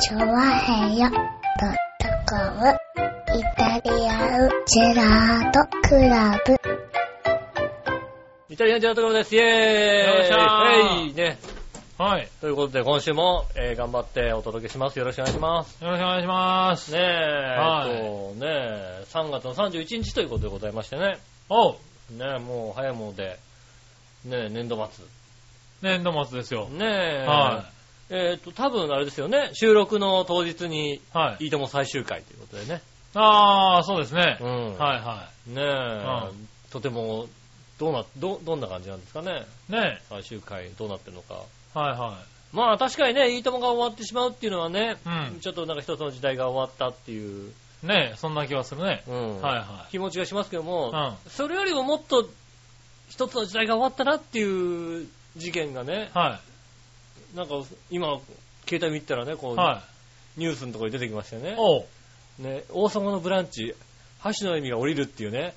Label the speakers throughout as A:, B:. A: チョワヘヨドットコムイタリアンジェラートクラブ。
B: イタリアンジェラートクラブです。イェーイ
C: よっしゃー
B: えいね。
C: はい。
B: ということで、今週も、えー頑張ってお届けします。よろしくお願いします。
C: よろしくお願いします。
B: ねえ、
C: はい
B: えっと、ねえ、3月の31日ということでございましてね。
C: おう、
B: ねえ、もう早いもので、ねえ、年度末。
C: 年度末ですよ。
B: ねえ、
C: は
B: えっと、多分あれですよね、収録の当日に、
C: は
B: い
C: い。
B: いとも最終回ということでね。
C: あー、そうですね。
B: ん
C: はいは
B: ねえ、
C: うん
B: とても、どうな、ど、どんな感じなんですかね。
C: い。ね
B: 最終回どうなってるのか。
C: え。はいは
B: まあ確かにね、いいともが終わってしまうっていうのはね、
C: うん
B: ちょっとなんか一つの時代が終わったっていう、
C: い。ねえ、そんな気がするね。
B: うん
C: はいは
B: 気持ちがしますけども、
C: い。
B: それよりももっと一つの時代が終わったなっていう事件がね、
C: うん。は
B: なんか今、携帯見てたらね、こ
C: い。
B: う、
C: は
B: ニュースのところに出てきましたよ
C: い。
B: ね。
C: おう。
B: ね、王様のブランチ、橋の意味が降りるっていうね。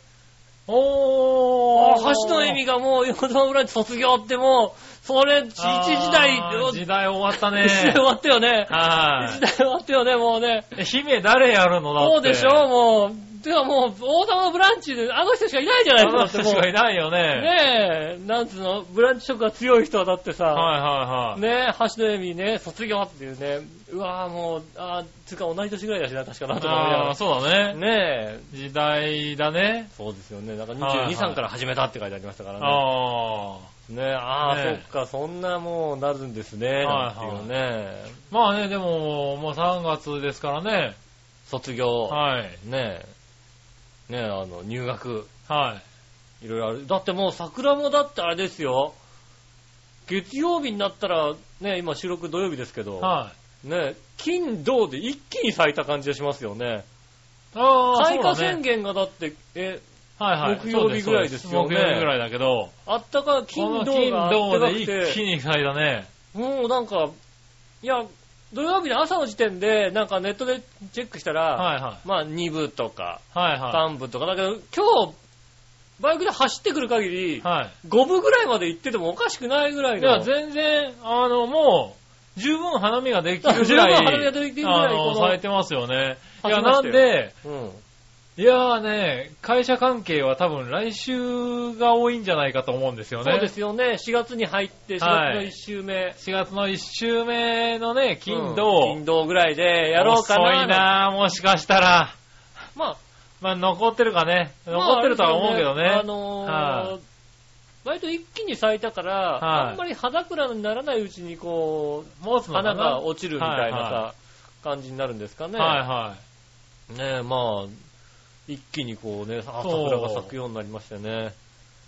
C: お
B: あ
C: ー。
B: 橋の意味がもう王様のブランチ卒業ってもう、それ、一時代
C: あ
B: を、
C: ー時代終わった
B: 一時代
C: ね
B: 終。わったよね。
C: は
B: 一時代終わったよね、もうね。
C: い。姫誰やるのだって。
B: そうでしょ、もう。てかもう、王様のブランチで、あの人しかいないじゃな
C: あ
B: いですか。
C: の人しかいないよね。
B: ねえ、なんつうの、ブランチ色が強い人はだってさ、
C: はいはいはい。
B: ねえ、橋の意味ね、卒業っていうね、うわぁもう、あーつうか同い年ぐらいだしな、確かなと思いなが
C: あー、そうだ
B: ら。ね
C: ね。
B: え、
C: 時代だね。
B: そうですよね、なんか
C: はいは
B: 22、
C: い
B: 3から始めたって書いてありましたからね。
C: あー。
B: ねえ、あー、
C: ねえ
B: そっか、そんなもうなるんですね、なんていうね、
C: まあね、でも、もう3月ですからね。
B: 卒業、
C: はい。
B: ねえ、ねえ、あの、入学、
C: はい。
B: いろいろある。だってもう桜もだってあれですよ。月曜日になったら、ね、今収録土曜日ですけど、
C: はい。
B: ね、金、銅で一気に咲いた感じがしますよね。
C: ああ、
B: 開花
C: そうだね
B: 宣言がだって、え、
C: はいはい、
B: 木曜日ぐらいですよね
C: 木曜日ぐらいだけど、
B: あったかい金、
C: 金
B: 銅
C: 金
B: があった
C: 銅
B: か
C: で
B: く
C: 一気
B: て、
C: に咲いたね。
B: もうなんか、いや、土曜日の朝の時点で、なんかネットでチェックしたら、
C: はいは
B: まあ2部とか
C: い。はいは
B: 3部とか、だけど今日、バイクで走ってくる限り
C: い。、は
B: 5部ぐらいまで行っててもおかしくないぐら
C: い。
B: い
C: では
B: の。
C: 全然、あの、もう、十分花見ができる
B: 十
C: ぐ
B: 分
C: らい、
B: 花火が出てきてるぐらい、
C: あ
B: こ
C: の、
B: の
C: 咲いてますよね。い
B: 咲
C: や、
B: きま
C: な
B: し
C: ん
B: たよ
C: で、
B: うん。
C: いやーね、会社関係は多分来週が多いんじゃないかと思うんですよね。
B: そうですよね。4月に入って、4月の1週目。
C: 4月の1週目のね、金
B: うん
C: 土、
B: 金土ぐらいでやろうかな。
C: 遅いなぁ、もしかしたら。
B: まあ、
C: まあ、残ってるかね。
B: まあ
C: 残ってるとは思うけどね。
B: あのー
C: はい
B: 割と一気に咲いたから、
C: はい
B: あんまり葉桜にならないうちにこ
C: 持
B: う、
C: つのかな
B: 花が落ちるみたいなさ、
C: はいは
B: 感じになるんですかね。
C: はいは
B: ねえ、まあ、一気にこうね、あ
C: そう
B: 桜が咲くようになりましたよね。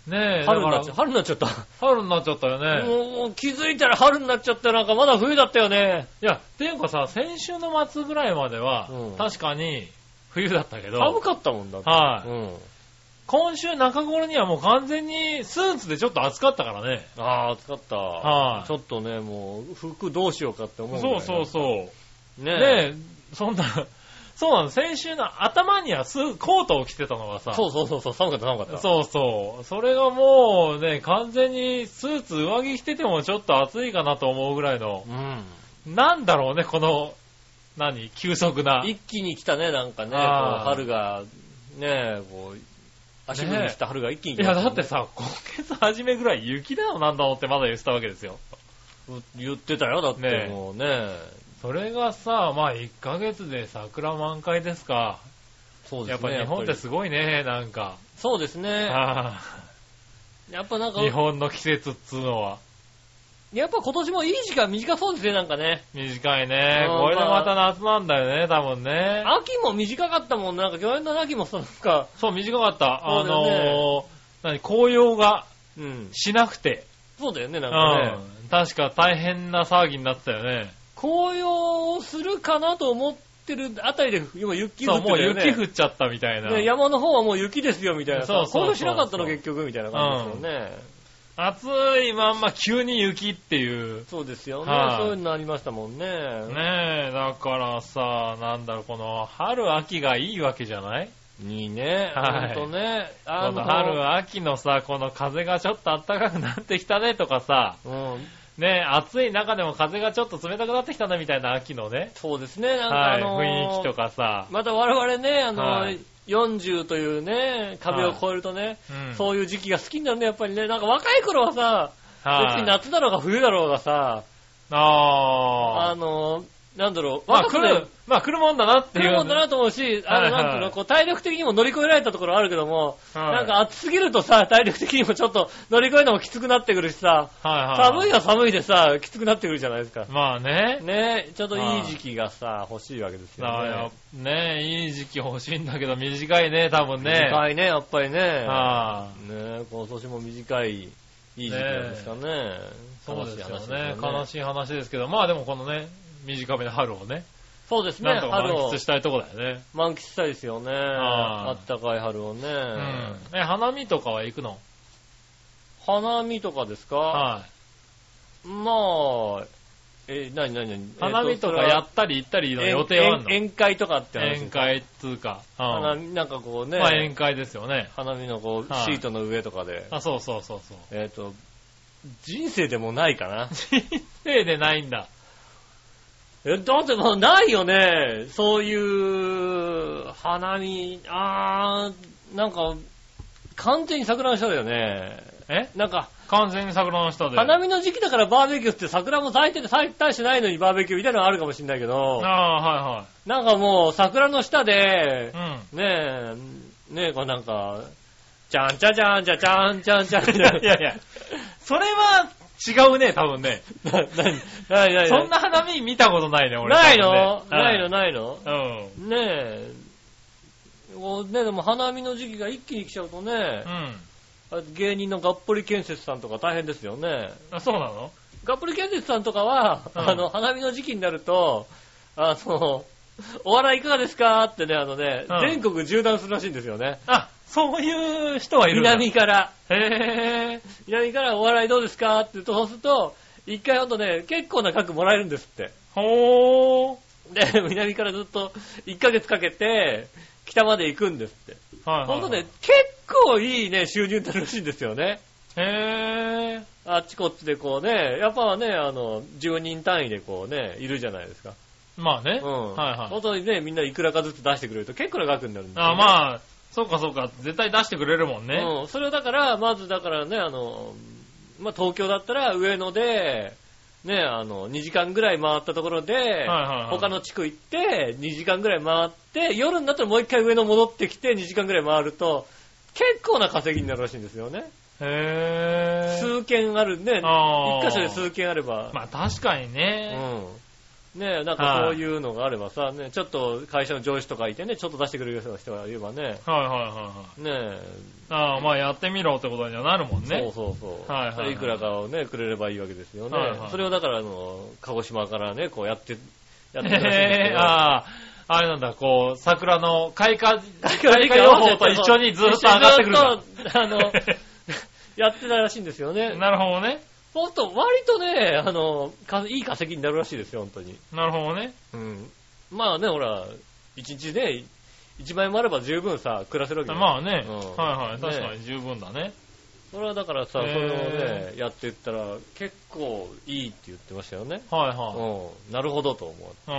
C: い。ねえ、
B: 春にな
C: だから
B: っちゃ春になっちゃった。
C: 春になっちゃったよね。
B: もうもう気づいたら春になっちゃったよなんかまだ冬だったよね。
C: いや、ていうかさ、先週の末ぐらいまでは、
B: うん
C: 確かに冬だったけど、
B: 寒かったもんだって。
C: はい
B: うん。
C: 今週中頃にはもう完全にスーツでちょっと暑かったからね。
B: ああ、暑かった。
C: はい
B: ちょっとね、もう、服どうしようかって思うぐら
C: そ
B: いう
C: そうそう。
B: う。ねえ。
C: ねえ、そんな、そうなの、先週の頭にはスーコートを着てたのがさ、
B: そうそうそうそう、寒かった寒かった。
C: そうそう。それがもうね、完全にスーツ上着着ててもちょっと暑いかなと思うぐらいの、
B: うん。
C: なんだろうね、この、何、急速な。
B: 一気に来たね、なんかね、こう
C: ああ
B: 春が、ねえ、こう、足踏みした春が一気に
C: い
B: 来ま
C: や、
B: した
C: だ
B: ね
C: ってさ、今月初めぐらい雪だのなんだのってまだ言ってたわけですよ。
B: う言ってたよ、だって
C: ねえ
B: もうね。
C: それがさ、まあ1ヶ月で桜満開ですか。
B: そうで
C: やっ
B: すね。
C: ぱ日本って
B: やっぱ
C: すごいね、なんか。
B: りそうですね。
C: あ
B: やっぱなん
C: あ
B: か、
C: 日本の季節っつうのは。
B: やっぱ今年もいい時間短そうですね、なんかね。
C: 短いね。
B: うん
C: これでまた夏なんだよね、多分ね。
B: 秋も短かったもん、なんか去年の秋もさ、なんか、
C: そう、短かった。
B: そ
C: あ
B: うだよね
C: のー、何、紅葉が
B: うん。
C: しなくて。
B: そうだよね、なんかね。
C: うん。確か大変な騒ぎになってたよね。
B: 紅葉をするかなと思ってるあたりで、今雪降
C: そ
B: っ
C: う、
B: て
C: もう
B: たよね。
C: 雪降っちゃったみたいな。
B: ね山の方はもう雪ですよみたいなさ。
C: そうそうそう
B: 紅葉しなかったの結局みたいな感じですよね。
C: 暑いまんま急に雪っていう。
B: そうですよ
C: は
B: ね。
C: い
B: そういうのありましたもんね。
C: ねえ、だからさ、なんだろう、この春秋がいいわけじゃない
B: いいね。
C: はい
B: ほんとね。あ
C: この
B: の、
C: 春秋のさ、この風がちょっと暖かくなってきたねとかさ、
B: うん。
C: ね、暑い中でも風がちょっと冷たくなってきたなみたいな秋のね、
B: そうですね、なんか
C: は
B: あ
C: い、
B: の
C: 雰囲気とかさ、
B: また我々ね、あの、
C: はい
B: 40というね、壁を越えるとね、
C: うん
B: そういう時期が好きになるね、やっぱりね。なんか若い頃はさ、
C: はい、
B: 別に夏だろうが冬だろうがさ、あ
C: あー
B: の、なんだろう、
C: まあ
B: 若
C: 来
B: くね
C: る、まあ来るもんだなっていう。
B: 来るもんだなと思うし、あ
C: は
B: の、
C: い
B: なんていう
C: は
B: の、
C: い
B: こう、体力的にも乗り越えられたところはあるけども、
C: はい
B: なんか暑すぎるとさ、体力的にもちょっと乗り越えるのもきつくなってくるしさ、
C: はいはい。
B: 寒いは寒いでさ、きつくなってくるじゃないですか。
C: まあね。
B: ねちょっといい時期がさ、欲しいわけです
C: だから
B: よ
C: やねいい時期欲しいんだけど、短いね、多分
B: ね。
C: ね。
B: 短いね、やっぱりね。
C: は
B: ね今年も短い、いい時期なんですかね。
C: そうですよ
B: 悲しい話
C: ね。悲しい話ですけど、まあでもこのね、短めの春をね、
B: そうですね、
C: なんとか
B: 春
C: 満
B: を
C: 喫したいとこだよね。
B: 満喫したいですよね。
C: はい
B: あったかい春をね。
C: うん。え、花見とかは行くの
B: 花見とかですか
C: はい。
B: まあ、えー、なになになに
C: 花見とかやったり行ったりの予定はあんの
B: 宴会とかって話
C: 宴会っつうか。うん
B: 花見なんかこうね、
C: まあ宴会ですよね。
B: 花見のこう、
C: はい
B: シートの上とかで、
C: あ、そうそうそうそう。
B: えっ、と、人生でもないか な。
C: 手でないんだ。
B: え、だってもうないよね。そういう、花見、あー、なんか、完全に桜の下だよね。
C: え
B: なんか、
C: 完全に桜の下で。
B: 花見の時期だからバーベキューって桜も咲いてて咲いたりしてないのにバーベキューみたいなのあるかもしれないけど、
C: ああ
B: なんかもう桜の下で
C: ー、、はいはい。うん。
B: ねえ、ねえ、こうなんか、じゃんじゃじゃんじゃじゃんじゃんじゃんじゃん。
C: いやいや、それは違うね、多分ね。
B: な、なに、なに、
C: そんな花見見たことないね、俺。
B: ないの
C: 多分ね
B: ないのないの
C: うん。
B: ねえ。こうね、でも花見の時期が一気に来ちゃうとね
C: う、ん。
B: あ芸人のがっぽり建設さんとか大変ですよね。
C: あ、そうなの
B: がっぽり建設さんとかは、
C: うん
B: あの、花見の時期になると、あの、お笑いいかがですかってね、あのね、
C: うん
B: 全国縦断するらしいんですよね。
C: あ、そういう人はいるんだ。
B: 南から。
C: へぇ
B: 南からお笑いどうですかって言うと、そうすると、一回ほんとね、結構な額もらえるんですって。
C: ほー。
B: で、南からずっと1ヶ月かけて、北まで行くんですって。
C: はいはいはい。
B: ほんとね、結構いいね、収入になるらしいんですよね。
C: へぇ
B: あっちこっちでこうね、やっぱね、あの、10人単位でこうね、いるじゃないですか。
C: ー。まあね。
B: うん。
C: はいはい
B: 本。当にね、みんないくらかずつ出してくれると結構な額になるんですよ、
C: あ、まあ、そうかそうか。絶対出してくれるもんね。
B: うん。それをだから、まずだからね、あの、まあ、東京だったら上野で、ね、あの、2時間ぐらい回ったところで、
C: いはいはい
B: 他の地区行って、2時間ぐらい回って、夜になったらもう一回上野戻ってきて、2時間ぐらい回ると、結構な稼ぎになるらしいんですよね。
C: へぇー。
B: 数件あるんで、
C: あー
B: 一箇所で数件あれば、
C: まあ確かにね。
B: うん。ねなんかそういうのがあればさ、ね、ちょっと会社の上司とかいてね、ちょっと出してくれるような人がいればね、
C: はいはいはいはい。
B: ね
C: ああ、まあやってみろってことにはなるもんね。
B: そうそうそう。
C: はいはい
B: それいくらかをね、くれればいいわけですよね。
C: はいはい
B: それをだから、あの、鹿児島からね、こうや って、やってるらしいんです
C: へ
B: け
C: え
B: ど
C: ああ、あれなんだ、こう、桜の開花、
B: 開
C: 開花予報と一緒にずっと上がってくるんだ。
B: ずっとあの、 やってたらしいんですよね。
C: なるほどね。
B: ほんと、割とね、あの、かいい化石になるらしいですよ、本当に。
C: なるほどね。
B: うん。まあね、ほら、一日ね、一枚もあれば十分さ、暮らせるわけじゃん
C: まあね、
B: うん
C: はいは
B: ね
C: い、確かに十分だね。
B: それはだからさ、そ
C: へー
B: れをね、やっていったら、結構いいって言ってましたよね。
C: はいは
B: うん。なるほどと思う。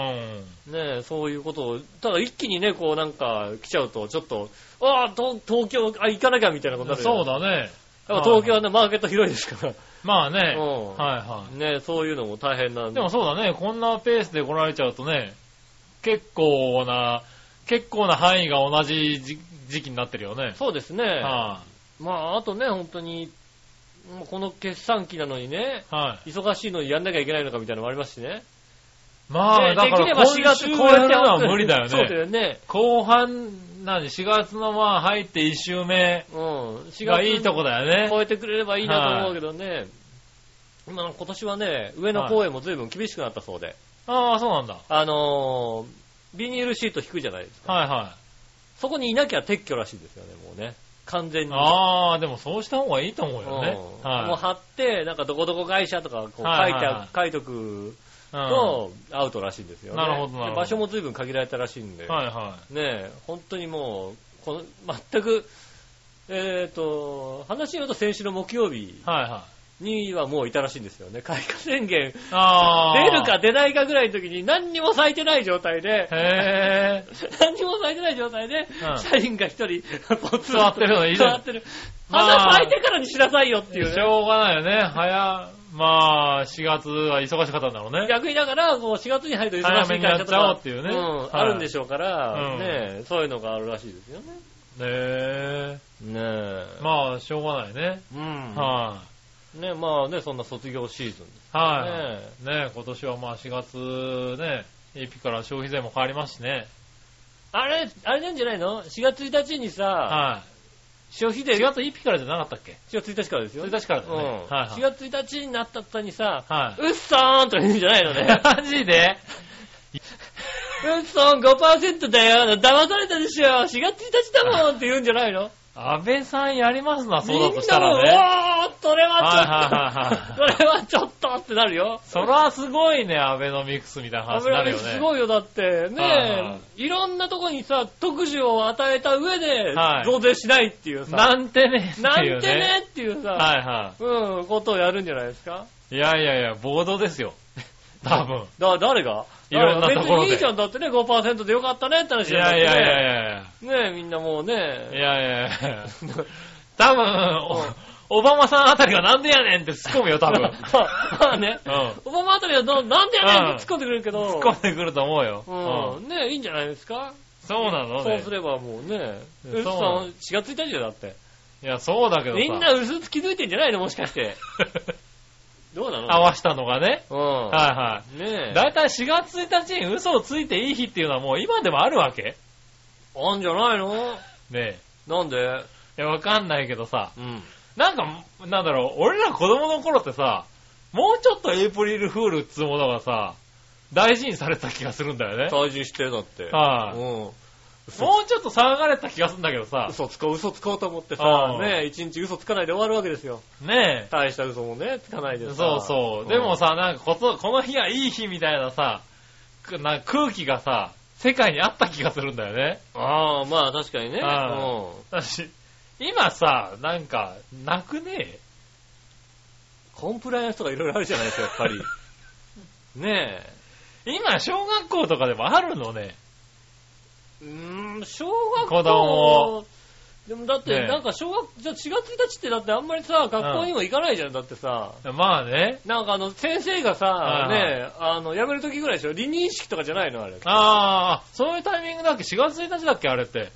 C: い。
B: ねえ、そういうことを、ただ一気にね、こうなんか来ちゃうと、ちょっと、ああ、と東京、あ、行かなきゃみたいなこ
C: う
B: とに
C: ん。
B: なるよ
C: そう。だね。
B: やっぱ東京はね、マーケット広いですから。
C: まあね、
B: うん
C: はいは
B: ねえ、そういうのも大変なん
C: い。
B: で。
C: でもそうだね、こんなペースで来られちゃうとね、結構な、結構な範囲が同じ時時期になってるよね。
B: そうですね。
C: は
B: まあ、あとね、本当に、もうこの決算期なのにね、
C: い、はい。
B: 忙しいのにやんなきゃいけないのかみたいなのもありますしね。
C: まあ、
B: ね
C: だか
B: できれば
C: ら今週
B: 4月超え
C: や
B: て
C: るのは無理だよね。
B: そうだよね。
C: 後半、何、4月のまあ入って1週目
B: うん。4月
C: がいいとこだよね。
B: 超えてくれればいいなと思うけどね。今の今年はね、上野公園も随分厳しくなったそうで。
C: ああ、そうなんだ。
B: あのー、ビニールシート引くじゃないですか。
C: はいは
B: そこにいなきゃ撤去らしいですよね、もうね。完全
C: い。
B: に。
C: ああ、でもそうした方がいいと思う
B: うん
C: よね。
B: もう
C: は
B: 貼って、なんかどこどこ会社とかこう書いて
C: はいはい
B: あ
C: はい
B: 書いとく
C: い。うん
B: とアウトらしいんですよね。
C: なるほどなるほど
B: で場所も随分限られたらしいんで。
C: はいは
B: ねえ、本当にもう、この、全く、えっ、と、話によると先週の木曜日
C: い。はいは
B: にはもういたらしいんですよね。開花宣言、
C: ああ。
B: 出るか出ないかぐらいの時に何にも咲いてない状態で、
C: へえ。
B: 何にも咲いてない状態で、
C: うん
B: 社員が一人、ポツンと
C: 座ってるのいいじゃん
B: 座ってる。花咲いてからにしなさいよっていう
C: し
B: ね。
C: ょうがないよね。早、まあ、4月は忙しかったんだろうね。
B: 逆にだから、もう4月に入ると忙しいからとか
C: 早めにやっちゃおうっていう
B: ん
C: ねはい
B: あるんでしょうから、
C: うん
B: ねえそういうのがあるらしいですよね。
C: へえ。
B: ねえ。
C: まあ、しょうがないね。
B: うん。
C: は
B: ねえまあね、そんな卒業シーズンです
C: い。
B: ね。
C: はい。ね今年はまあ4月ね、一日から消費税も変わりますしね。
B: あれ、あれなんじゃないの ?4 月1日にさ、
C: は
B: 消費
C: い。
B: 税
C: 4
B: が、
C: 月一日からじゃなかったっけ
B: 4月1日からですよ。
C: ?1 日からだ
B: うん
C: ね。はいはい
B: 4月1日になったったにさ、
C: は
B: うっさーんとか言うんじゃないの ね。
C: い。マジで
B: うっそーん5%だよ騙されたでしょ !4 月1日だもんって言うんじゃないの
C: 安倍さんやりますな、
B: み
C: そ
B: ん
C: う
B: な
C: だ
B: も
C: としたらね。
B: おーそれはちょっと、
C: はいはいはい
B: それはちょっとってなるよ。
C: それはすごいね、アベノミクスみたいな話になるよね。
B: すごいよ、だって。
C: はいは
B: ねえ、いろんなとこにさ、特需を与えた上で
C: は、い
B: 増税しないっていうさ、
C: なんてね。
B: な
C: っていうん
B: てねっていうさ、
C: はいは
B: うん、ことをやるんじゃないですか
C: い。いやいやいや、暴動ですよ。多分。
B: だ、誰が
C: いろんなところ
B: 別
C: で
B: にいいじゃん、だってね、5%でよかったねって話
C: い
B: じゃな
C: や
B: く
C: い
B: て
C: やい
B: ね
C: やい
B: ねえ、みんなもう
C: や。
B: ね
C: い、やいやいや。多分、おオバマさんあたりがなんでやねんって突っ込むよ、多分。う ん。
B: まあね、
C: 突
B: オバマあたりはどうなんでやねんって突っ込んでくれるけど、
C: っ込んでくると思うよ。
B: う
C: うん
B: ん、ねえ、いいんじゃないですか
C: そうなの
B: そう
C: ね
B: す。ればもうね、
C: そう
B: うっさん、4月1日だよ、だって。
C: いや、そうだけどさ。
B: みんなうすうす気づいてんじゃないのもしかして。どうなの
C: 合わしたのがね。
B: うん。
C: はいはい。
B: ねえ。
C: だいたい4月1日に嘘をついていい日っていうのはもう今でもあるわけ
B: あんじゃないの
C: ね
B: なんで
C: え。いや、わかんないけどさ。
B: うん。
C: なんか、なんだろう、俺ら子供の頃ってさ、もうちょっとエイプリルフールっつうものがさ、大事にされた気がするんだよね。
B: 退治して、だって。
C: はい
B: うん。
C: もうちょっと騒がれた気がするんだけどさ、
B: 嘘つこう、嘘つこうと思ってさ
C: う、ん
B: ねえ、一日嘘つかないで終わるわけですよ。
C: ね
B: 大した嘘もね、つかないで
C: え。
B: さ。
C: そうそう。
B: ん
C: でも、さ、なんかこと、この日がいい日みたいなさ、くなんか空気がさ、世界にあった気がするんだよね。
B: ああ、まあ確かにね。
C: は
B: うん
C: 私、今さ、なんか、なくね
B: コンプライアンスとかいろいろあるじゃないですか、やっぱ り。ねえ。
C: え。今、小学校とかでもあるのね。
B: うーん、小学校
C: 子供
B: でもだって、
C: ねえ
B: なんか小学、じゃあ4月1日ってだってあんまりさ、学校にも行かないじゃん、だってさ。
C: まあね。
B: なんかあの、先生がさ、
C: はいはい
B: ねえ、あの、辞める時ぐらいでしょ離任式とかじゃないのあれ。
C: ああ、そういうタイミングだっけ ?4 月1日だっけあれって。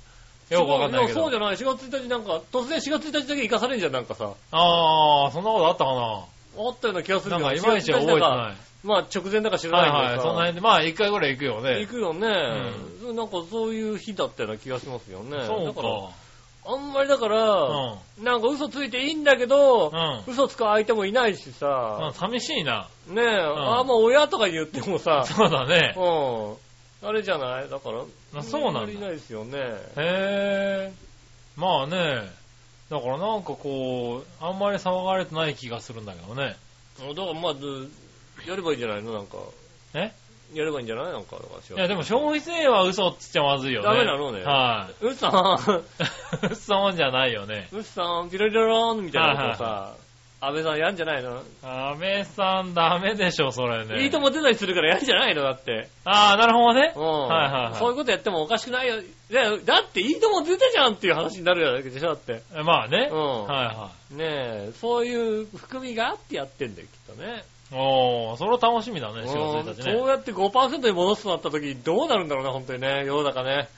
C: よくわかんないけ
B: でもそう
C: ど
B: じ。ゃない。4月1日なんか、突然4月1日だけ行かされんじゃん、なんかさ。
C: ああ、そんなことあったかな
B: あったような気がする
C: な
B: け
C: ん
B: ど
C: かいまいち覚え
B: 4月1日
C: て
B: なんか
C: な
B: まあ直前だから知
C: い。
B: ら
C: はい
B: ない
C: は
B: けど
C: い。そ
B: さ。
C: の辺で、まあ一回ぐらい行くよね
B: 行。くよね、
C: う
B: なんかそういう日だったような気がしますよね。
C: そう
B: だから
C: か。
B: あんまりだから、
C: う
B: なんか嘘ついていいんだけど、
C: ん。うん。
B: 嘘つく相手もいないし
C: まあ
B: さ、
C: 寂しいな。
B: ねえ、あもう親とか言っても さ、
C: そうだね。
B: うん。あれじゃないだから、
C: あそう
B: あ
C: な
B: んま
C: ん
B: りいな
C: だ。
B: いですよね。
C: へえ。まあね。だからなんかこう、あんまり騒がれてない気がするんだけどね。
B: だからまず、やればいいんじゃないのなんか。
C: え
B: やればいいんじゃないなんか、だから知
C: い
B: らない
C: やでも消費税は嘘っつっちゃまずいよね。
B: ダメなのね
C: は
B: うっさん、
C: い。 そうじゃないよね。
B: うっさん、ピロリロロンみたいなことさ、安倍さんやんじゃないの、
C: 安倍さんダメでしょ、それね。
B: いいとも出たりするからやんじゃないのだって。
C: ああ、なるほどね
B: うん。。
C: はいはいはい
B: そういうことやってもおかしくないよ。だだっていいとも出たじゃんっていう話になるやけでしょだって。
C: えまあね。
B: うん
C: はいは
B: ねえ、そういう含みがあってやってんだよ、きっとね。
C: い。おー、それは楽しみだね、仕
B: う
C: 事
B: ん
C: 人たち
B: そう
C: ね。
B: やって5%に戻すとなった時どうなるんだろうね、本当にね、世の中ね。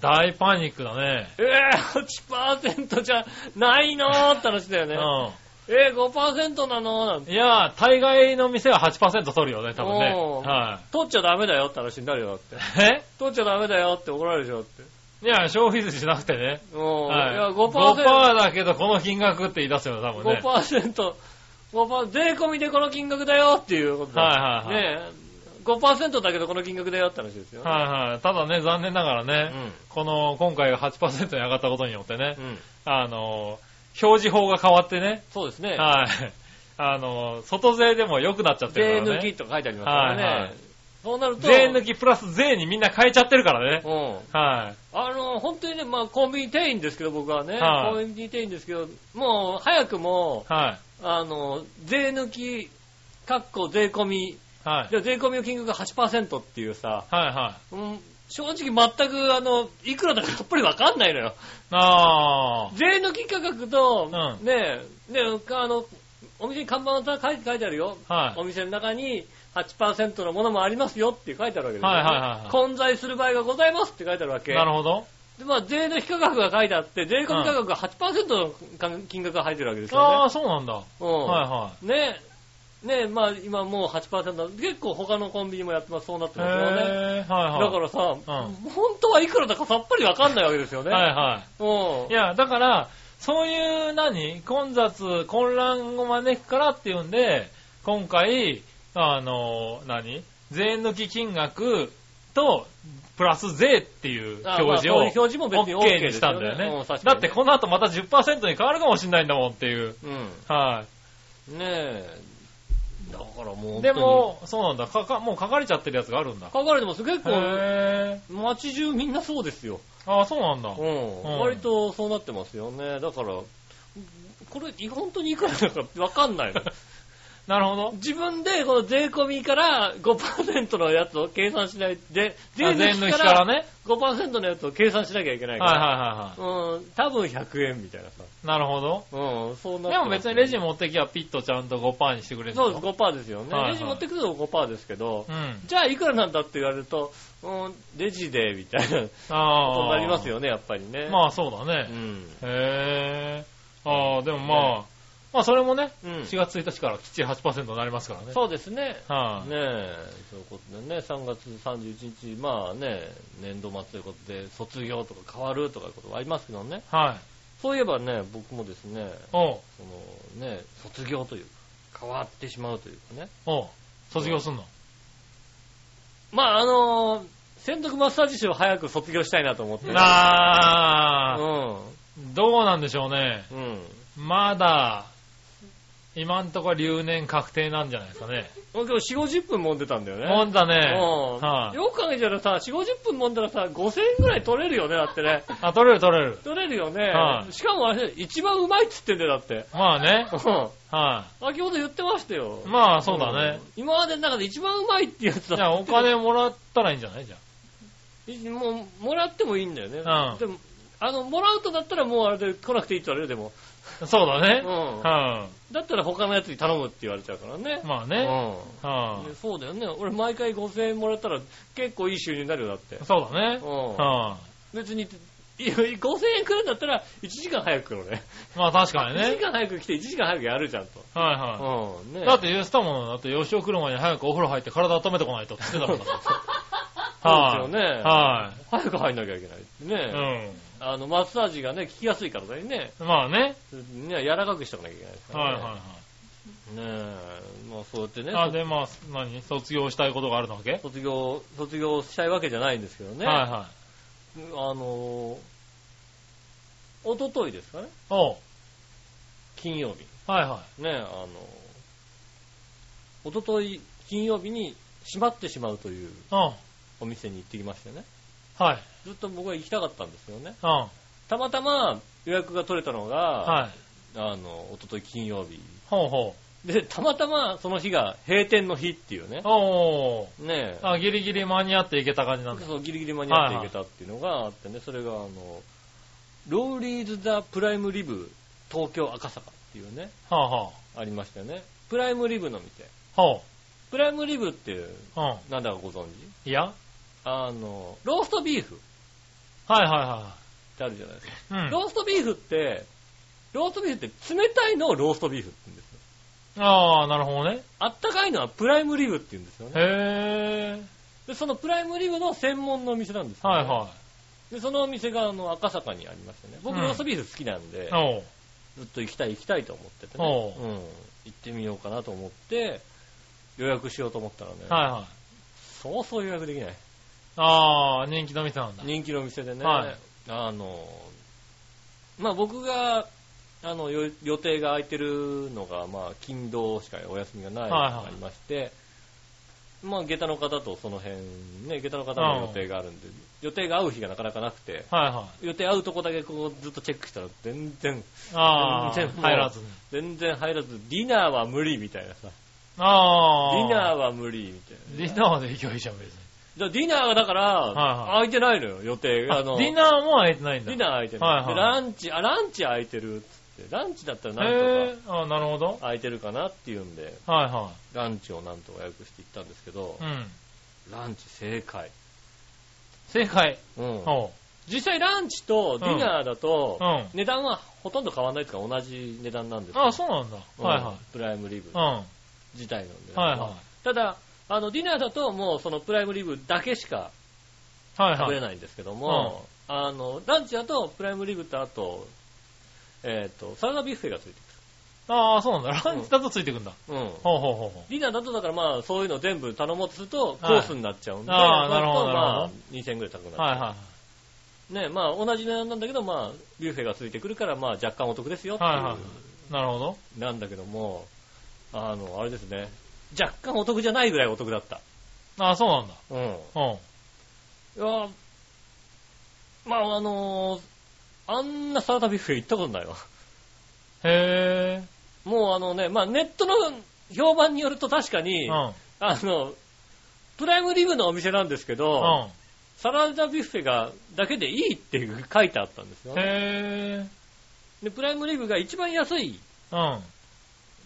C: 大パニックだね。
B: えー、8%じゃないのーって話だよ
C: う
B: ね。
C: ん。
B: えー、5%なのなんて。
C: いやー、大概の店は8%取るよね、多分ね。
B: おー
C: は
B: 取っちゃダメだよって話になるよ、だって。
C: い。え
B: 取っちゃダメだよって怒られるでしょ、だって。
C: いや、消費税しなくてね。
B: うん。、
C: はいい。
B: や、5%、
C: 5%だけど、この金額って言い出すよね、多分ね。
B: 5%、5%、税込みでこの金額だよっていうことだ。
C: はいはいはい
B: ねえ、5%だけどこの金額だよって話ですよ。
C: はいはい。ただね、残念ながら
B: う
C: ね、
B: ん。
C: この、今回が8%に上がったことによってね
B: う、ん。
C: あのー、表示法が変わってね、
B: そうですね。
C: はい。あのー、外税でも良くなっちゃって
B: 税
C: るから
B: 抜
C: ね
B: き。と書いてありますからね。
C: はいはい
B: そうなると、
C: 税抜きプラス税にみんな変えちゃってるからね。
B: うん。
C: は
B: あの、本当にね、まあ、コンビニ店員ですけど、僕はね、
C: はい
B: コンビニ店員ですけど、もう、早くも、
C: い。は
B: あの、税抜き、かっこ税込み、
C: はい。
B: で税込みの金額が8%っていうさ、
C: はいはい。
B: うん、正直全く、あの、いくらだかたっぷりわかんないのよ。
C: あ
B: 税抜き価格と、
C: う
B: ねえ、ねえ、あの、お店に看板が書いて書いてあるよ。
C: あ。はい。
B: お店の中に8%のものもありますよって書いてあるわけですよ、
C: はいはいはいはい
B: 混在する場合がございますって書いてあるわけ。
C: なるほど。
B: で、まあ、税の非価格が書いてあって、税込み価格が8%の金金額が入ってるわけです
C: あ
B: よ
C: あ、そうなんだ。
B: ね。うん。
C: は
B: ねえ、ねえ、まあ、今もう8%、結構他のコンビニもやってます、そうなって
C: い
B: ますよね。
C: はい。へーはいはい。
B: だからさ、
C: ん
B: 本当はいくらだかさっぱりわかんないわけですよね。
C: はいは
B: うん。
C: い。いや、だから、そういう何混雑、混乱を招くからっていうんで、今回、あの、何税抜き金額と、プラス税っていう
B: あまあ
C: 表示
B: そういう
C: を、
B: 表示も別に OK
C: OK にしたんだ
B: で
C: よ
B: すうん
C: ね
B: 確。か
C: だ
B: に
C: ってこの後また10%に変わるかもしれないんだもんっていう。
B: う
C: は
B: ん。ねえ。だからもう本当
C: い。
B: に
C: で、も、そうなんだ。かか、もう書かれちゃってるやつがあるんだ。
B: 書かれてます。結構、
C: へ
B: 街中みんなそうですよ。
C: ぇー。ああ、そうなんだ。
B: う
C: はい
B: ん。
C: うん
B: 割とそうなってますよね。だから、これ、本当にいくらだかわかんない の。
C: なるほど。
B: 自分で、この税込みから5%のやつを計算しないで、税
C: あ税
B: 抜
C: 抜
B: き
C: き
B: か
C: から
B: ら
C: ね。
B: 5%のやつを計算しなきゃいけないか
C: はいはい
B: ら、
C: は
B: うん、多分100円みたいなさ。
C: い。なるほど。
B: うん、そうなってます
C: でも別にレジ持ってきゃピッとちゃんと5%にしてくれるんだ
B: そう
C: ろ
B: です、5%ですよね。
C: はいはい
B: レジ持ってくると5%ですけど、
C: うん。
B: じゃあいくらなんだって言われると、うん、レジで、みたいなこと
C: ああ。
B: になりますよね、やっぱりね。
C: まあそうだ
B: う
C: ね。
B: ん。
C: へぇー。ああ、でもまあ、まあそれもね、
B: うん
C: 4月1日からきっちり8%になりますからね。
B: そうですね。
C: はい
B: ね。え、そういうことでね、3月31日、まあね、年度末ということで、卒業とか変わるとかいうことがありますけどね。
C: はい。
B: そういえばね、僕もですね、
C: おう、
B: そのね、卒業というか、変わってしまうというかね。
C: おう、卒業すんの。
B: まああの専属マッサージ師を早く卒業したいなと思って、
C: なあ、
B: う
C: どうなんでしょうね。
B: ん。うん。
C: まだ、今んとこ留年確定なんじゃないですかね。
B: 俺今日4、50分揉んでたんだよね。
C: もんだね。
B: うん
C: はい、
B: よく考えたらさ、4、50分飲んだらさ、5000円ぐらい取れるよね、だって ね。
C: あ、取れる取れる。
B: 取れるよね。
C: はい
B: しかもあれ、一番うまいっつってんだよ、だって。
C: まあね。
B: う
C: はい、
B: ん。先ほど言ってましたよ。
C: まあそうだね。
B: うん。今までの中で一番うまいってやつ
C: じ
B: だ。
C: ゃあお金もらったらいいんじゃないじゃ
B: いもう、もらってもいいんだよね。
C: うん
B: でも、あの、もらうとだったらもうあれで来なくていいって言われる、でも。
C: あ。そうだね。
B: うん
C: は
B: だったら他のやつに頼むって言われちゃうからね
C: い。。まあね。
B: うん
C: は
B: でそうだよね。俺毎回5000円もらったら結構いい収入になるよ、だって
C: い。。そうだね。
B: うん。
C: は
B: 別に、いや5000円くれんだったら、1時間早く来るね。
C: い。まあ確か
B: 1時
C: にね。
B: 間早く来て、1時間早くやるじゃんと。
C: はいは
B: うん。ね
C: い。だって言ってたもんだって吉尾来る前に早くお風呂入って体温めてこないとって言ってたもんだって
B: そうですよね
C: は
B: 早く入んなきゃいけないってね。
C: い。はい。
B: あの、マッサージがね、効きやすい体にね、
C: うん。まあね。
B: ね柔らかくしとかなきゃいけないですか
C: はい
B: ら
C: はい
B: ね。
C: はい。
B: ねえ、まあそうやってね、
C: あ、で、まあ、何卒業したいことがあるわけ、
B: 卒業、卒業したいわけじゃないんですけどね。
C: はいはい。
B: あの、おとといですかね、
C: おう
B: 金曜日。
C: はいは
B: ねあの、おととい、金曜日に閉まってしまうという
C: い。うん。
B: お店に行ってきましてね。
C: はい。
B: ずっと僕は行きたかったんですよね。
C: うん。
B: たまたま予約が取れたのが、
C: はい。
B: あの、おととい金曜日。
C: ほうほう。
B: で、たまたまその日が閉店の日っていうね。
C: おう
B: ねえ。
C: あ、ギリギリ間に合っていけた感じなんだ。
B: そう、ギリギリ間に合っていけたっていうのがあってね、それがあの、ローリーズ・ザ・プライム・リブ東京赤坂っていうね、
C: はあ、は
B: ありましたよね。プライム・リブの店。
C: あ、ほ
B: プライム・リブって、
C: う。うん。
B: なんだかご存知
C: いやはい
B: あの、ローストビーフっ
C: は
B: てあるじゃないですか。
C: いはい。うん。
B: ローストビーフって、ローストビーフって冷たいのをローストビーフって言うんですよ。
C: ああ、なるほどね。
B: あったかいのはプライムリブって言うんですよね。
C: へえ。
B: で、そのプライムリブの専門のお店なんですよ、ね。。
C: はいはい
B: で、そのお店があの赤坂にありましてね。僕
C: うん
B: ローストビーフ好きなんで、
C: い。おう。
B: ずっと行きたい行きたいと思っててね。
C: お
B: う。
C: うん
B: 行ってみようかなと思って、予約しようと思ったらね、
C: はいはい。
B: そうそう予約できない。
C: ああ、人気の店なんだ。
B: 人気のお店でね、
C: はい
B: あの、まあ僕が、あの、よ予定が空いてるのが、まあ、金土しかお休みがないの
C: はいはい
B: がありまして、まあ、下駄の方とその辺、ね、下駄の方の予定があるんで、予定が合う日がなかなかなくて、
C: はいは
B: 予定合うとこだけこうずっとチェックしたら全然、
C: い。ああ、
B: 全
C: 入
B: 然
C: らずに。
B: 全然入らず、ディナーは無理みたいなさ。デ
C: ああ。
B: ィナーは無理みたい
C: ディナーで行けばいいじゃん、別に。
B: な。だディナーはだから、
C: はい
B: 空いてないのよ、予定。あ
C: あ
B: の、
C: ディナーも空いてないんだ。
B: ディナー空いてない。
C: はいはい
B: でランチ、あ、ランチ空いてるっつって、ランチだったらなん
C: へ
B: とか
C: え、あなるほど。
B: 空いてるかなっていうんで、
C: はいは
B: ランチをなんとか予約して行ったんですけど
C: い。う、ん。
B: ランチ正解。
C: 正解。
B: うん
C: ほ
B: 実際ランチとディナーだと
C: う。う、ん。
B: 値段はほとんど変わらないというか同じ値段なんですよ
C: あそうなんだ。はいは
B: うん
C: い。
B: プライムリブ
C: うん。は
B: 自体の値
C: い
B: 段
C: はい。
B: ただ、あの、ディナーだともうそのプライムリブだけしか
C: はい
B: 食
C: は
B: べれ
C: い。
B: ないんですけども、あの、ランチだとプライムリブとあと、えっ、と、サラダビュッフェがついて
C: ああ、そうなんだ。ランチだとついてくんだ。
B: くる。うん。
C: ほうほうほうほ
B: ディナーだとだからまあそういうの全部頼もうとするとコ
C: はい
B: ースになっちゃうんで、
C: ああなるほど
B: まま
C: な
B: あ
C: るほ
B: 2000円ぐらい高くなっち
C: う。
B: ゃう。
C: はいは
B: ね、まあ同じ値段なんだけどまあビュッフェがついてくるからまあ若干お得ですよっていう、
C: はいはいい。なるほど。
B: なんだけども、あの、あれですね、若干お得じゃないぐらいお得だった。
C: ああ、そうなんだ。
B: うん。い
C: うん。
B: や、まああのあんなサラダビュッフェ行ったことないわ。
C: へえ。
B: もうあのね、まあネットの評判によると確か
C: う
B: に、
C: ん。うん。
B: あの、プライムリブのお店なんですけど、サラダビュッフェが、だけでいいっていう書いてあったんですよ。
C: へえ。
B: で、プライムリブが一番安い
C: うん。は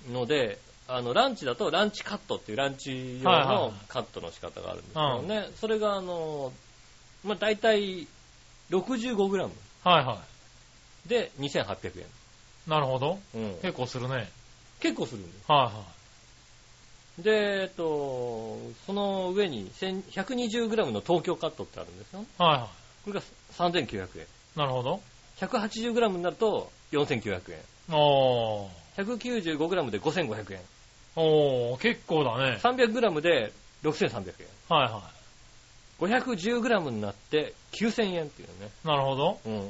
C: い
B: ので、あの、ランチだとランチカットっていうランチ用
C: はいはいはい
B: のカットの仕方があるんですけどね。それがあの、まあ、大体 65g
C: は
B: で2800
C: い。なるほど。
B: 円。うん
C: 結構するね。
B: 結構するんです。
C: はいは
B: で、えっと、その上に 120g の東京カットってあるんですよ。
C: い。はいは
B: これが3900円。
C: い。なるほど。
B: 180g になると4900円。
C: おー。
B: 195g で5500円。
C: おー、結構だね。
B: 300g で6300円。
C: はいは
B: 510g になって9000円っていうね。
C: い。なるほど。
B: うん。
C: うん。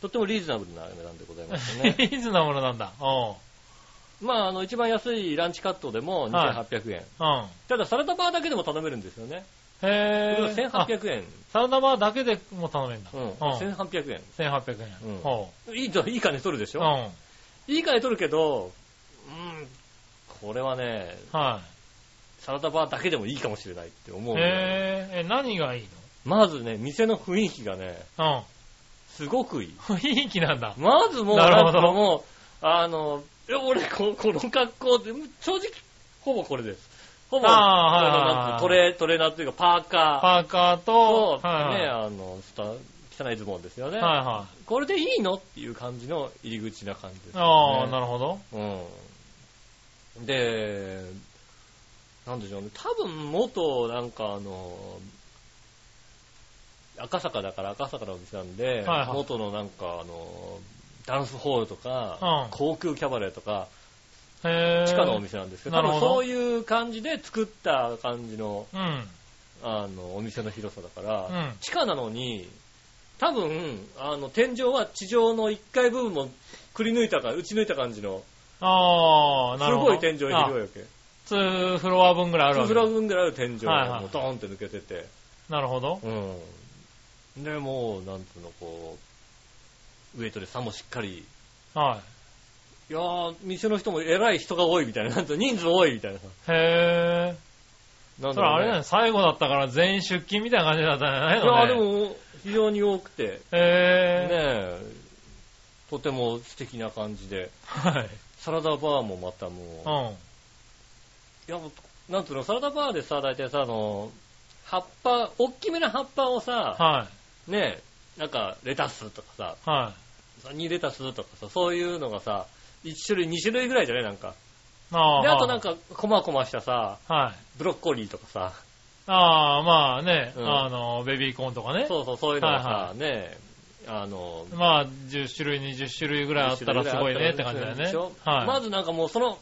B: とってもリーズナブルな値段でございましたね。
C: リーズナブルなんだ。うん。
B: まあ、あの、一番安いランチカットでも2800円。
C: うん。
B: ただ、サラダバーだけでも頼めるんですよね。
C: へ
B: これ
C: ぇ
B: が1800円。
C: サラダバーだけでも頼めるんだ。
B: う。
C: うんん。
B: 1800円。
C: 1800
B: うん
C: 円。ほ
B: いいと、いい金取るでし
C: う。う
B: ょ、
C: ん。
B: いい金取るけど、うん、これはね、
C: は
B: サラダバーだけでもいいかもしれないって思う
C: い。
B: んだよね、
C: へぇえ、何がいい
B: まずね、店の雰囲気がね、
C: の
B: すごくいい。
C: うん。 雰囲気なんだ。
B: まずもう、
C: なる
B: なん
C: ほど
B: かもう、あの、いや俺こ、この格好で、正直、ほぼこれです。ほぼ、
C: あーはいは
B: こ
C: いはい
B: のなんてトレ、トレーナーというか、パーカー
C: パーカー
B: と、ね、
C: と、はい
B: あの、スタ汚いズボンですよね。
C: はい。はいは
B: これでいいのっていう感じの入り口な感じです、
C: い。
B: ね。
C: あー、なるほど。
B: うん。で、なんでしょうね。多分、元、なんかあの、赤坂だから赤坂のお店なんで、
C: はいはい
B: 元のなんかあの、ダンスホールとか、
C: うん
B: 高級キャバレーとか、
C: へぇ
B: 地下のお。店なんですけど、多
C: なる
B: 分
C: ほど
B: そういう感じで作った感じの、
C: うん。うん。
B: あの、お店の広さだから、
C: うん
B: 地下なのに、多分、あの、天井は地上の1階部分もくり抜いたか、打ち抜いた感じの、
C: あー、
B: す
C: なるほ
B: ご
C: ど。
B: い天井広い
C: あ
B: わ。け。
C: 2フロア分ぐらいあるわ
B: 2フ
C: け
B: ロア分ぐらいある天井
C: はい
B: が
C: はい
B: もうドーンって抜けてて、
C: なるほど。
B: うん。で、もう、なんつうの、こう、ウェイトレスさんもしっかり、
C: はい
B: やー、店の人も偉い人が多いみたいな、なんつうの人数多いみたいなさ。
C: い。へぇ
B: なん
C: そ
B: だ
C: れ
B: ろ
C: あ
B: う
C: れだ
B: ね
C: ね、最後だったから全員出勤みたいな感じだったんじゃない
B: いやー、で
C: のね。
B: も、非常に多くて、ね
C: へ
B: え、とても素敵な感じで、
C: ぇはい。
B: サラダバーもまたもう、
C: うん。
B: いや、もうなんつうの、サラダバーでさ、大体さ、あの、葉っぱ、大きめな葉っぱをさ、
C: は
B: ねえ、なんか、レタスとかさ、
C: い。はい。
B: にレタスとかさ、そういうのがさ、1種類、2種類ぐらいじゃないなんか。
C: ああ。
B: で、あとなんか、こまこましたさ、
C: はい。
B: ブロッコリーとかさ、
C: ああ、まあね、
B: うん
C: あの、ベビーコーンとかね。
B: そうそう、そういうのがさ、
C: はいは
B: ね、あの、
C: まあ、10種類、20種類ぐらいあったらすごいねって感じだよね
B: でしょ。
C: はい。
B: まずなんかもうその、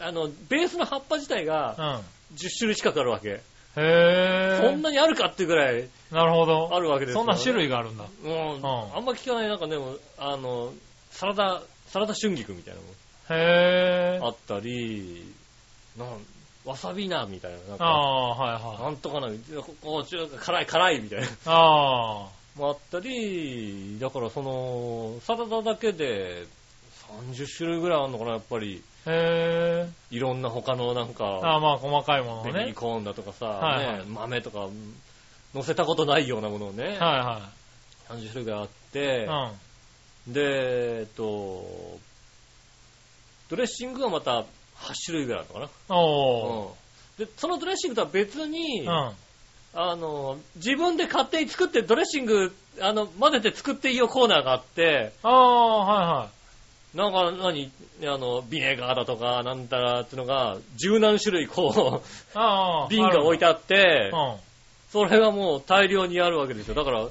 B: あの、ベースの葉っぱ自体が10種類近くあるわけ。
C: うん。へ
B: そ
C: え。
B: んなにあるかってぐらい
C: なるほ
B: あ
C: ど。
B: るわけです
C: そ
B: よ、
C: ん
B: ね。
C: な種類があるんだ。
B: うん、
C: ん
B: あんま聞かない、なんかでも、あの、サラダ、サラダ春菊みたいなの
C: へえ
B: も。あったり、なん、わさび菜みたいな。なん
C: あ
B: か
C: あ、はいはい。
B: なんとかな、こう、ちょっと辛い、辛いみたいな。
C: あ
B: もあったり、だからその、サラダだけで30種類ぐらいあるのかな、やっぱり。
C: あ、へえ。
B: いろんな他のなん
C: あ
B: か、
C: あ、まあ細かいものをね。
B: ベ
C: は
B: ビー
C: い
B: コーンだとかさ、
C: はいはい
B: ね豆とか、乗せたことないようなものをね、
C: は
B: 30種類ぐらいあっ
C: い。
B: て
C: う、ん。
B: で、えっと、ドレッシングはまた8種類ぐらいあるのかな。
C: おー。
B: うんで、そのドレッシングとは別に、
C: うん。はい
B: あの、自分で勝手に作って、ドレッシング、あの、混ぜて作っていいよコーナーがあって、
C: ああ、はいはい。
B: なんか何、あの、ビネガーだとか、なんたらってのが、十何種類こ
C: ああ。
B: う、瓶が置いて
C: て
B: あって
C: う、ん。
B: それがもう大量にあるわけですよ。だから、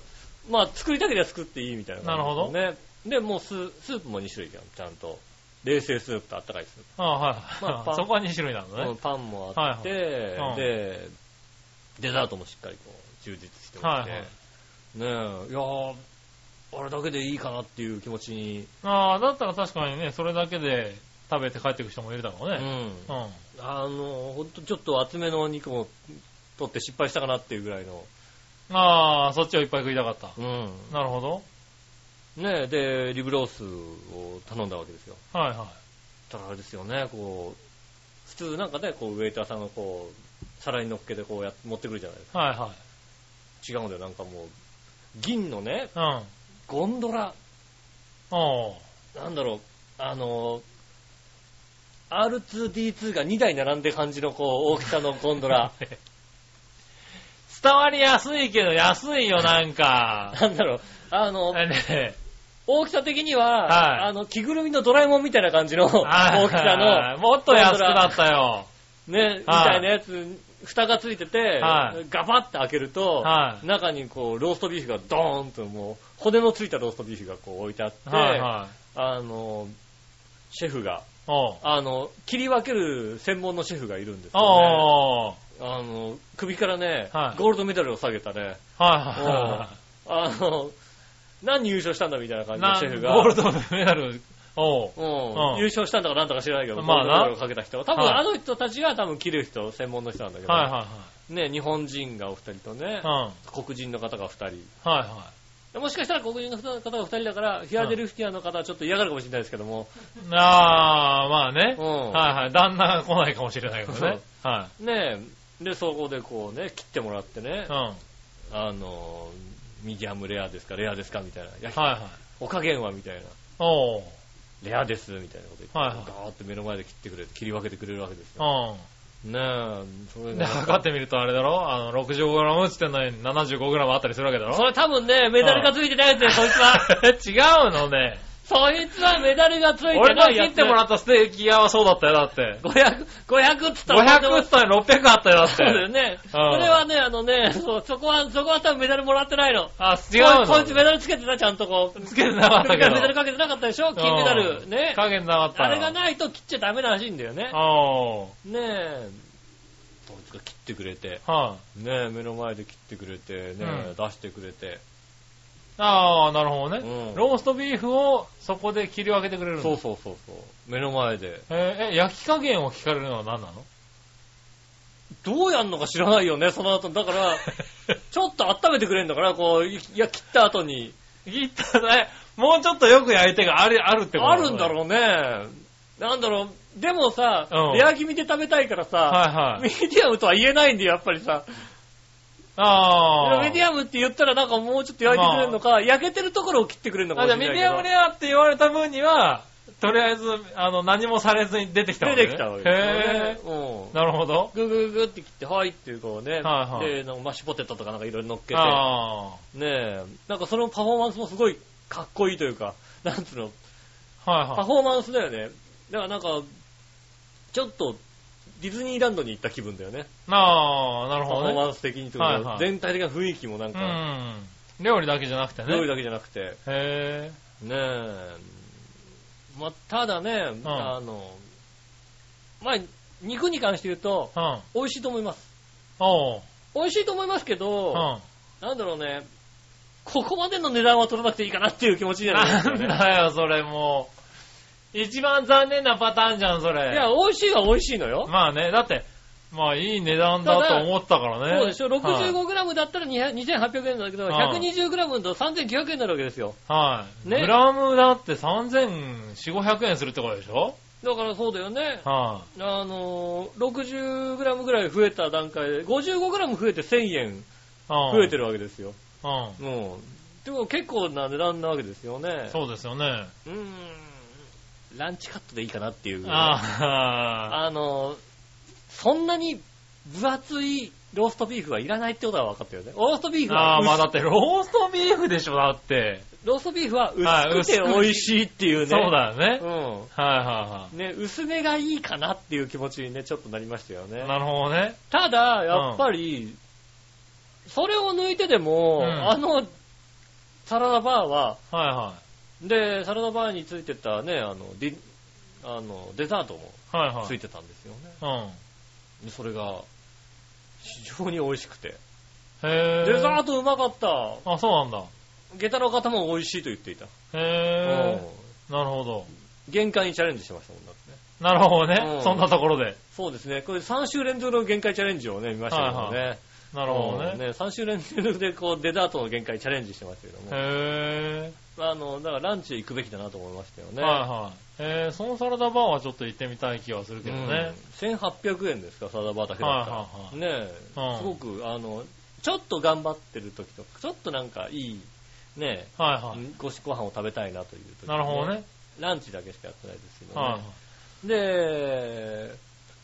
B: まあ、作りたければ作っていいみたいな、
C: なるほど
B: ね。で、もうススープも2種類じゃん、ちゃんと。冷製スープとあったかいスープ。
C: ああ、はい
B: まあパ
C: は
B: ン
C: い。そこは2種類なの
B: うん
C: ね。
B: パンもあって、
C: はいうん
B: で、デザートもしっかりこう、充実しておいて、
C: はいはい
B: ねえ、いやーあれだけでいいかなっていう気持ちに、
C: ああ、だったら確かにね、それだけで食べて帰ってく人もいるだろう
B: う
C: ね。
B: ん
C: うん。
B: あの、ほんとちょっと厚めのお肉も取って失敗したかなっていうぐらいの、
C: ああ、そっちをいっぱい食いたかった。
B: うん
C: なるほど。
B: ねえ、で、リブロースを頼んだわけですよ。
C: はいはい。
B: ただあれですよね、こう、普通なんかね、こう、ウェイターさんがこう、皿に乗っけてこうやっ持ってくるじゃないですか。
C: はいは
B: 違うんだよ、なんかもう、銀のね、
C: い。うん。
B: ゴンドラ、
C: おー。
B: なんだろう、あの、R2D2 が2台並んで感じのこう大きさのゴンド ラ。
C: 伝わりやすいけど安いよ、な んか。
B: なんだろう、あの、
C: あね
B: 大きさ的には、
C: はい
B: あの、着ぐるみのドラえもんみたいな感じの
C: はい
B: 大きさ
C: もっと安くだったよ。
B: の、ね、みたいなやつ、蓋がついてて、
C: はい
B: ガバッて開けると、
C: はい
B: 中にこう、ローストビーフがドーンともう、骨のついたローストビーフがこう置いてあって、
C: はいはい。
B: あの、シェフが、
C: おう
B: あの、切り分ける専門のシェフがいるんですよ、ね。
C: おう
B: あの、首からね、
C: はい
B: ゴールドメダルを下げた ね、
C: はいは
B: あの、何優勝したんだみたいな感
C: い。
B: じの
C: な
B: シェフが、
C: ゴールドメダル、おう
B: うん
C: うん
B: 優勝したんだかなんだか知らないけど、
C: まあな
B: ゴールドメダルをかけた人は、多分
C: はい
B: あの人たちが多分切る人、専門の人なんだけど、
C: はいはい
B: ね、日本人がお二人とね、
C: はい。
B: 黒人の方が二人。
C: うん。はいは
B: でもしかしたら黒人の方が二人だから、フィアデルフィアの方はちょっと嫌がるかもしれないですけども、
C: い。ああ、まあね
B: う。ん
C: はいはい。旦那が来ないかもしれないけどね。は
B: ねで、そこでこうね、切ってもらってね
C: い。うん。、はい
B: あの、ミディアムレアですか、レアですかみたいな。いや
C: はい。
B: お加減はみたいな。
C: おう
B: レアですみたいなこと言って、
C: はいはい
B: ガーって目の前で切ってくれて、切り分けてくれるわけですよ。
C: うん。
B: ねえ、それ
C: で、
B: ね
C: 測ってみるとあれだろあの、65g ってのに 75g あったりするわけだろ
B: それ多分ね、メダルがついてないやつね、そいつ は。
C: 違うのね。
B: そいつはメダルがついてないやつ。
C: 俺の切ってもらったステーキ屋はそうだったよ、だって。
B: 500、500っつったら。
C: 500っつったら600あったよ、だっ
B: そうだよ
C: て。
B: ね。それはね、あのね、そうそこは、そこは多分メダルもらってないの。
C: あ、違うの
B: こいこいつメダルつけてた、ちゃんとこう。
C: つけてなかったけど
B: メダルかけてなかったでしょ金メダル。
C: うん
B: ね。
C: 加減なかった。
B: あれが。ないと切っちゃダメらしいんだよね。
C: おー。
B: ねえ。こいつが切ってくれて。
C: はい。
B: ねえ、目の前で切ってくれて、ねえ、出してくれて。
C: あー、なるほどね
B: うん。
C: ローストビーフをそこで切り分けてくれるの
B: そうそうそうそう。目の前で。
C: えーえ、焼き加減を聞かれるのは何なの
B: どうやんのか知らないよね、その後。だから、 ちょっと温めてくれんだから、こう、いいや、切った後に。
C: 切ったね。もうちょっとよく焼いてがある、あるってこと
B: あるんだろうね。なんだろう、でもさ、
C: うん
B: レア気味で食べたいから
C: うは
B: さ、
C: いは
B: ミ
C: い。
B: ディアムとは言えないんで、やっぱりさ。
C: あー。
B: メディアムって言ったらなんかもうちょっと焼いてくれるのか、焼けてるところを切ってくれるのか
C: あ、
B: もし
C: じ
B: れ
C: ゃあ
B: ない
C: メ
B: け
C: デ
B: ど。
C: ィアムレアって言われた分には、とりあえず、あの、何もされずに出てきたわけ、ね、
B: 出てきたわけですよ
C: へ
B: ね。
C: ぇ
B: うん
C: ー。なるほど。
B: グーグーグーって切って、はいっていうこうね、
C: はいはい
B: で、なんかマッシュポテトとかなんかいろいろ乗っけて、
C: あ
B: ねえ、なんかそのパフォーマンスもすごいかっこいいというか、 なんつうの、
C: あ。はい
B: パ
C: はい。
B: フォーマンスだよね。だからなんか、ちょっと、ディズニーランドに行った気分だよね。
C: ああ、なる
B: パフォ
C: ほ
B: ー
C: どね。
B: マンス的にというか、
C: はいはい
B: 全体的な雰囲気もなん
C: う
B: か、
C: ん。料理だけじゃなくてね。
B: 料理だけじゃなくて、
C: へ
B: ねえ、まあ、ただね、
C: ん
B: あの、まあ、肉に関して言うと、
C: ぇー。うん。
B: 美味しいと思います。
C: おう。
B: 美味しいと思いますけ
C: う
B: ど、
C: ん。
B: なんだろうね、ここまでの値段は取らなくていいかなっていう気持ちじゃないです
C: な
B: か
C: ん
B: ね。
C: だよ、それもう。一番残念なパターンじゃん、それ。
B: いや、、美味しいは美味しいのよ。
C: まあね、だって、まあいい値段だと思ったからね。
B: そうでしょ
C: はい。
B: 65g だったら200 2800円だけど、
C: はい
B: 120g だと3900円になるわけですよ。
C: はい。
B: ね
C: グラムだって3400、500円するってことでしょ
B: だからそうだよね。
C: は
B: あのー、60g ぐらい増えた段階で、55g 増えて1000円
C: い。うん
B: 増えてるわけですよ。
C: うん。
B: もう。でも結構な値段なわけですよね。
C: そうですよね。
B: う。ーん。ランチカットでいいかなっていう。
C: あ
B: あの、そんなに分厚いローストビーフはいらないってことは分かったよね。ローストビー
C: ー
B: フは
C: あー、
B: 薄、
C: まあだってローストビーフでしょ、だって。
B: ローストビーフは
C: はい
B: 薄くて
C: 薄く
B: 美味しいっていうね。
C: そうだよね。
B: う
C: はいは
B: ん。ね、薄めがいいかなっていう気持ちにね、ちょっとなりましたよ
C: いはい。
B: ね。
C: なるほどね。
B: ただ、やっぱり、それを抜いてでも、
C: うん
B: あの、サラダバーは、
C: はいは
B: で、サラダバーについてたね、あの、ディあのデザートも
C: い。はいは
B: つい
C: い。
B: てたんですよね。
C: うん。
B: でそれが、非常に美味しくて。
C: へー。
B: デザートうまかった。
C: あ、そうなんだ。
B: 下駄の方も美味しいと言っていた。
C: へ
B: うん
C: ー。なるほど。
B: 限界にチャレンジしてましたもんだってね。
C: なるほど
B: う
C: ね。
B: ん
C: そんなところで。
B: そうですね。これ3週連続の限界チャレンジをね、見ましたけどね。
C: なるほどね。
B: 3週連続でこうデザートの限界チャレンジしてましたけども。
C: へ
B: あの、だからランチ行くべきだなと思いましたよ
C: ー。
B: ね。
C: はいはい。へー、そのサラダバーはちょっと行ってみたい気はするけどね。
B: うん1800円ですか、サラダバーだけだったら。
C: はいはいはい
B: ねえ、
C: うん
B: すごく、あの、ちょっと頑張ってる時とか、ちょっとなんかいい、ね
C: はい
B: え、
C: はい。
B: ごしご飯を食べたいなという時、
C: なるほどね。。
B: ランチだけしかやってないですけどね。
C: はいはい。
B: で、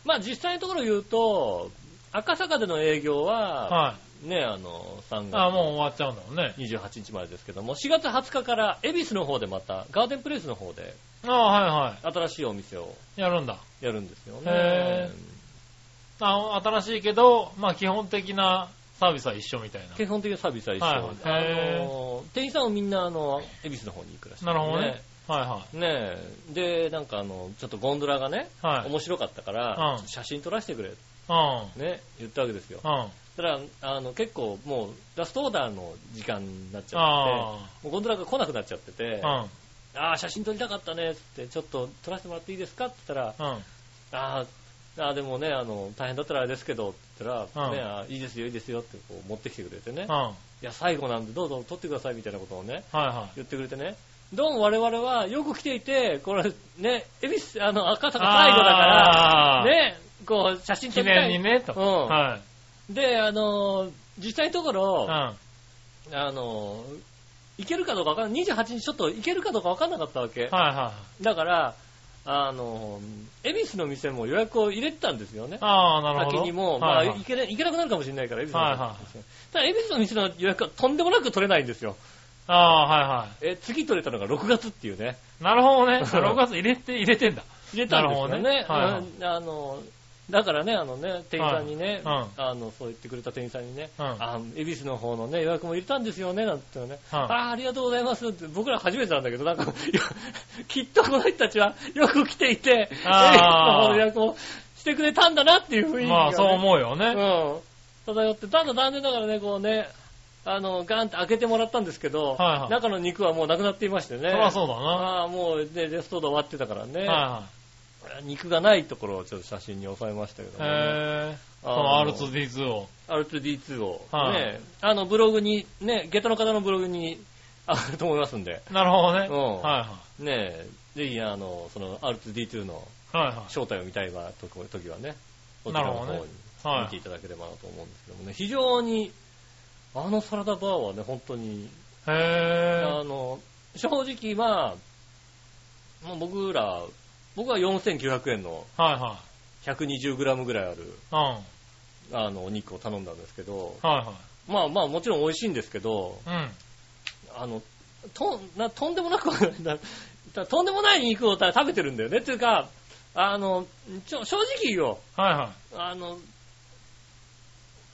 B: まあ実際のところ言うと、赤坂での営業は、
C: はい。
B: ね、あの、3
C: あ、も
B: 月
C: う終わっちゃうんだもんね。
B: 28日までですけども、4月20日から恵比寿の方でまた、ガーデンプレイスの方で、
C: あはいは
B: 新しいお店を
C: い。やるんだ。
B: やるんですよね
C: へ。あ新しいけど、まあ基本的なサービスは一緒みたい
B: 基本的なサービスは一緒。
C: はいは
B: あ
C: い
B: の、店員さんもみんな、あの、恵比寿の方に行くらしい、
C: な。なるほどね。。はいは
B: ねえ、で、なんかあの、ちょっとゴンドラがね、
C: い。はい。
B: 面白かったから、
C: うん
B: 写真撮らせてくれ、
C: う
B: ね、言ったわけですよ。
C: ん。うん。
B: たら、あの、結構もう、ラストオーダーの時間になっちゃ
C: あ
B: って、もうゴンドラが来なくなっちゃってて、あ
C: あ。
B: あー、写真撮りたかったね、つって、ちょっと撮らせてもらっていいですかって言ったら、
C: うん。うん。
B: あーあー、でもね、あの、大変だったらあれですけど、って言ったら、
C: うん
B: ね、あーいいですよ、いいですよってこう持ってきてくれてね、
C: うん。はい
B: いや、最後なんでどうぞ撮ってくださいみたいなことをね、
C: はい。
B: 言ってくれてね、どうも我々はよく来ていて、これ、ね、恵比寿、あの、赤坂最後だから、
C: あー
B: ね、こう、写真撮
C: 記
B: りた
C: 念
B: い。
C: にね、と。
B: うん
C: はい。
B: で、あの、実際のところ、
C: うん。
B: あの、行けるかどうかわかんない。28日ちょっと行けるかどうかわかんなかったわけ。
C: はいはい。
B: だから、あの、恵比寿の店も予約を入れてたんですよね。
C: ああ、なるほど。
B: 先にもう、ま
C: は
B: あ、
C: いはい
B: 行けな行けなくなるかもしれないから、恵比寿の
C: は
B: 店。
C: いは
B: ただ、恵比寿の店の予約はとんでもなく取れないんですよ。
C: ああ、はいは
B: え、次取れたのが6月っていうね。
C: い。なるほ どね。6月入れて、入れてんだ。
B: 入れたんですよね。
C: なるほどねはいはい
B: うんあの、だからね、あのね、店員さんにね、
C: はいうん
B: あの、そう言ってくれた店員さんにね、
C: うん
B: あ、恵比寿の方のね、予約も入れたんですよね、なんて言ったらね、
C: うん
B: あーありがとうございますって、僕ら初めてなんだけど、なんか、い やきっとこの人たちはよく来ていて、恵比寿の方の予約をしてくれたんだなっていう雰囲気が、ね。
C: まあ、そう思うよ
B: う
C: ね。
B: ん。漂って、ただ残念ながらね、こうね、あの、ガンって開けてもらったんですけど、
C: はいはい
B: 中の肉はもうなくなっていましてね。
C: そりゃそうだな。は
B: ああ、もう、で、レストード終わってたからね。
C: いは
B: 肉がないところをちょっと写真に収めましたけど
C: い。
B: もね、
C: へえ。そ
B: あ
C: の
B: の
C: R2D2 を。
B: R2D2 を、ね
C: はい
B: あのブログに、ね、下駄の方のブログに あると思いますんで、
C: なるほどね。
B: うん
C: は
B: ねえ、ぜひあの、その R2D2 の
C: いはい。はいはい。
B: 正体を見たいわとこ時はね、そち
C: な
B: ら
C: る
B: の
C: ほ
B: 方
C: どね
B: に
C: はい
B: 見ていただければなと思うんですけどもね、非常に、あのサラダバーはね、本当に、
C: へ
B: あの、正直まあ、もう僕ら、僕は4900円の
C: え。は
B: 120g ぐらいある、
C: いはい。うん。
B: あの、お肉を頼んだんですけど、
C: は
B: まあまあもちろん美味しいんですけど、
C: いはい。うん。
B: あの、と、な、とんでもなくな、とんでもない肉をた食べてるんだよね。っていうか、あの、ちょ正直よ、
C: はいは
B: あの、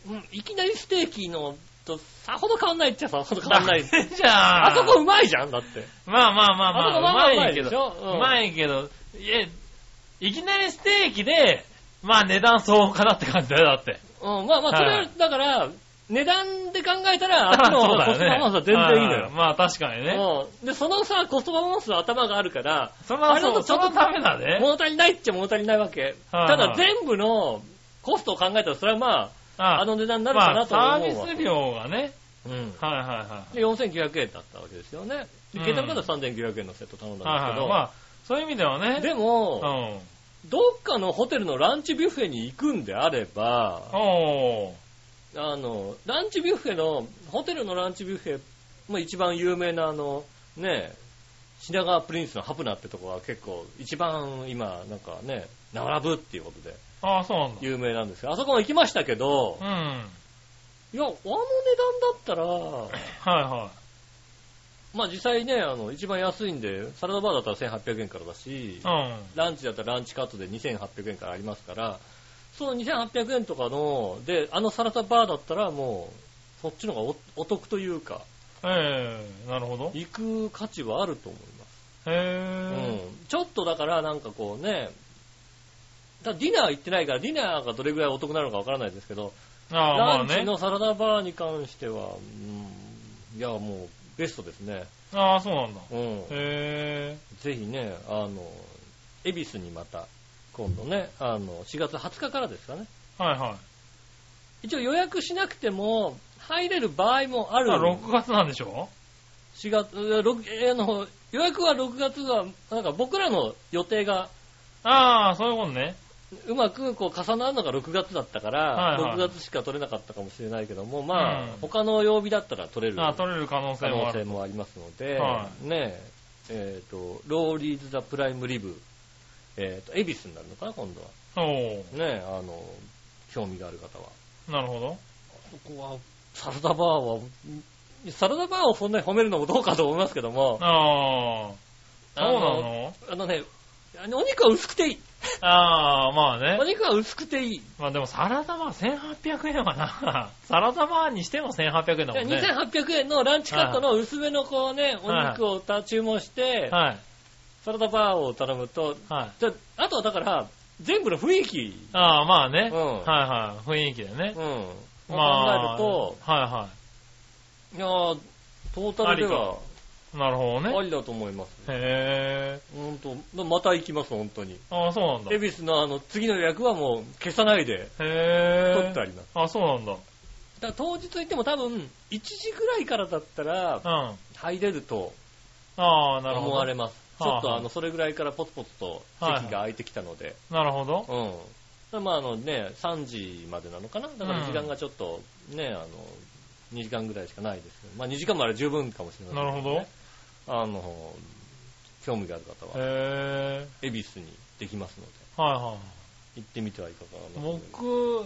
B: うんいきなりステーキのとさほど変わんないっちゃさほど変わんない
C: い。。じゃ あ。
B: あそこうまいじゃんだって。
C: まあまあまあまあ、うま
B: うま
C: い
B: い
C: け
B: でし
C: ど。
B: ょうん
C: うまいけど、いえ、いきなりステーキで、まあ値段相応かなって感じだよ、だって。
B: うん、まあまあ、それ
C: は
B: はいだから、値段で考えた ら、あっちの方がコストパフォーマンスは全然いいの
C: ははまあ確かにね。
B: よ。うんで、そのさ、コストパフォーマンスの頭があるから、
C: それは
B: あれだ
C: そ
B: と
C: う、
B: ちょ
C: そ
B: っ
C: の
B: と
C: ためだね。
B: 物足りないっちゃ物足りないわけ。
C: はいはい
B: ただ全部の、コストを考えたら、それはまあ、
C: あ
B: あの値段になるか
C: ま
B: な
C: あ、
B: とは
C: サ
B: 思うわ
C: ービス料がね、
B: うん。
C: はいはいは
B: で、4900円だったわけですよね。で、
C: うん
B: ケータル方は3900円のセット頼ん
C: い。
B: だ
C: はい
B: んですけ
C: はい。
B: ど、
C: まあ、そういう意味ではね、
B: で
C: う
B: も、
C: ん。
B: どっかのホテルのランチビュッフェに行くんであれば、
C: おー。
B: あの、ランチビュッフェの、ホテルのランチビュッフェ、まあ一番有名なあの、ねえ、品川プリンスのハプナってとこは結構一番今なんかね、並ぶっていうことで
C: ああ、そうなんだ。
B: 有名なんですけど、あそこも行きましたけど
C: う、ん。はい
B: いや、あの値段だったら、
C: は
B: まあ実際ね、あの、一番安いんで、サラダバーだったら1800円からだし
C: い。う、ん。
B: ランチだったらランチカットで2800円からありますから、その2800円とかの、で、あのサラダバーだったらもう、そっちの方がおお得というか、
C: ええなるほど。へ
B: 行く価値はあると思います。
C: え。
B: うん。ちょっとだからなんかこうね、ただディナー行ってないから、ディナーがどれぐらいお得なのかわからないですけど、
C: ああ、ま
B: ラ
C: あ
B: ンチ
C: ね。
B: のサラダバーに関しては、うん、いやもう、ベストですね。
C: ああ、そうなんだ。
B: うん。
C: へえ。
B: ぜひね、あの、恵比寿にまた、今度ね、あの、4月20日からですかね。
C: はいはい。
B: 一応予約しなくても、入れる場合もある。
C: あ、6月なんでしょ
B: 4月、えー六えーあの、予約は6月は、なんか僕らの予定が
C: ああ、そういうことね。
B: うまくこう重なるのが6月だったから、
C: はいはい
B: 6月しか取れなかったかもしれないけども、まあ、
C: うん
B: 他の曜日だったら取れる
C: ああ、
B: 可
C: 取れる可能性もあ
B: 能性
C: る。
B: もありますので、
C: は
B: ねえ、えっ、と、ローリーズ・ザ・プライム・リブ、えっ、と、恵比寿になるのかな、今度は。
C: おお
B: ねあの、興味がある方は。
C: なるほど。
B: ここは、サラダバーは、んサラダバーをそんなに褒めるのもどうかと思いますけども、
C: ああ、そうなの
B: あのね、あのお肉は薄くていい。
C: ああ、まあ
B: お
C: ね。
B: 肉は薄くていい。
C: まあでもサラダバー1800円はな、 サラダバーにしても1800円だもんね。
B: 2800円のランチカットの薄めのこうね、お
C: はい
B: 肉をた注文して、
C: はい。
B: サラダバーを頼むと、
C: はい。
B: じゃあとはだから、全部の雰囲気、
C: ああ、まあね。
B: うん
C: はいはい。雰囲気でね
B: う。ん、
C: まあ、
B: 考
C: はいはい。
B: えると、いやートータルでは
C: なるほど
B: あ
C: ね。
B: りだと思います。
C: へえ。
B: 本当また行きます、本当に。
C: ああ、そうなんだ。
B: 恵
C: へ
B: 比寿のあの、次の予約はもう消さないで
C: え。
B: 取ってあります。
C: あ、そうなんだ。
B: だから当日行っても多分、1時ぐらいからだったら
C: う、ん。
B: 入れると
C: ああ、なるほ
B: 思
C: ど。
B: われます。ち
C: はあ
B: ょっとあの、それぐらいからポツポツと席が空いてきたので、
C: なるほど。
B: うん。まああのね、3時までなのかなだから
C: うん
B: 時間がちょっと、ね、あの、2時間ぐらいしかないですけど、まあ2時間もあれば十分かもしれない、
C: なるほど。へ
B: ど。あの、興味がある方は、
C: え。
B: 恵比寿にできますので、
C: はいは
B: 行
C: い。
B: ってみてはいかがかなと思います。
C: 僕、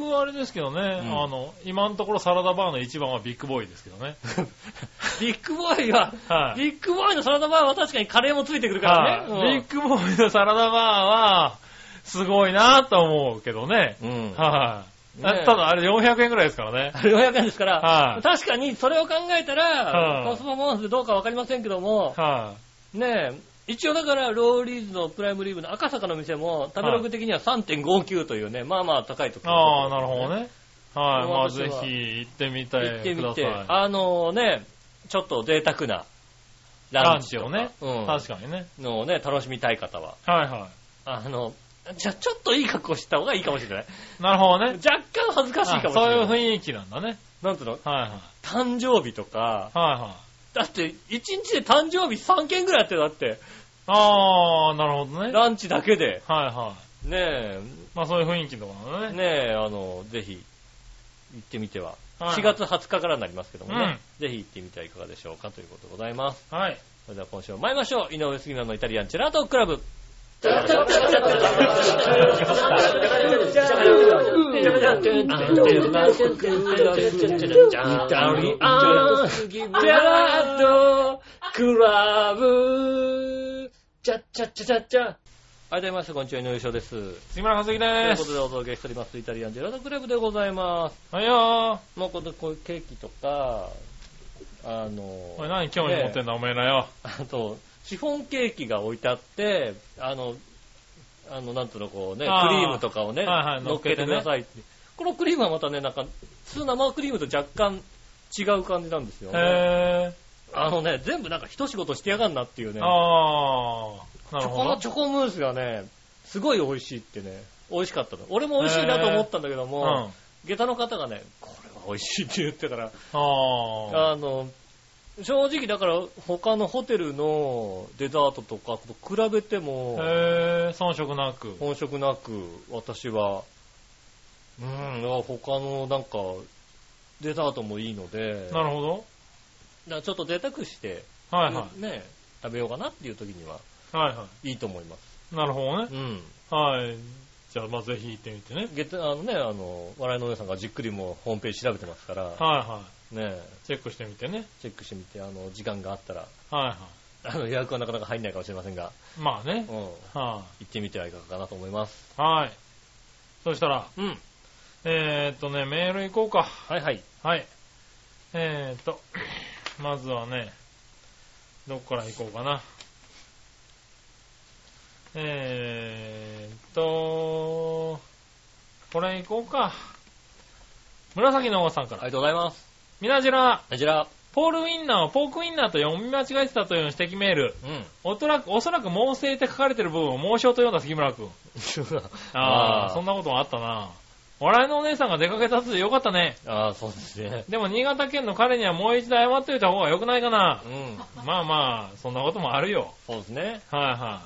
C: 僕はあれですけどね、
B: ん
C: あの、今のところサラダバーの一番はビッグボーイですけどね。
B: ビッグボーイは、
C: はい。
B: ビッグボーイのサラダバーは確かにカレーもついてくるから
C: はいビ
B: ね。
C: ッグボーイのサラダバーは、すごいなと思うけどね。
B: うん。うん
C: はい、あ
B: ねえ
C: ただあれ400円くらいですからね。
B: あれ400円ですから、
C: はい
B: 確かにそれを考えたら、
C: はい
B: コスパモンスでどうかわかりませんけども、
C: は
B: ねえ、一応だから、ローリーズのプライムリーグの赤坂の店も、食べログ的には3.59というね、まあまあ高いとこ
C: い、
B: ろ、
C: ああ、なるほど。ね。はい。まあ
B: 私は
C: ぜひ行ってみて
B: 行って
C: くだ
B: み
C: さ
B: て、
C: い。
B: あのね、ちょっと贅沢な
C: ラ
B: ラ
C: ン
B: ン
C: チ
B: チ
C: を
B: を
C: ね
B: ね、、
C: 確かにね。
B: うん、のをね、楽しみたい方は、
C: はいは
B: あの、じゃあちょっといい格好した方がいいかもし れない。
C: い。なるほどね。
B: 若干恥ずかしいかもしれない。
C: あそういう雰囲気なんだね。
B: なんつうの
C: はいはい。
B: 誕生日とか、
C: はいはい。
B: だって、1日で誕生日3件ぐらいやってるだって、
C: ああ、なるほどね。はい
B: ランチだけで、
C: はい。
B: ね
C: まあそういう雰囲気とかなの
B: え、
C: ね。
B: ねえ、あの、ぜひ、行ってみては。
C: はいはい
B: 4月20日からになりますけどもね、ぜひ行ってみてはいかがでしょうかということでございます。
C: はい。
B: それでは今週も参りましょう。井上杉菜のイタリアンチェラートクラブ。はい、どうもみなさん、こんにちは、井上翔です。
C: 杉村和樹
B: とい
C: で
B: うこと
C: す。
B: でお届けしております、イタリアンジェラートクラブでございます。
C: はいよ
B: もうこのこういうケーキとか、あ
C: ー。
B: の
C: おい、、何興味持ってんだ、おめえらよ。
B: あと、シフォンケーキが置いてあって、あの、あの、なんとのこうね、クリ
C: あー
B: ームとかをね、
C: はいはい
B: 乗っけてくださいって。このクリームはまたね、なんか、普通生クリームと若干違う感じなんですよね。
C: へ
B: あのね、全部なんか一仕事してやがんなっていうね
C: ー。、あー。な
B: チ
C: る
B: ョコ
C: ほ
B: の
C: ど。
B: チョコムースがね、すごい美味しいってね、美味しかったの。俺も美味しいなと思ったんだけど
C: う
B: も、
C: ん。
B: 下駄の方がね、これは美味しいって言ってから、
C: ああ。
B: あの、正直だから他のホテルのデザートとかと比べても、
C: へえ、遜色なく。
B: 本色なく私は、うん、他のなんか、デザートもいいので、
C: なるほど。
B: だからちょっと贅沢して、
C: はいは。
B: ね、食べようかなっていう時にはい
C: はいはい
B: いと思います。
C: い。なるほどね
B: う。ん。
C: はい。じゃあ、まあ、ぜひ行ってみてね。
B: 月あのね、あの、笑いのお姉さんがじっくりもうホームページ調べてますから、
C: はいは
B: ね、
C: い。チェックしてみてね。
B: チェックしてみて、あの、時間があったら、
C: はいは
B: あの、予約はなかなか入んないかもしれませんが、
C: い。まあね
B: うん。。行
C: は
B: ってみてはいかがかなと思います。
C: い。はい。そしたら、
B: うん。
C: えーっとね、メール行こうか。
B: はいはい。
C: はい。えーっと、 まずはね、どこから行こうかな。えーっと、これ行こうか。紫の王さんか
B: あり
C: ら。
B: がとうございます。
C: みなじら、
B: こちら。
C: ポールウィンナーをポークウィンナーと読み間違えてたという指摘メール。
B: うん。
C: おそらく、おそらく猛省って書かれてる部分を猛省と読んだ杉村くん。あ
B: あ
C: あ、
B: ー
C: そんなこともあったな。笑いのお姉さんが出かけたとでよかったね。
B: ああ、そうですね。
C: でも新潟県の彼にはもう一度謝っておいた方が良くないかな
B: う。ん。
C: まあまあ、そんなこともあるよ。
B: そうですね。
C: はいは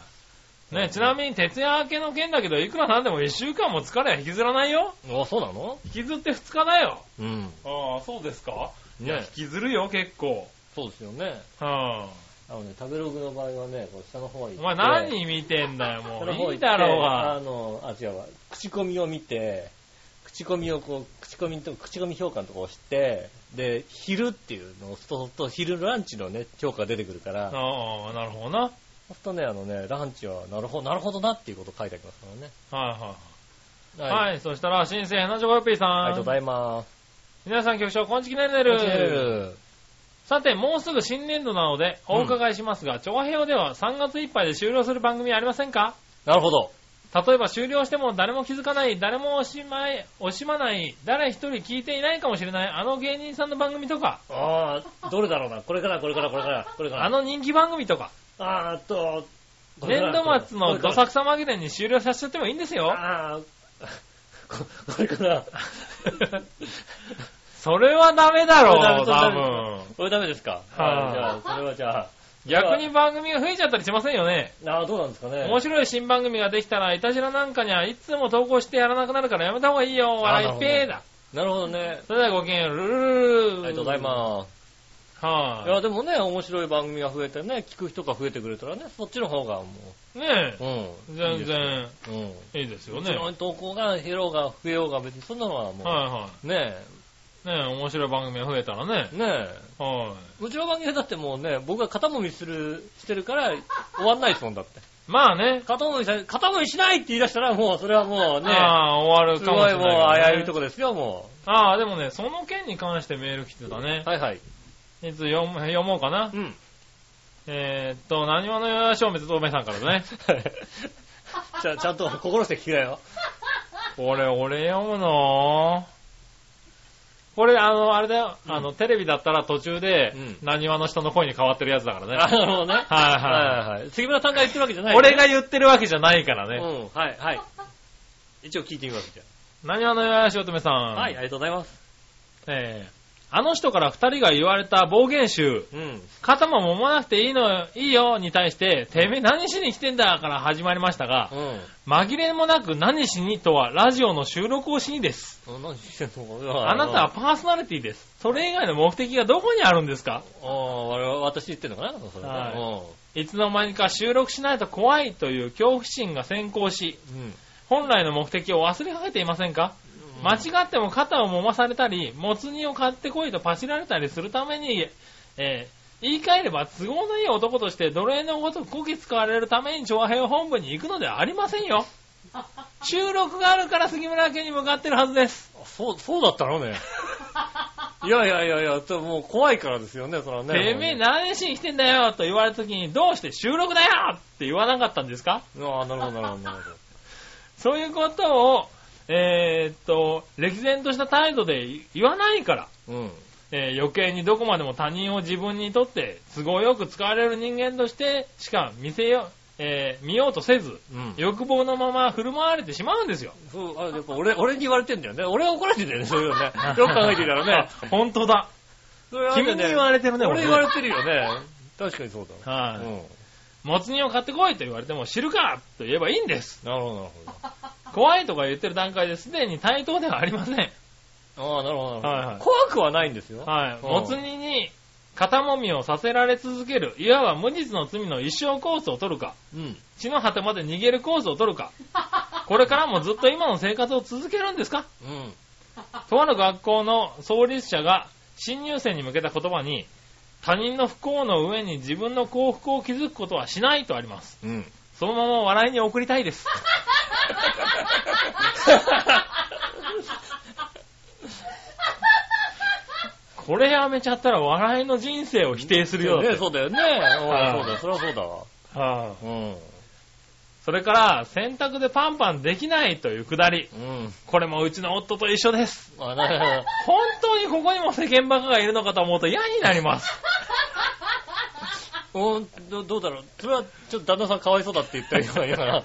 C: い。ね、ちなみに徹夜明けの件だけど、いくらなんでも一週間も疲れは引きずらないよ。
B: あそうなの
C: 引きずって二日だよ。
B: うん。
C: ああ、そうですか
B: ね
C: 引きずるよ、結構。
B: そうですよね。
C: はあ。
B: あのね、食べログの場合はね、こう下の方に
C: お前何見てんだよ、も
B: 下
C: う。
B: の方
C: い
B: 行って
C: いだろう
B: あ
C: が。
B: の、あ、違うわ。口コミを見て、口コミをこう、口コミのとこ、口コミ評価のとこ押して、で、昼っていうのを押すと、そうすると昼ランチのね、評価が出てくるから、そう
C: ああ、なるほどな。はい
B: するとね、あのね、ランチは、なるほど、なるほどなっていうこと書いてありますからね。
C: は。
B: はい
C: はい、そしたら、新生ヘナジョコヨッピーさん。
B: ありがとうございます。
C: 皆さん、局長、こんちきねるね
B: こちら
C: る。
B: る
C: さて、もうすぐ新年度なので、お伺いしますが、長平では3月いっぱいで終了する番組ありませんか
B: なるほど。
C: 例えば終了しても誰も気づかない、誰も惜しまい、惜しまない、誰一人聞いていないかもしれない、あの芸人さんの番組とか、
B: ああ、どれだろうな。これから、これから、これから、これから。
C: あ、の人気番組とか、
B: あーっと、
C: 年度末のど
B: 作
C: さくさまぎれに終了させちゃってもいいんですよ。
B: あーここれから。
C: それはダメだろ
B: そ
C: う、
B: れダ
C: 多
B: メ
C: 分。
B: これダメですか
C: はい
B: じゃあ、それはじゃあ。
C: 逆に番組が増えちゃったりしませんよね。
B: ああ、どうなんですかね。
C: 面白い新番組ができたら、いたじらなんかにはいつも投稿してやらなくなるからやめた方がいいよ。
B: あ
C: 笑いペーだ。
B: なるほどね。
C: それではごきげんよう。ルルル
B: あ
C: ル
B: りがとうございます。
C: す。はい
B: や、でもね、面白い番組が増えてね、聞く人が増えてくれたらね、そっちの方がも
C: い。ね
B: う、う
C: え。
B: ん。
C: 全然
B: いいですよ。
C: い
B: うん。も
C: いですよね。
B: ちろ
C: は
B: ん投稿が減ろうが増えようが別にそんなのはも、
C: いうは
B: ね
C: い。ねえ、面白い番組が増えたらね
B: え、。ねえ。
C: は
B: うちの番組だってもうね、僕が肩もみする、してるから終わんないですもんだって。
C: い。まあね。
B: 肩もみしない、肩もみしないって言い出したらもうそれはもうね、
C: ああ、終わる
B: す
C: か
B: ご
C: もし
B: い
C: れ
B: もう
C: ないけどね。
B: 危ういとこですよ、も
C: ああ、でもね、その件に関してメール来てたね
B: う。。はいはい。
C: いつ読む読もうかな
B: う。ん。
C: えーっと、何者よやしおめととめさんから ね。
B: ちゃちゃんと心して聞きなよ。
C: これ、俺読むのこれ、あの、あれだよ、
B: うん
C: あの、テレビだったら途中で
B: うん、
C: 何話の人の声に変わってるやつだからね。
B: あ、なるほどね。はい
C: はい
B: はいはい。杉村さんが言ってるわけじゃない、
C: 俺が言ってるわけじゃないから
B: ね。う
C: ね。
B: ん、はいはい。一応聞いてみます、じゃ
C: 何話のよやしおとめさん。
B: あ。はい、ありがとうございます。
C: えーあの人から二人が言われた暴言集、
B: うん。
C: 肩も揉まなくていいのよ、いいよに対して、てめえ何しに来てんだから始まりましたが
B: う、ん。
C: 紛れもなく何しにとはラジオの収録をしにです。
B: あ何してんの
C: あなたは、パーソナリティです。それ以外の目的がどこにあるんですか
B: ああ、我々私言ってんのかなそれね
C: はいいつの間にか収録しないと怖いという恐怖心が先行し、
B: うん。うん。
C: 本来の目的を忘れかけていませんか、間違っても肩を揉まされたり、もつ煮を買ってこいとパシられたりするために、えー言い換えれば都合のいい男として奴隷のごとくこき使われるために長編本部に行くのではありませんよ。収録があるから杉村家に向かってるはずです。
B: あそう、そうだったの ね。いやいやいやいや、ともう怖いからですよね、それはね。
C: てめえ何しに来てんだよと言われた時にどうして収録だよって言わなかったんですか
B: ああ、なるほど、なるほど、なるほど。
C: そういうことを、えーっと、歴然とした態度で言わないから、
B: うん。
C: えー余計にどこまでも他人を自分にとって都合よく使われる人間としてしか見せよえー見ようとせず、
B: うん。
C: 欲望のまま振る舞われてしまうんですよ。
B: そう、あ、やっぱ俺、俺に言われてんだよね。俺は怒られてんだよね、そう いうのね。よく考えてみたらね。
C: 本当だ。
B: それある
C: 君
B: よ
C: に
B: ね
C: 言われてるね、
B: 俺言われてるよね。確かにそうだ。
C: はい、
B: うん。
C: もつ煮を買ってこいと言われても知るかと言えばいいんです。
B: なるほど、なるほ
C: 怖いとか言ってる段階ですでに対等ではありません。はい、
B: ど。ああ、なるほど、
C: はい
B: な
C: は
B: る
C: い
B: ほど。怖くはないんですよ。うん
C: もつ煮に肩もみをさせられ続ける、いわば無実の罪の一生コースを取るか、
B: うん。
C: 地の果てまで逃げるコースを取るか、これからもずっと今の生活を続けるんですか
B: うん。
C: とある学校の創立者が新入生に向けた言葉に、他人の不幸の上に自分の幸福を築くことはしないとあります。
B: うん。
C: そのまま笑いに送りた いです。これやめちゃったら笑いの人生を否定するようだっ
B: ね。
C: て
B: そうだよね。
C: はい
B: うんそうだ、そりゃそうだわ。
C: はあ
B: うん。
C: それから、洗濯でパンパンできないというくだり。
B: うん。
C: これもうちの夫と一緒です。
B: あ、なるほど。
C: 本当にここにも世間バカがいるのかと思うと嫌になります。
B: うん、どどうだろう。それは、ちょっと旦那さんかわいそうだって言ったりとか言うから。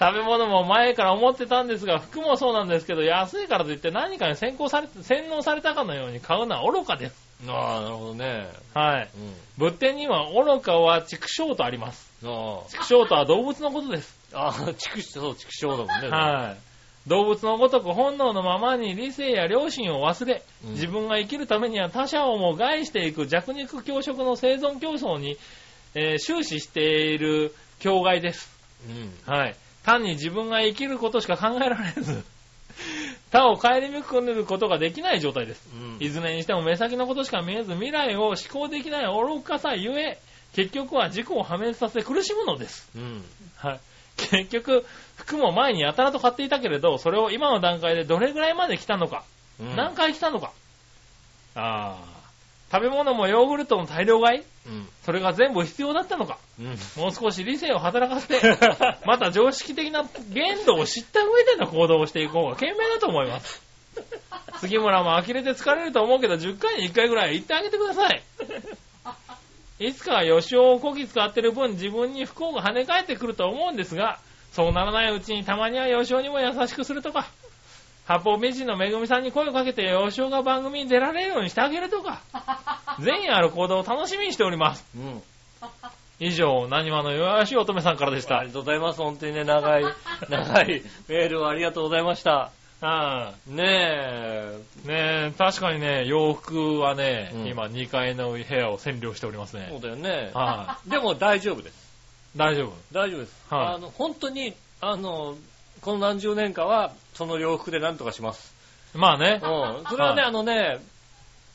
C: 食べ物も前から思ってたんですが、服もそうなんですけど、安いからといって何かに先行されて、洗脳されたかのように買うのは愚かです。
B: ああ、なるほどね。
C: はい。
B: うん。
C: 仏典には愚かは畜生とあります。
B: あ
C: 畜生とは動物のことです。
B: あ。ああ、畜生、そう、畜生だもんね。
C: はい。動物のごとく本能のままに理性や良心を忘れ、
B: うん
C: 自分が生きるためには他者をも害していく弱肉強食の生存競争に、えー終始している境外です。
B: うん。
C: はい。単に自分が生きることしか考えられず、 他を顧みくることができない状態です。
B: うん。
C: いずれにしても目先のことしか見えず、未来を思考できない愚かさゆえ、結局は自己を破滅させ苦しむのです。
B: うん。
C: はい。 結局、服も前にやたらと買っていたけれど、それを今の段階でどれぐらいまで来たのか、
B: うん
C: 何回来たのか。あー。食べ物もヨーグルトも大量買い
B: うん。
C: それが全部必要だったのか
B: うん。
C: もう少し理性を働かせて、また常識的な限度を知った上での行動をしていこうが賢明だと思います。杉村も呆れて疲れると思うけど、10回に1回ぐらい言ってあげてください。いつかは吉尾をこき使ってる分、自分に不幸が跳ね返ってくると思うんですが、そうならないうちにたまには吉尾にも優しくするとか、八方美人のめぐみさんに声をかけて吉尾が番組に出られるようにしてあげるとか、善意ある行動を楽しみにしております。
B: うん。
C: 以上、何話のよやしい乙女さんからでし
B: あ
C: た
B: りが。とうございます。本当にね、 長い、長いメールをありがとうございました。
C: あ
B: ねえ。
C: あねえ、確かにね、洋服はね、
B: うん
C: 今2階の部屋を占領しております
B: そう
C: ね。
B: だよね。
C: は
B: でも大丈夫です。
C: い。大丈夫。
B: 大丈夫です。
C: はい
B: あの、本当に、あの、この何十年かは、その洋服で何とかします。
C: まあ
B: う
C: ね
B: ん。。 それはね、
C: はい
B: あのね、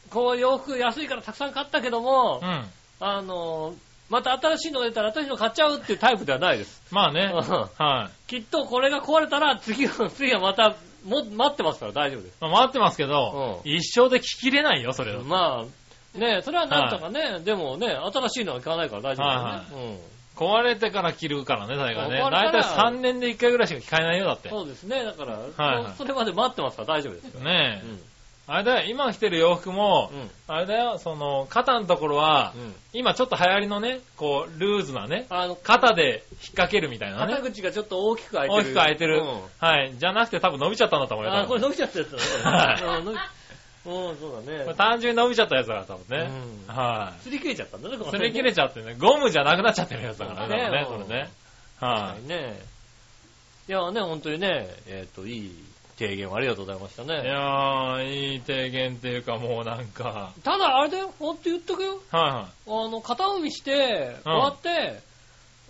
B: こう洋服安いからたくさん買ったけども
C: う、ん。
B: あの、また新しいのが出たら新しいの買っちゃうっていうタイプではないです。
C: まあね。
B: うん
C: はい。
B: きっとこれが壊れたら、次は、 次はまた、も、待ってますから大丈夫です。
C: まあ、回ってますけど、
B: う
C: 一生で聞きれないよ、それは。
B: まあ、ねそれはなんとかね、でもね、新しいのは買わないから大丈夫だよね。
C: 壊れてから着るからね、大概ね。
B: 壊れた
C: だい
B: ら
C: たい3年で1回ぐらいしか聞かないよ、だっ
B: う
C: て
B: ん。。そうですね、だから、
C: はいはい
B: そそれまで待ってますから大丈夫ですよ。
C: ね
B: う
C: え。
B: ん。
C: あれだよ、今着てる洋服も、
B: うん。
C: あれだよ、その、肩のところは、
B: うん。
C: 今ちょっと流行りのね、こう、ルーズなね、
B: あの、
C: 肩で引っ掛けるみたいなね
B: 肩。口がちょっと大きく開いてる。
C: 大きく開いてる。
B: うん
C: はい。じゃなくて多分伸びちゃったんだと思うよ。
B: あ、
C: 多
B: これ
C: 分
B: 伸びちゃったやつだね。うん伸びうん、そうだ
C: これ
B: ね。
C: 単純に伸びちゃったやつだから、多分ね。
B: うん
C: は
B: 擦り切れちゃったんだね、こ
C: い。
B: れ
C: 擦り切れちゃってね、ゴムじゃなくなっちゃってるやつだからね、
B: ね
C: 多
B: う
C: 分ね、
B: ん
C: それね。
B: は
C: はい
B: ね。いやね、本当にね、えっ、と、いい提言をありがとうございました
C: い。い
B: ね。
C: やー、いい提言っていうかもうなんか、
B: ただ、あれだよ、ほんと言っとくよ。
C: は
B: あの、肩揉みして、
C: うん
B: 終わって、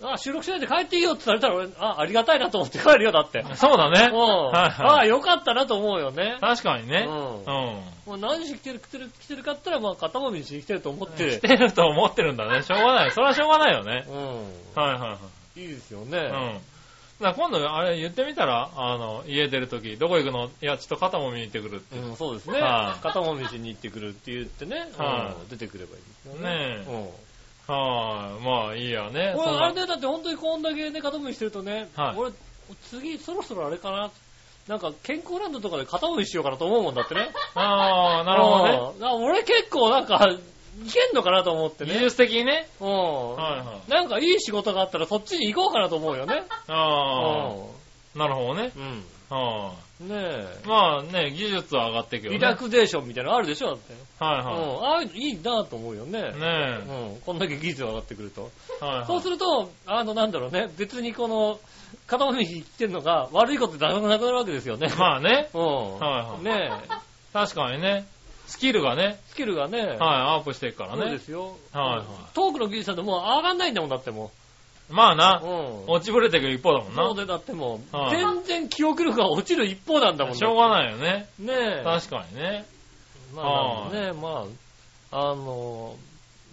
B: あ、収録しないで帰っていいよって言われたら俺、あ、ありがたいなと思って帰るよ、だって。
C: いは
B: う
C: い。そうだね。
B: ん。
C: は
B: あ
C: いはい。
B: よかったなと思うよね。
C: 確かに
B: う。
C: ね。うんん。
B: もう何し来てる、来てる、来てるかって言ったら、まあ、肩もみしに来てると思って
C: 来。てると思ってるんだね。しょうがない。それはしょうがないよね。
B: う
C: はいはいはい。
B: ん。いいですよ
C: う
B: ね。
C: ん。だから今度、あれ言ってみたら、あの、家出るとき、どこ行くのいや、ちょっと肩も見に行ってくるって。
B: うん、そうですね
C: は。い
B: 肩もみしに行ってくるって言ってね、
C: はい
B: うん出てくればいいですよ
C: ねえ
B: うん。
C: はい。まあ、いいやね。
B: これ
C: そんな
B: あれだよ、だって本当にこんだけね、肩もみしてるとね、
C: はい
B: 俺、次、そろそろあれかな。なんか、健康ランドとかで肩もみしようかなと思うもんだってね。
C: ああ、なるほどね。
B: うん。あ俺結構なんか、けんのかなと思って
C: 技
B: ね。
C: 術的にね。
B: う
C: はいは
B: ん。なんかいい仕事があったらそっちに行こうかなと思うよね。
C: い。ああ、なるほどね。
B: うん。
C: は
B: うん。ねえ
C: い。。まあね、技術は上がっていくよね。
B: リラクゼーションみたいなのあるでしょだって。うん。
C: は
B: ああいうのいいなと思うよね。
C: いはい。ね
B: うん。こんだけ技術が上がってくると。
C: え。はいはい
B: そうすると、あの、なんだろうね。別にこの、片方に言ってんのが悪いことでなくなるわけですよね。
C: まあね、
B: うん。
C: はいはい
B: ねえ。
C: 確かにね、スキルがね、
B: スキルがね。
C: はい、アップしていくから
B: そうで
C: ね。
B: すよ。
C: はいはい
B: トークの技術なんてもう上がんないんだもん、だっても
C: まあ
B: う。う
C: な、
B: ん。
C: 落ちぶれていく一方だもんな。
B: そうで、だってもう、
C: はい
B: 全然記憶力が落ちる一方なんだもんね。
C: しょうがないよね。
B: ねえ。
C: 確かにね。
B: まあ、ねえ、まあ、あの、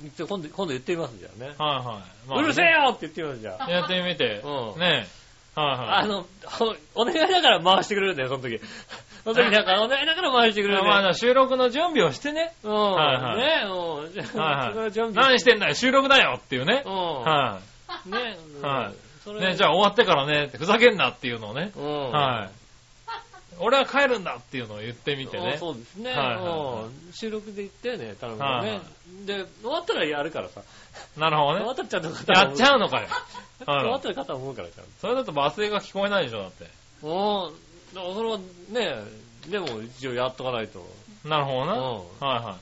B: 一応今度、今度言ってみます、じゃあね。
C: はいはい。まあ
B: う
C: ね
B: るせえよって言ってみます、じゃあ。
C: やってみて。
B: うん
C: ねえ。は
B: あ
C: いはい。
B: の、おお願いだから回してくれるんだよ、その 時。その時なんか、お願いだから回してくれるん
C: まあ
B: だよ。
C: な収録の準備をしてね。
B: うん。
C: はいはい
B: ねえ、うん。じゃ
C: は
B: あ、
C: い
B: それ
C: は。
B: はい準備。
C: 何してんだよ、収録だよっていうね
B: う。
C: は
B: ん。ねえ。うん
C: はい。
B: それ
C: い。ねじゃあ終わってからね、ふざけんなっていうのをね。
B: うん。
C: はい。俺は帰るんだっていうのを言ってみて
B: あ
C: ね。
B: そうですね。
C: はいはいはい
B: うん収録で行ってね、頼む
C: は
B: よ
C: い
B: ね。
C: は
B: で、終わったらやるからさ。
C: なるほど
B: 終わ
C: ね。
B: ったらちゃんと肩
C: やっちゃ
B: う。
C: うのかよ。
B: 終わ
C: は
B: っ
C: い。
B: たら肩を思うからちゃん
C: それだと罵声が聞こえないでしょ、だって。
B: と。うん。だからそれはね、でも一応やっとかないと。
C: なるほどな。
B: うん
C: はいはい。だか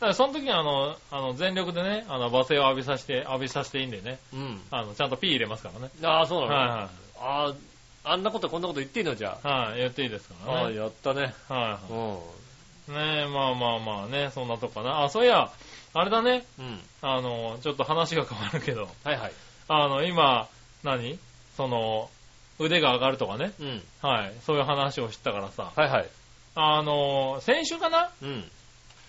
C: らその時にあの、あの、全力でね、あの、罵声を浴びさせて、浴びさせていいんでね。
B: うん。
C: あの、ちゃんと P 入れますからね。
B: ああ、そうなの、
C: は
B: ああ、あんなことこんなこと言っていいのじゃ
C: いはい。はい、やっていいですか
B: あ。
C: ら
B: ああ、
C: ね。
B: やったね。
C: は
B: う
C: い
B: ん。
C: はい。ねえ、まあまあまあね、そんなとこかな。あ、そういや、あれだね、
B: うん。
C: あの、ちょっと話が変わるけど、
B: はいはい。
C: あの、今、何その、腕が上がるとかね。
B: うん。
C: はい。そういう話を知ったからさ。
B: はいはい。
C: あの、先週かな
B: うん。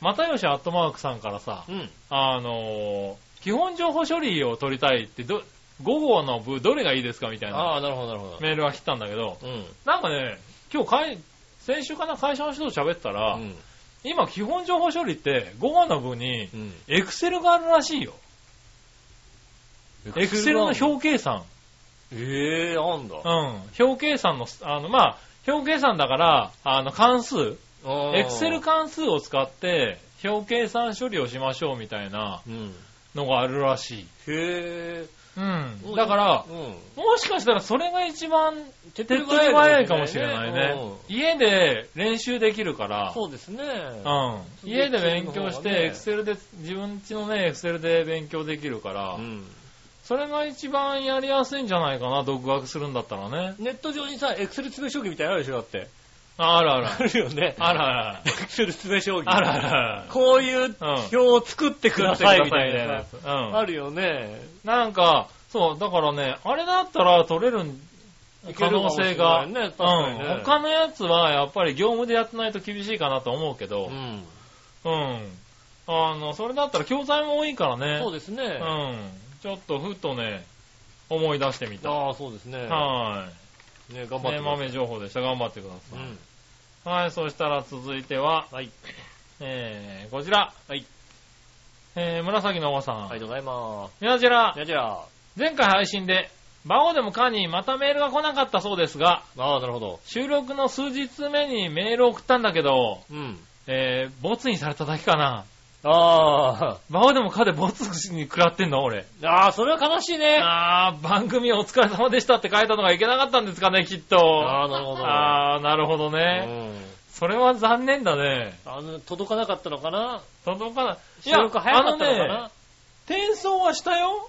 C: 又吉アットマークさんからさ、
B: うん。
C: あのー基本情報処理を取りたいってど、午後の部どれがいいですかみたいな
B: ああ、なるほどなるほど。
C: メールが来たんだけど、
B: うん。
C: なんかね、今日会、先週かな会社の人と喋ったら、
B: うん。
C: 今基本情報処理って午後の部に
B: うん。
C: エクセルがあるらしいよ。エクセルの
B: え
C: 表計算。
B: えあんだ
C: うん。。表計算の、あの、まあ、表計算だから、あの、関数、エ
B: エ
C: クセル。関数を使って表計算処理をしましょうみたいな
B: うん。
C: のがあるらしい。
B: へ
C: うん。
B: え。
C: だから、
B: うん。
C: もしかしたらそれが一番
B: 手っ
C: 手っ取り早いかもしれないね。家で練習できるから、
B: そうですね。
C: うん、家で勉強して、エクセルで、自分家のね、エクセルで勉強できるから、
B: うん
C: それが一番やりやすいんじゃないかな、独学するんだったらね。
B: ネット上にさ、エクセル詰め将棋みたいなのあるでしょ、だって。
C: あらあら
B: あ。るよね。
C: あらあら。
B: エクセル詰め将棋。
C: あらあら。
B: こういう表を作ってくださいみたいな
C: や
B: さ。
C: つ。う
B: あ
C: ん。
B: るよね。
C: なんか、そう、だからね、あれだったら取れるん
B: いけ
C: 可
B: るかも
C: 能
B: しれ
C: 性
B: な
C: が
B: い。ね、確
C: う
B: かにね
C: ん。他のやつは、やっぱり業務でやってないと厳しいかなと思うけど、
B: うん。
C: うん。あの、それだったら教材も多いからね。
B: そうですね。
C: うん。ちょっとふとね、思い出してみた。
B: ああ、そうですね。
C: は
B: ね、頑張って
C: い。ね、
B: ください。
C: 豆情報でした。頑張ってくだ
B: う
C: さい。
B: ん。
C: はい、そしたら続いては、
B: はい。
C: えー、こちら。
B: はい。
C: えー、紫のおばさん。
B: ありがとうございます。
C: みなじら
B: じゃ、あじゃあ、
C: 前回配信で、バオでもカニ、またメールが来なかったそうですが、
B: ああ、なるほど。
C: 収録の数日目にメールを送ったんだけど、
B: うん。
C: えー、ボツにされただけかな。
B: あ
C: バオでもカでボツに食らってんの俺。
B: あ、ああ、それは悲しいね。
C: あー、番組お疲れ様でしたって書いたのがいけなかったんですかね、きっと。
B: ああ、なるほど。
C: あー、なるほどね。
B: うん
C: それは残念だね。
B: あの、届かなかったのかな
C: 届かない。い
B: 収録早かったのかな、
C: あのね、転送はしたよ。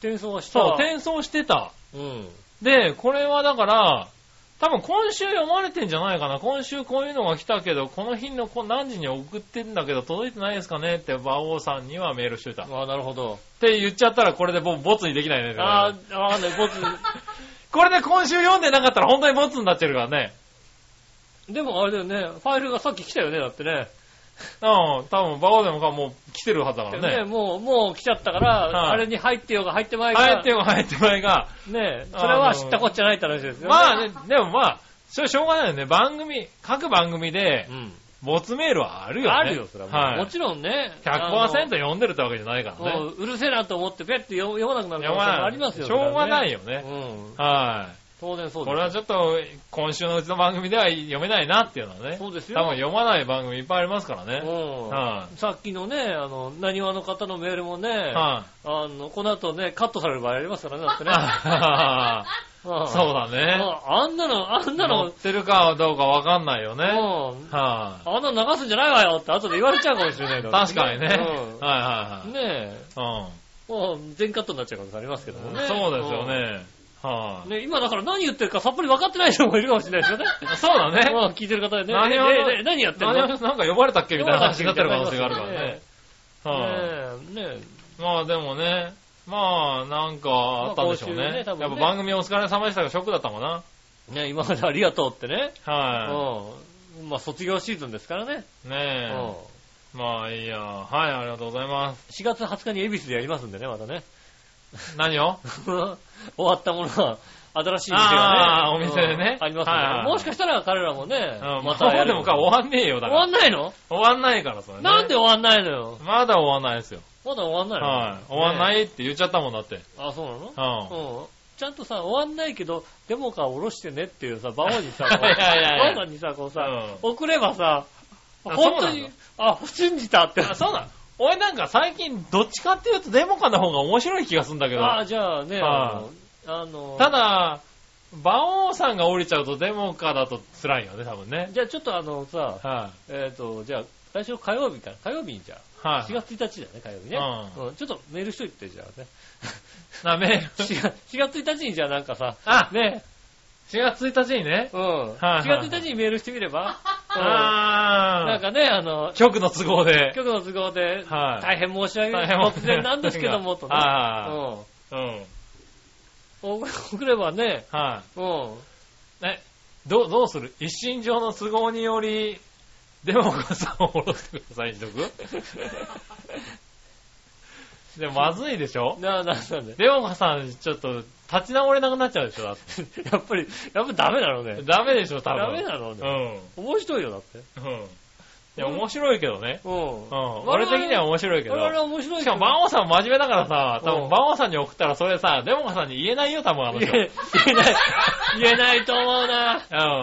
B: 転送はした。
C: そう、転送してた。
B: うん。
C: で、これはだから、多分今週読まれてんじゃないかな。今週こういうのが来たけど、この日のこう何時に送ってんだけど、届いてないですかねって、馬王さんにはメールしてた。っ
B: ああ、なるほど。
C: て言っちゃったら、これで僕、ボツにできないね。
B: ああ、わかんない。ボツ。
C: これで今週読んでなかったら、本当にボツになってるからね。
B: でもあれだよね、ファイルがさっき来たよね、だってね。
C: うん、多分バオでもかもう来てるはずだか
B: ね
C: らね。
B: もう、もう来ちゃったから、
C: はい
B: あれに入ってようが入ってまいが。
C: 入っても入って前が。
B: ねそれは知ったこっちゃないって話ですよね。
C: まあね、でもまあ、それはしょうがないよね。番組、各番組で
B: う、ん。
C: ボツメールはあるよね。
B: あるよ、それはもう、
C: はい。
B: もちろんね。
C: 100%読んでるってわけじゃないから
B: あのも
C: ね。
B: ううるせえなと思ってペッて読読まなくなる可能
C: 読ま
B: 性
C: ない。
B: もありますよ
C: しょうがない
B: よ。
C: よね。
B: うん。
C: は
B: 当然そうです。
C: これはちょっと、今週のうちの番組では読めないなっていうのはね。
B: そうです
C: 多分
B: よ。
C: 読まない番組いっぱいありますからね。
B: うん
C: は
B: さっきのね、あの、何話の方のメールもね、
C: い。
B: あ
C: はい。
B: の、この後ね、カットされる場合ありますからね、だってね。うん
C: あー そうだね。
B: ああんなの、あんな
C: 乗
B: の
C: っ、てるかどうかわかんないよね。はい、
B: うんあんなの流すんじゃないわよって後で言われちゃうかもしれないら
C: 確かにね。はいは
B: うん
C: い
B: ねえ、
C: はい。
B: もう全カットになっちゃう可能性ありますけど
C: う
B: も
C: ん。
B: ね。
C: そうですよね。は
B: うん。
C: い、
B: ね、今だから何言ってるかさっぱり分かってない人もいるかもしれないです よね。
C: そうだね。
B: うん聞いてる方でね。
C: 何を
B: ええええ何やってるの
C: 何をなんか呼ばれたっけみたいな話になってる可能性があるからね。はい、
B: ねえ。ねえ。
C: まあでもね、まあなんかあったんでしょうね。
B: まあ今週ね
C: や
B: 多
C: っ
B: 分ね
C: ぱ番組お疲れ様でしたがショックだったもんな。
B: ね、今までありがとうってね。
C: は
B: うん。まあ、卒業シーズンですからね。
C: い、
B: う
C: ね
B: ん。
C: え。まあいいや。はい、ありがとうございます。
B: 4月20日に恵比寿でやりますんでね、またね。
C: 何を
B: 終わったものは、新しい店がね。
C: あーお店でね
B: うんあります
C: はいはい
B: ね
C: はい。
B: もしかしたら彼らもね、
C: うん
B: ま
C: ま
B: たや
C: た
B: る
C: でもか、終わんねえよ、だ
B: 終
C: か
B: わ
C: ら
B: ん。ないの
C: 終わんないから、それね。
B: なんで終わんないのよ。
C: まだ終わんないですよ。
B: まだ終わんないの
C: はい。終わんな
B: ね
C: いって言っちゃったもんだって。
B: あ、そうなの
C: うん。
B: うんちゃんとさ、終わんないけど、デモカー下ろしてねっていうさ、バオにさ、こう
C: いやいやいや
B: バオさんにさ、こうさ、
C: う
B: 送ればさ、
C: あ
B: 本当
C: そうな
B: に、あ、信じたって。
C: あ、そうなの俺なんか最近どっちかっていうとデモカの方が面白い気がするんだけど。
B: あじゃあね、あ
C: は
B: の、あの
C: ただ、馬王さんが降りちゃうとデモカだと辛いよね、多分ね。
B: じゃあちょっとあのさ、
C: は
B: えっと、じゃあ、来週火曜日から、火曜日にじゃ
C: い。は
B: あ、
C: い。
B: 4月1日だね、火曜日ね。
C: うん
B: うんちょっとメールしといて、じゃあね。
C: な、メール。
B: 4月1日にじゃあなんかさ、
C: あ、
B: ね、
C: 4月1日にね。
B: うん。
C: はい
B: 4月1日にメールしてみれば、うん
C: あー。
B: なんかね、あの、
C: 局の都合で。
B: 局の都合で、
C: はい
B: 大変申し訳ない。
C: 大変申し訳な
B: 突
C: い
B: 然なんですけども、とね。
C: はうん。
B: うん送送ればね、
C: は
B: うん。
C: い。え、どう、どうする一身上の都合により、デモカさんを降ろしてください、一族でも、まずいでしょ
B: な、な、なんで。
C: デモカさん、ちょっと、立ち直れなくなっちゃうでしょだって
B: やっぱり、やっぱダメなのね。
C: ダメでしょ、多分。
B: ダメなの
C: う
B: ね。
C: ん。
B: 面白いよ、だって。
C: うん。いや、面白いけどね。
B: うん。
C: うん。俺的には面白いけど
B: 我。々は面白い
C: し
B: け
C: か
B: ど
C: も、馬王さん真面目だからさ、多
B: うん
C: 分、馬王さんに送ったらそれさ、デモカさんに言えないよ、多分、あの人。
B: 言え言えない。言えないと思うな。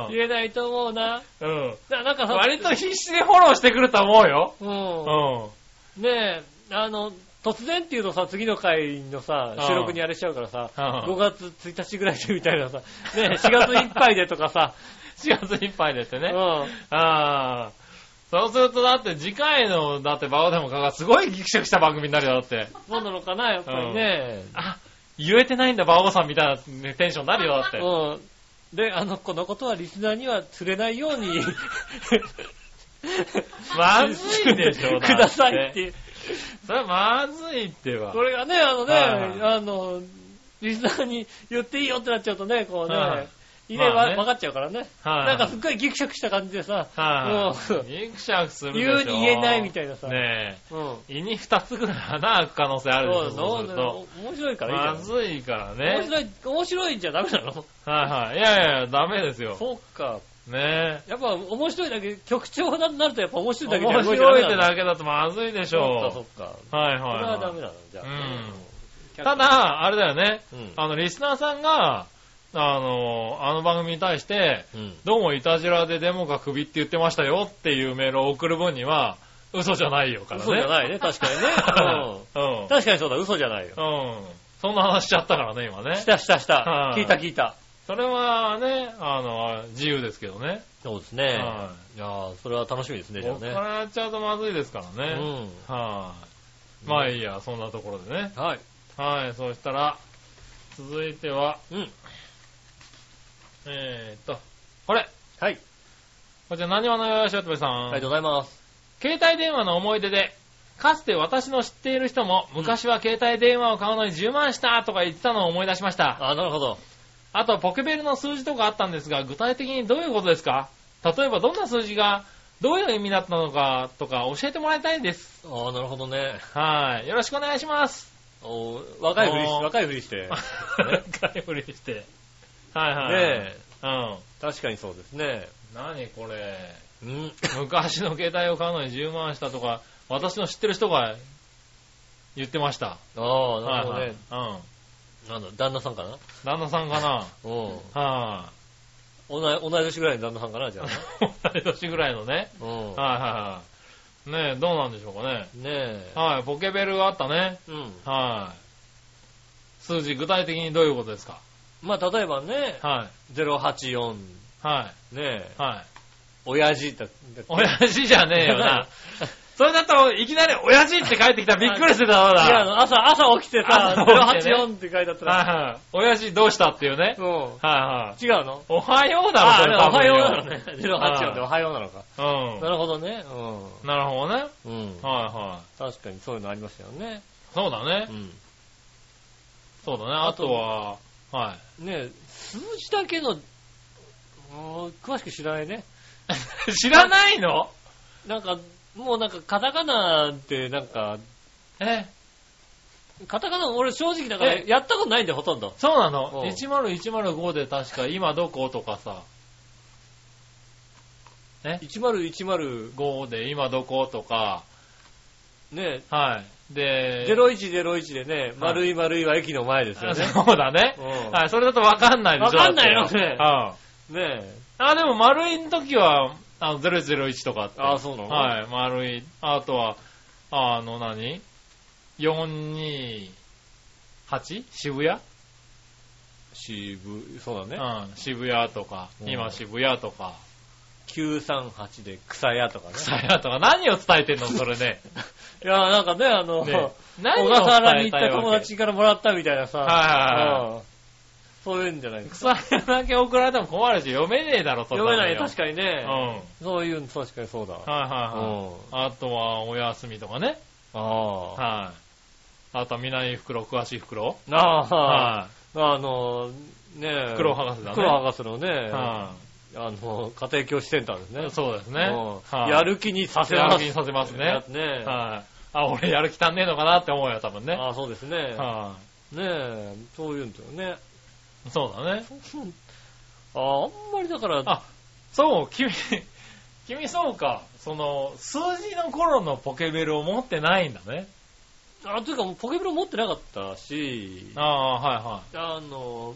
C: う
B: 言えないと思うな。
C: ん。うん。
B: ななんかさ、
C: 割と必死でフォローしてくると思うよ。
B: う。
C: うん
B: ねえ、あの、突然っていうのさ、次の回のさ、
C: うん
B: 収録にあれしちゃうからさ、
C: うん
B: 5月1日ぐらいでみたいなさ、ねえ、4月いっぱいでとか さ、
C: ん。4月いっぱいでって
B: う
C: ね。
B: ん。
C: ああ。そうすると、だって次回の、だってバオデモカがすごいギクシャクした番組になるよ、だって。
B: そうなのかな、やっぱりね。
C: あ、言えてないんだ、バオさんみたいなねテンションになるよ、だって。、
B: うん。で、あの、このことはリスナーには釣れないように
C: まずいでしょだって
B: くださいっていう。
C: それはまずいってば。
B: これがね、あのね、
C: はいはい
B: あの、リスナーに言っていいよってなっちゃうとね、こうね、
C: はい
B: いれ
C: まあ
B: ば
C: ね
B: 分かっちゃうからね。
C: はい
B: なんかすっごいギクシャクした感じでさ、
C: はい、
B: うん
C: ギクシャクするでし
B: 言
C: ょ。
B: うに言えないみたいなさ。
C: ね
B: うん。
C: え。胃に二つぐらい穴開く可能性あるでし
B: そ
C: ょ、
B: う
C: そ
B: そうう
C: す
B: そ
C: る
B: う
C: と。
B: 面白いからい
C: ま
B: いじ
C: ずいから
B: ゃん。面
C: ね。
B: 白い、面白いんじゃダメなの
C: はいはい。いやいやいや、ダメですよ。
B: そうか。
C: ねえ。
B: やっぱ面白いだけ、局長になるとやっぱ面白いだけじゃ
C: 面
B: 動てダ
C: 白
B: メ
C: いっ
B: な
C: て
B: の
C: だけだとまずいでし
B: そっかそ
C: ょ
B: っか。
C: う。はい
B: それは
C: はい
B: ダメな
C: は
B: の、じゃあ。
C: うん
B: う
C: い。
B: ん
C: た、だ、あれだよね。
B: うん。
C: あの、リスナーさんが、あの、あの番組に対して、
B: うん。
C: どうもいたじらでデモがクビって言ってましたよっていうメールを送る分には、嘘じゃないよからね。
B: 嘘じゃないね、確か にね。うん
C: うん。
B: 確かにそうだ、嘘じゃないよ。
C: うん。そんな話しちゃったからね、今ね
B: し。たしたした
C: は。い
B: 聞いた聞いた。
C: それはね、あの、自由ですけどね。
B: そうですね。
C: はい
B: やーそれは楽しみですね、
C: い。
B: じゃあ
C: こっか
B: ね。
C: らやっちゃうとまずいですからね。はい、
B: う
C: まあいいや、そんなところでね。
B: ん。はい。
C: はい、そしたら、続いては、
B: うん。
C: えーっと、これ
B: はい。
C: こちら、何話のよよしおとめさ
B: ありが
C: ん。
B: とうございます。
C: 携帯電話の思い出で、かつて私の知っている人も、昔は携帯電話を買うのに10万したとか言ってたのを思い出しました。
B: あ、なるほど。
C: あと、ポケベルの数字とかあったんですが、具体的にどういうことですか例えば、どんな数字が、どういう意味だったのかとか教えてもらいたいです。
B: あーなるほどね。
C: はい。よろしくお願いします。
B: おー若いふりし
C: あー
B: て、若いふり して。ね
C: 若いふりして。 はいはい。
B: え。
C: うん。
B: 確かにそうですね。
C: 何これ。
B: うん。
C: 昔の携帯を買うのに10万したとか、私の知ってる人が言ってました。
B: ああ、なるほど
C: はい
B: ね。
C: はい。
B: なんだ、旦那さんかな
C: 旦那さんかな
B: うん。
C: は
B: 同い同い年ぐらいの旦那さんかなじゃあね。
C: い、同い年ぐらいのね。
B: うん。
C: はいはいはい。ねえ、どうなんでしょうかね。
B: ねえ。
C: はい、ポケベルがあったね。
B: うん。
C: はい。数字、具体的にどういうことですか
B: まあ、例えばね、
C: は
B: 084、
C: い。はい。
B: ねえ、
C: はい。
B: 親父だって。
C: 親父じゃねえよ な。それだったら、いきなり親父って帰ってきたらびっくりするだろうな。
B: 違うの、朝、朝起きてさ、
C: 朝起きてね
B: 084って書いてあったら、
C: はいはい。親父どうしたっていうね。
B: うん。
C: はいはい。
B: 違うの
C: おはようだろ、
B: あ
C: それ
B: あ、おはようなのね。
C: はい
B: 084でおはようなのか。な
C: う
B: るほどね。
C: ん。なるほどね。
B: うん。うん。
C: はいはい。
B: 確かにそういうのありますよね。
C: そうだね
B: う。ん。
C: そうだね。あとは、はい。
B: ねえ、数字だけの、うん詳しく知らないね。
C: 知らない の
B: なんか、もうなんかカタカナってなんか、
C: え、
B: カタカナ俺正直だから
C: え
B: やったことないんだよ、ほとんど。
C: そうな
B: う
C: の
B: ん
C: ?10105 で確か今どことかさ、
B: 1010、
C: 5で今どことか、
B: ね
C: はい。で、
B: 0101でね、
C: はい
B: 丸い丸いは駅の前ですよ
C: あ
B: ね。
C: そうだね。
B: うん
C: はい、それだとわかんないでしょ。
B: わかんないよ
C: だって
B: ね
C: うん。あ
B: ね え。
C: あ、でも丸いの時は、あの、001とかあって。
B: ああ、そうなの
C: はい、丸い。あとは、あの何、428? 渋谷、
B: 渋、そうだね。
C: うん、渋谷とか、
B: うん
C: 今渋谷とか、
B: 938で草屋とかね。
C: 草屋とか、何を伝えてんのそれね。
B: いや、なんかね、あの、
C: ね何 を
B: 小
C: 伝
B: 笠
C: えたいわけ
B: 原に行った友達からもらったみたいなさ、
C: はいはい
B: うんそういうんじゃないですか。
C: 草屋だけ送られても困るし、読めねえだろ、そん
B: 読めないね、確
C: か
B: かにね
C: うん。。はい
B: そういうの、確かにそうだ。
C: はいはい。
B: うん
C: あとは、お休みとかね。
B: ああ。
C: はい。あとは、南袋、詳しい袋。
B: ああ、
C: は
B: あの、ねえ。
C: 袋博士だね
B: 黒博士のね、
C: い。
B: あ
C: は
B: の、家庭教師センターですね
C: い。。そうですね。
B: うん
C: はい
B: やる気にさせ
C: や
B: ま
C: る
B: す。
C: 気にさせますね。
B: やね
C: はい。あ、俺やる気足んねえのかなって思うよ、多分ね。
B: ああ、そうですね。
C: は
B: ねえ、そういうんだよね。
C: い。そうだね。
B: ああ、あんまりだから、
C: あそう、君、 君そうか。その、数字の頃のポケベルを持ってないんだね。
B: あ、というかもうポケベル持ってなかったし、
C: ああ、は
B: あの、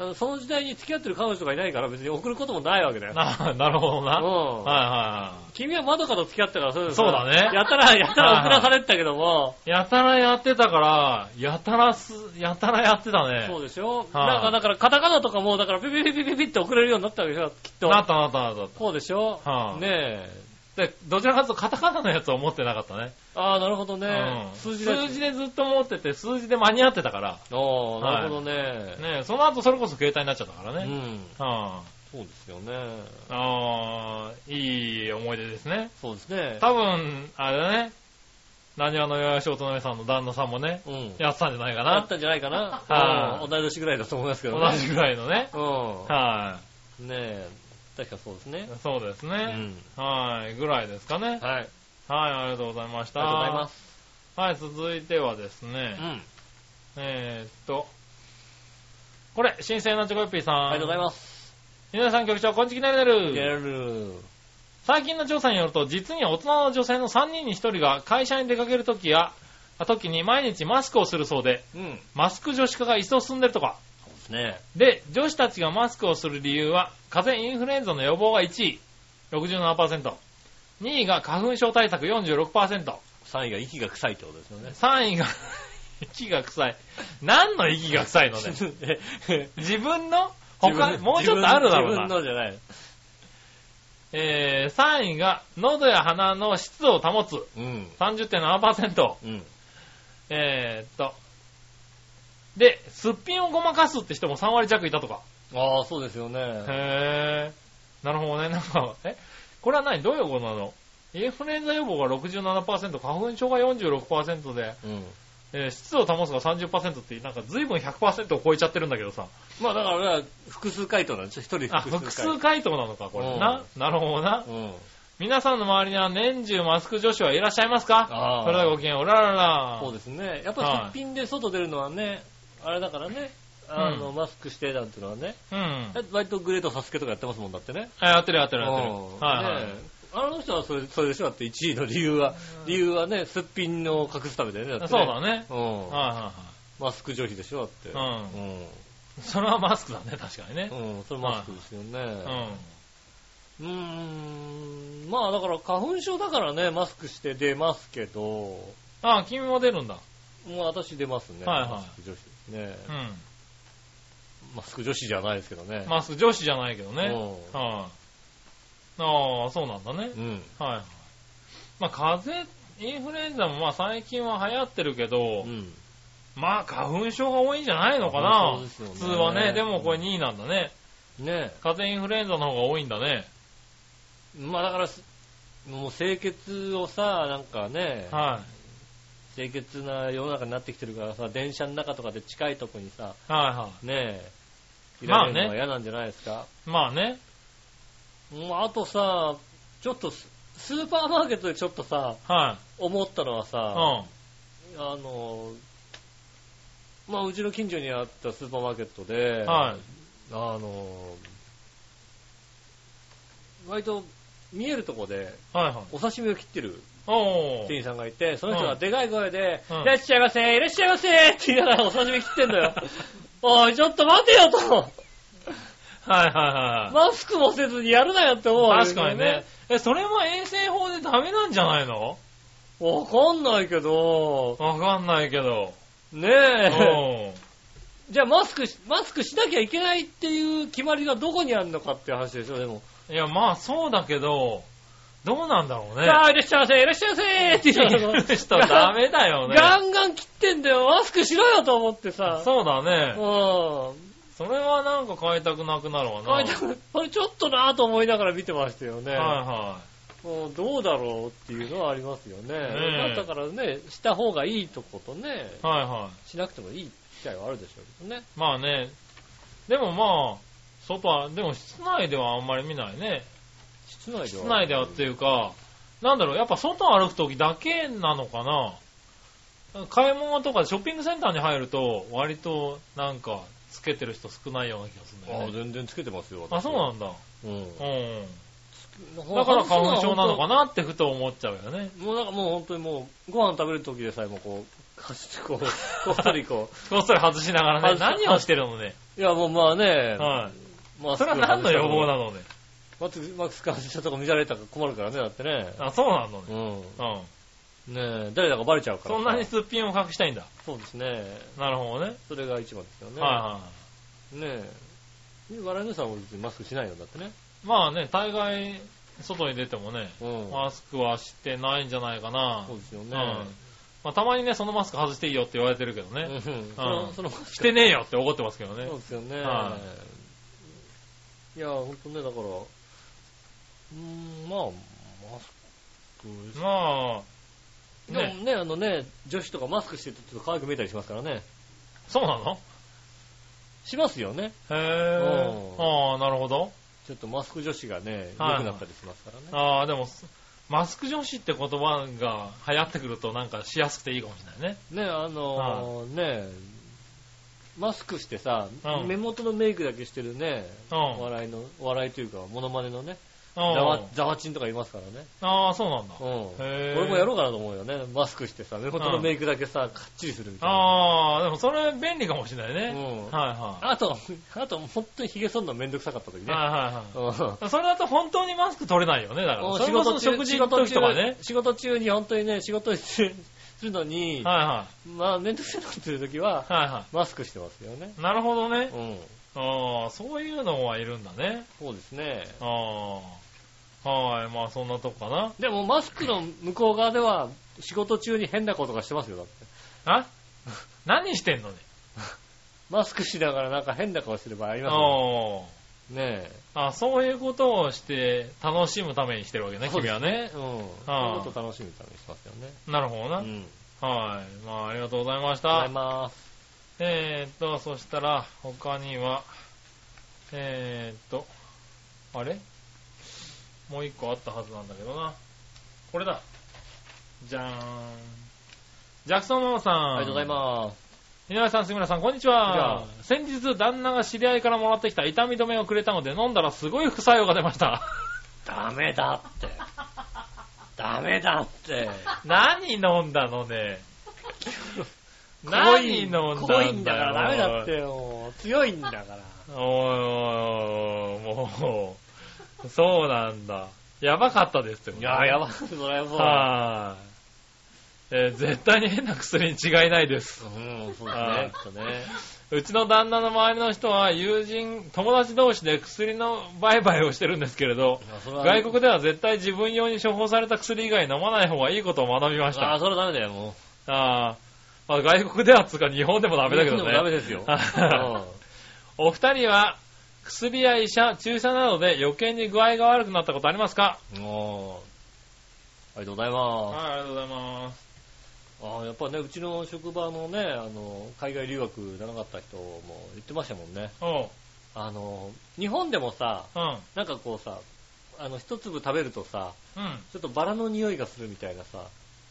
B: あのその時代に付き合ってる彼女とかいないから別に送ることもないわけだ
C: いはい。
B: よ。
C: な、なるほどな。はい
B: うん。
C: は
B: 君は窓から付き合ってたからそう
C: そうだね
B: やたら、やたら送らされてたけども、
C: いはい。やたらやってたから、やたらす、やたらやってたね。
B: そうでしょ
C: はい
B: なんか、だから、カタカナとかも、だから、ピピピピピピって送れるようになったわけでしょきっと。
C: なったなったなっ
B: そうでしょ
C: はい
B: ねえ。
C: た。で、どちらかというとカタカナのやつを持ってなかったね。
B: ああ、なるほどね
C: う。ん
B: 数字で。
C: 数字でずっと持ってて、数字で間に合ってたから。
B: ああ、なるほどね。
C: ねその後それこそ携帯になっちゃったから
B: う
C: ね。
B: ん。
C: は
B: そうですよね。
C: あ、ああ、いい思い出ですね。
B: そうですね。
C: 多分、あれだね。何話のよやしおとなみさんの旦那さんもね、
B: うん。
C: やってたんじゃないか
B: あっ
C: な。
B: たんじゃないかな。
C: はい
B: うん同い年ぐらいだと思いますけど
C: 同
B: ね。
C: じぐらいのね。
B: う
C: は
B: ん。ねえ。確かそうですね
C: い。。そうです
B: う
C: ね。
B: ん。
C: はい。ぐらいですかね。
B: はい。あり
C: はい、ありがとうございました。
B: がとうございます。
C: はい、続いてはですね
B: う、ん。
C: えーっと、これ、新鮮なチョコヨッピーさん。
B: ありがとうござい
C: ま
B: ます。
C: す。皆さん局長、こんちきなりなる。
B: やる。
C: 最近の調査によると、実に大人の女性の3人に1人が会社に出かけるときや、あ時に毎日マスクをするそうで、
B: うん。
C: マスク女子化が一層進んでるとか。
B: そうですね。
C: で、女子たちがマスクをする理由は、風邪インフルエンザの予防が1位、67%。2位が花粉症対策46%。
B: 3位が息が臭いってことですよね。
C: 3位が、 息が臭い。何の息が臭いのね。自分の 他、もうちょっとあるだろう
B: 自分
C: な。
B: のじゃない。
C: えー、3位が、喉や鼻の湿度を保つ。
B: うん。
C: 30.7%。
B: うん。
C: えーっと。で、すっぴんをごまかすって人も3割弱いたとか。
B: ああ、そうですよね。
C: へー。なるほどね。なんか、えこれは何どういうことなのインフルエンザ予防が67%、花粉症が46%で、
B: うん。
C: えー湿度を保つが30%って、なんか随分100%を超えちゃってるんだけどさ。
B: まあだからね、複数回答なんでしょ。一人
C: あ、
B: 複
C: 複
B: 数回
C: 数回答なのか、これ。な、なるほどな。
B: 答。うん。
C: 皆さんの周りには年中マスク女子はいらっしゃいますか
B: あ
C: それでは
B: あ。
C: ごきげんよう、おららら。
B: そうですね。やっぱりすっぴんで外出るのはね、あれだからね。あの、
C: う
B: マスクしてなんていうのはね。
C: うん。
B: 割とグレートサスケとかやってますもんだってね。
C: あやってるやってるやってる。
B: うん
C: はいはい。
B: ねえあの人はそれそれでしょだって1位の理由は、理由はね、すっぴんを隠すためだよね。だって
C: そうだね。
B: うん。
C: はいはいはい。
B: マスク拒否でしょだって。
C: う
B: うん。
C: それはマスクだね、確かにね。
B: うん、それマスクですよ
C: う
B: ね。
C: ん。
B: うーん、まあだから花粉症だからね、マスクして出ますけど、も
C: あ、君も出るんだ。
B: う私出ますね。
C: はいはい
B: マスク女子ですね。
C: う
B: マスク女子じゃないですけどね
C: ん。。マスク女子じゃないけどね。
B: う
C: はい、ああ、そうなんだね。
B: うん。
C: はいはい。まあ、風邪、インフルエンザもまあ最近は流行ってるけど、
B: うん。
C: まあ花粉症が多いんじゃないのか
B: 花粉
C: な、
B: 症ですよね
C: 普通はね。でもこれ2位なんだね。
B: ね
C: 風邪インフルエンザの方が多いんだね。
B: え。まあだから、もう清潔をさ、なんかね、
C: は
B: 清潔な世の中になってきてるからさ、電車の中とかで近いとこにさ、
C: い。はいは
B: ねえ、い
C: ま
B: ら
C: あ
B: れ
C: ね
B: るのが嫌なんじゃないですか。
C: い。まあね。
B: もうあとさ、ちょっとス、スーパーマーケットでちょっとさ、
C: は
B: 思ったのはさ
C: い。う、ん。
B: あの、まあ、うちの近所にあったスーパーマーケットで、
C: はい
B: あの、割と見えるとこで
C: はいはい。
B: お刺身を切ってる
C: お
B: 店
C: ー。
B: 員さんがいて、その人が
C: うん
B: でかい声で、
C: うん
B: いらっしゃいませいらっしゃいませって言いながらお刺身切ってんだよ。 おい、ちょっと待てよと
C: はいはいはいは
B: マスクもせずにやるなよって思う。
C: い。確かにね。。え、それも衛生法でダメなんじゃないの
B: わかんないけど、
C: わかんないけど。
B: ね
C: う
B: え。
C: ん。
B: じゃあマスクし、マスクしなきゃいけないっていう決まりがどこにあるのかっていう話でしょ、でも。
C: いや、まあそうだけど、どうなんだろうね。
B: さあ、いらっしゃいませ、いらっしゃいませって言う
C: 切る 人はダメだよね。
B: ガンガン切ってんだよ、マスクしろよと思ってさ。
C: そうだね。
B: う
C: それはなんか買いたくなくなるわ
B: ん。
C: な。
B: これこれちょっとなぁと思いながら見てましたよね。
C: は
B: うんどうだろうっていうのはありますよね。
C: ねえ
B: だからね、した方がいいとことね、
C: いはい。はいは
B: しなくてもいい機会はあるでしょうけどね。
C: い。まあね。でもまあ、外は、でも室内ではあんまり見ないね。
B: 室内では。
C: 室内ではっていうか、なんだろう、やっぱ外歩くときだけなのかな。買い物とかショッピングセンターに入ると、割となんか、つけてる人少ないような気がするんだ
B: あ
C: よ
B: あ、
C: ね。
B: 全然つけてますよ、
C: あ、そうなんだ。
B: うん。
C: うん。だ
B: だ
C: から花粉症なのかなってふと思っちゃうよね。
B: もうなんかもう本当にもう、ご飯食べる時でさえもこう、かして こう、こっそりこ
C: こっそり外しながらね。
B: 外し
C: 何をしてるのね。
B: う。いやもうまあね、
C: はい。
B: まあ
C: それは何の予防なのね。
B: マスクマスク外したとこ見られたら困るからね、だってね。
C: あ、そうなのね。
B: うん。
C: うん。
B: ねえ、誰だかバレちゃうから
C: そ
B: さ。
C: んなにすっぴんを隠したいんだ。
B: そうですね。
C: なるほどね。
B: それが一番ですよね。
C: はいは
B: ねえ。笑いのさんも別にマスクしないよ、だってね。
C: い。まあね、大概、外に出てもね、
B: うん。
C: マスクはしてないんじゃないかな
B: そ。うですよね。
C: うんまあたまにね、そのマスク外していいよって言われてるけど
B: う
C: ね。
B: んその、そのマスク
C: してねえよって怒ってますけどね
B: そう。ですよね。、
C: はい
B: や、ほんとね、だから、うーん、まあ、マスクですね
C: まあ、
B: で
C: ね、
B: もね、あのね、女子とかマスクしてるとちょっと可愛く見えたりしますからね。
C: そうなの
B: しますよね。
C: へえ。
B: うん
C: ああ、なるほど。
B: ちょっとマスク女子がね、良
C: はい
B: くなったりしますからね。
C: ああ、でも、マスク女子って言葉が流行ってくるとなんかしやすくていいかもしれないね。
B: ね、あのーね、マスクしてさ、
C: うん
B: 目元のメイクだけしてるね、
C: う
B: お笑いの、お笑いというか、モノマネのね、ざわ
C: ん。
B: ざわちんとかいますからね。
C: ああ、そうなんだ。
B: うん。
C: へえ。
B: 俺もやろうかなと思うよね。マスクしてさ、目元のメイクだけさ、かっちりするみたいな。
C: ああ、でもそれ便利かもしれないね。
B: うん
C: はいは
B: あと、あと、本当に髭剃るのめんどくさかった時
C: い。
B: ね。
C: はいは
B: うん
C: いはい。それだと本当にマスク取れないよね、だから。それこそ食事
B: 仕
C: の
B: 事
C: 時
B: 中
C: とかね。
B: 仕事中に本当にね、仕事するのに、
C: はいは。、
B: まあ、めんどくさいなっていう時はい
C: はいは
B: マスクしてますよね。
C: い。なるほどね
B: う。ん。
C: ああ、そういうのはいるんだね。
B: そうですね。
C: ああ。はい、まあそんなとこかな。
B: でも、マスクの向こう側では、仕事中に変なことがしてますよ、だって。
C: あ何してんのね。
B: マスクしながらなんか変な顔してる場合ありますよ
C: あ
B: ね。ね
C: あ。あそういうことをして楽しむためにしてるわけ
B: え。
C: ね、君はね。
B: そうですね。うん。そう
C: あ
B: い
C: あ
B: うことを楽しむためにしてますよね。
C: なるほどな。
B: うん。あり
C: はい。まあありがとうございまし
B: がとうござ
C: た
B: い。ます。
C: えーっと、そしたら、他には、えーっと、あれもう一個あったはずなんだけどな。これだ。じゃーん。ジャクソンママさん。
B: ありがとうございます。
C: す。井上さん、杉村さん、こんにち
B: こ
C: は
B: ん。
C: 先日、旦那が知り合いからもらってきた痛み止めをくれたので、飲んだらすごい副作用が出ま した。
B: ダメだって。ダメだって。
C: 何飲んだのね。
B: 濃
C: 何飲
B: い
C: んだんだよ。
B: 濃いんだからダメだってよ。強いんだから。
C: おいおいおいおい、もう、そうなんだ。やばかったですよ、
B: いやー、やばい、そりゃそうだ。
C: はーい。えー絶対に変な薬に違いないです。
B: うん、そう
C: だね
B: ね。とね。
C: うちの旦那の周りの人は友人、友達同士で薬の売買をしてるんですけれど、外国では絶対自分用に処方された薬以外飲まない方がいいことを学びまし
B: ああ、
C: た。
B: それはダメだよ、もう。
C: あーあ外国ではつうか日本でもダメだけど
B: 日本でもダメ
C: ね。
B: ですよ。
C: お二人は薬や医者、注射などで余計に具合が悪くなったことありますか
B: うんもう、ありがとうございま
C: い、ありがとうございます。
B: す。ああ、やっぱね、うちの職場のね、あの、海外留学じゃなかった人も言ってましたもんね。
C: おう、
B: あの、日本でもさ、
C: うん、
B: なんかこうさ、あの、一粒食べるとさ、
C: うん。
B: ちょっとバラの匂いがするみたいなさ、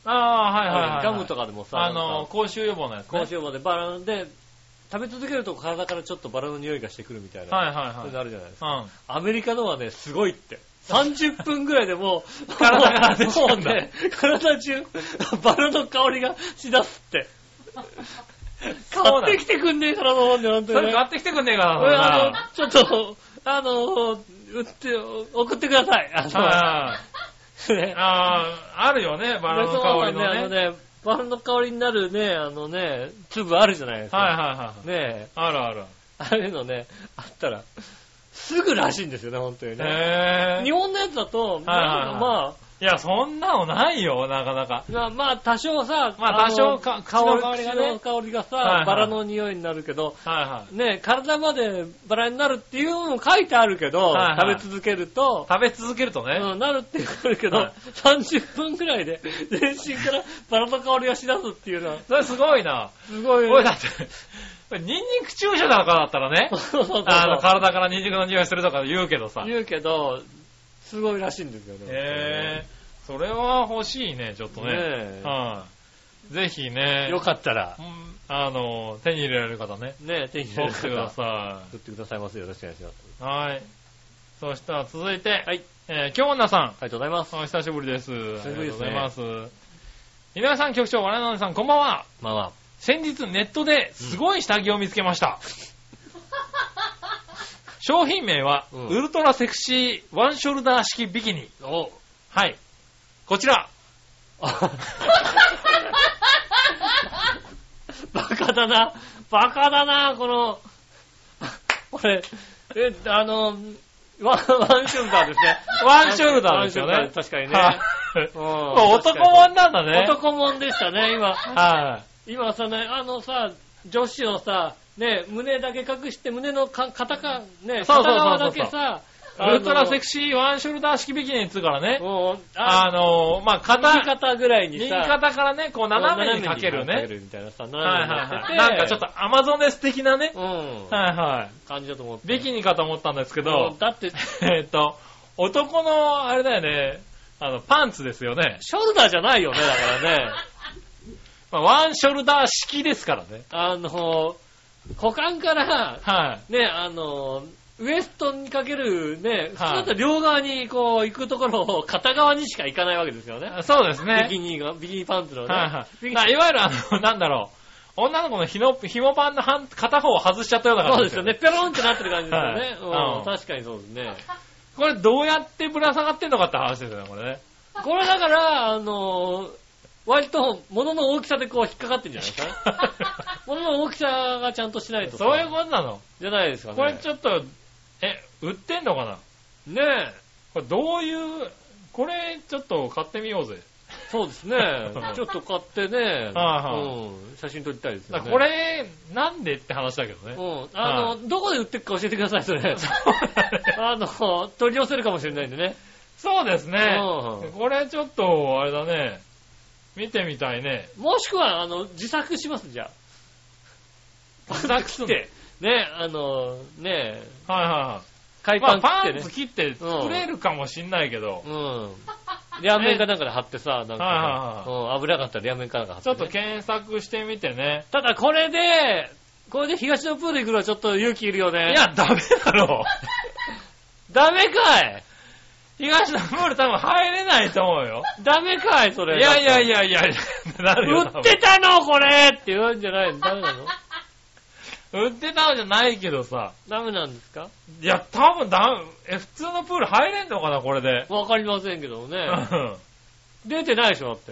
C: ああ、はいはいはい、はい。
B: ガムとかでもさ、
C: あの、口臭予防のやつ、ね。
B: 今週までバラで、食べ続けると体からちょっとバラの匂いがしてくるみたいな、
C: はいはい
B: そう
C: は
B: いう
C: い。
B: のあるじゃないですか。
C: うん。
B: アメリカのはね、すごいって。30分ぐらいでもう、
C: 体から出てきたんだ
B: もうね、体中、バラの香りがしだすって。
C: そうだ
B: 買ってきてくんねえからな、ほんで、ほんと
C: そ
B: に
C: れ
B: ね。
C: 買ってきてくんねえか
B: これあ
C: な、
B: の、ちょっと、あの、売って、送ってください。あ
C: それ
B: の、
C: な。
B: ね
C: ああー、あるよね、バラの香りのね。はい
B: あのね、バラの香りになるね、あのね、粒あるじゃないですか。
C: はいはい。
B: ねえ、
C: あるある。
B: あれのね、あったら、すぐらしいんですよね、本当にね。
C: へ
B: 日
C: え。
B: 本のやつだと、
C: はいはい
B: ま
C: いや、そんなのないよ、なかなか。
B: あ、まあ、まあ、多少さ、
C: まあ
B: の
C: 多少か
B: 香り
C: 口の香りが
B: 口
C: ね
B: の香りがさ、
C: はいはい
B: バラの匂いになるけど、
C: はいはい。
B: ね、体までバラになるっていうのも書いてあるけど、
C: はいはい
B: 食べ続けると、
C: 食べ続けるとね。
B: うん、なるって言われるけど、
C: はい
B: 30分くらいで全身からバラの香りがしだすっていうのは、
C: それすごいな。
B: すごい。
C: これだって、これニンニク注射だからだったらね
B: そう、そうそうそう
C: あの、体からニンニクの匂いするとか言うけどさ。へ
B: 言うけど、すごいらしいんですよね。
C: え。それは欲しいね、ちょっと
B: ね
C: ね。
B: え
C: はい。ぜひね。
B: よかったら、
C: うんあの、手に入れられる方ね。
B: ね、手に入れ
C: 送ってくださ
B: 送ってくださいますよろしくお願いします。
C: い。はい。そしたら続いて、
B: はい。
C: えー、京女さん。
B: ありがとうございます。
C: お久しぶりです。あり
B: ぶ
C: がと
B: り
C: う
B: で
C: ご
B: す
C: ざ
B: ね
C: います。皆さん局長、我々の皆さん、こんばんは。
B: まあま
C: 先日ネットですごい下着を見つけま した。商品名は、
B: うん
C: ウルトラセクシーワンショルダー式ビキニ。
B: あ。お
C: はい。こちら。
B: バカだな。バカだな、この、これ、え、あの、ワン、ワンショルダーですね。
C: ワンショルダーですよね
B: ワンショルダー確かにね。
C: はい
B: うん
C: 男もんなんだね。
B: 男もんでしたね、今。
C: はい。
B: 今さ、ね、あのさ、女子をさ、ね、胸だけ隠して、胸のか肩か、ね、
C: そうそうそうそう
B: 片側だけさ、
C: ウルトラセク
B: シ
C: シーワンショルダー式ビキニっつうから ね。
B: ー。あ
C: あの、まあ、
B: 右
C: 肩、
B: 肩ぐらいに
C: 右
B: さ、
C: 肩からね、こう斜めにかける
B: 斜めにかけ
C: ね。
B: るみたいなさ、
C: はいはい
B: 斜
C: は
B: め
C: い。
B: に
C: なんかちょっ、とアマゾネス的なね。
B: うん、
C: はいは
B: 感じだと思って。
C: い。ビキニかと思ったんですけ
B: うん
C: ど、
B: だって、シ
C: えっと、男の、あれだよね、あの、パンツですよね。
B: ョルダーじゃないよね、だからね。
C: まあワンショルダー式ですからね。
B: あの、股間から、
C: は
B: ね、あの、ウエストにかけるね、普通
C: はい
B: だったら両側にこう行くところを片側にしか行かないわけですよね。
C: い。そうですね。
B: ビキニが、ビキニパンツのね。
C: はいはい。
B: ビキニ
C: だからいわゆる、あの、なんだろう。女の子のひの、紐パンの半片方を外しちゃったような感じ
B: そうですよね。。ピョロンってなってる感じですよね。
C: はい
B: うん、
C: うん
B: 確かにそうですね。
C: これどうやってぶら下がってんのかって話ですよね、これね。
B: これだから、あのー割と物の大きさでこう引っかかってんじゃないです か物の大きさがちゃんとしないとさ。
C: そういうことなの。
B: じゃないですかね。
C: これちょっと、え、売ってんのかな
B: ねえ。
C: これどういう、これちょっと買ってみようぜ。
B: そうですね
C: うん。
B: ちょっと買ってね、
C: はいはい
B: うん、写真撮りたいです
C: だ
B: よ
C: か
B: ね。
C: らこれ、なんでって話だけどね。
B: うん。あ
C: は
B: の、どこで売ってるか教えてください、そ れ。
C: ね
B: あの、取り寄せるかもしれないんでね。
C: そうですね。
B: う
C: これちょっと、あれだね。見てみたいね。
B: もしくは、あの、自作します、じゃあ。
C: 自作すんの
B: って、ね、あの、ね、
C: はいは
B: 海
C: いはい。ま
B: パ
C: あ、
B: ン切って
C: パン
B: ね
C: ツ。切って作れるかもしんないけど、
B: うん。両面かなんかで貼ってさ、なんか
C: はいはいはい
B: ね、うん、危なかったら両面かなんか貼って
C: ちょ
B: ね。
C: っと検索してみてね。
B: ただこれで、これで東のプール行くのは ちょっと勇気いるよね。
C: い、や、ダメだろ。
B: ダメかい
C: 東のプール多分入れないと思うよ。
B: ダメかい、それ。
C: いやい
B: や。
C: やいやいやいや、なるよ。
B: 売ってたのこれって言うんじゃないのダメな の
C: 多分売ってたんじゃないけどさ。
B: ダメなんですか
C: いや、多分だ、え、普通のプール入れんのかな、これで。
B: わかりませんけど
C: う
B: ね。
C: ん
B: 出てないでしょ、だって。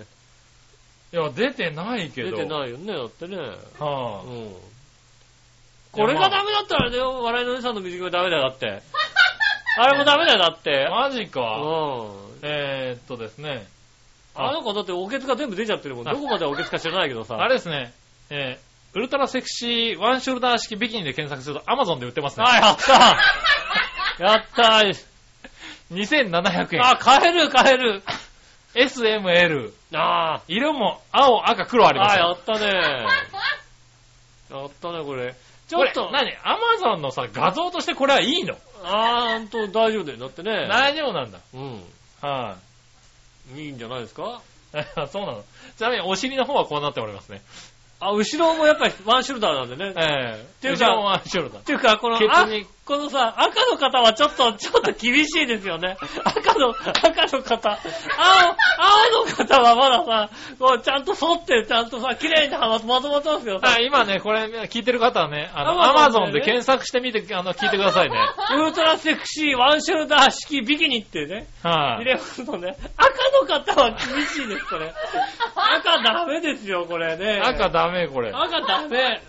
C: いや、出てないけ
B: 出
C: ど。
B: て
C: い。
B: ないよね、だってね。
C: は
B: う
C: あ、
B: ん。これがダメだったらね、笑いのおじさんの水着もダメだよ、だ って。あれもダメだよ、だって。
C: マジ
B: う
C: か。
B: ん。
C: えー、っとですね。
B: あの子だっておけつが全部出ちゃってるもん。
C: あ
B: どこまでおけつか知らないけどさ。
C: あれですね。えー、ウルトラセクシーワンショルダー式ビキニで検索すると Amazon で売ってますね。
B: あ、やったー やった
C: 2700
B: ー
C: 円。
B: あ、買える、買える。
C: SML。
B: ああ。
C: 色も青、赤、黒あります
B: あ、
C: よ。
B: やったねやったね、これ。ち
C: ち
B: ょ
C: ょ
B: っ
C: っ
B: と
C: と、、何 ?Amazon のさ、画像としてこれはいいの
B: あー、ほんと大丈夫だよ。だってね。
C: 大丈夫なんだ。
B: うん。
C: はい
B: いんじゃないですか
C: そうなの。ちなみにお尻の方はこうなっておりますね。
B: あ、後ろもやっぱりワンショルダーなんでね。
C: ええ
B: ていう
C: 後
B: か
C: ろもワンショルダー
B: っ。ていうか、この、
C: ケツ
B: あ
C: に
B: このさ、赤の方はちょっと、ちょっと厳しいですよね。赤の、赤の方。青、青の方はまださ、こうちゃんと反って、ちゃんとさ、綺麗にはままとまってますけどさ
C: は、い、今ね、これ聞いてる方はね、あの、アマゾ
B: Amazon
C: ンで検索してみて、あの、聞いてくださいね。
B: ウルトラセクシーワンショルダー式ビキニってね、
C: は
B: 入
C: い。
B: れますとね、赤の方は厳しいです、これ。赤ダメですよ、これね。
C: 赤ダメ、これ。
B: 赤ダメ。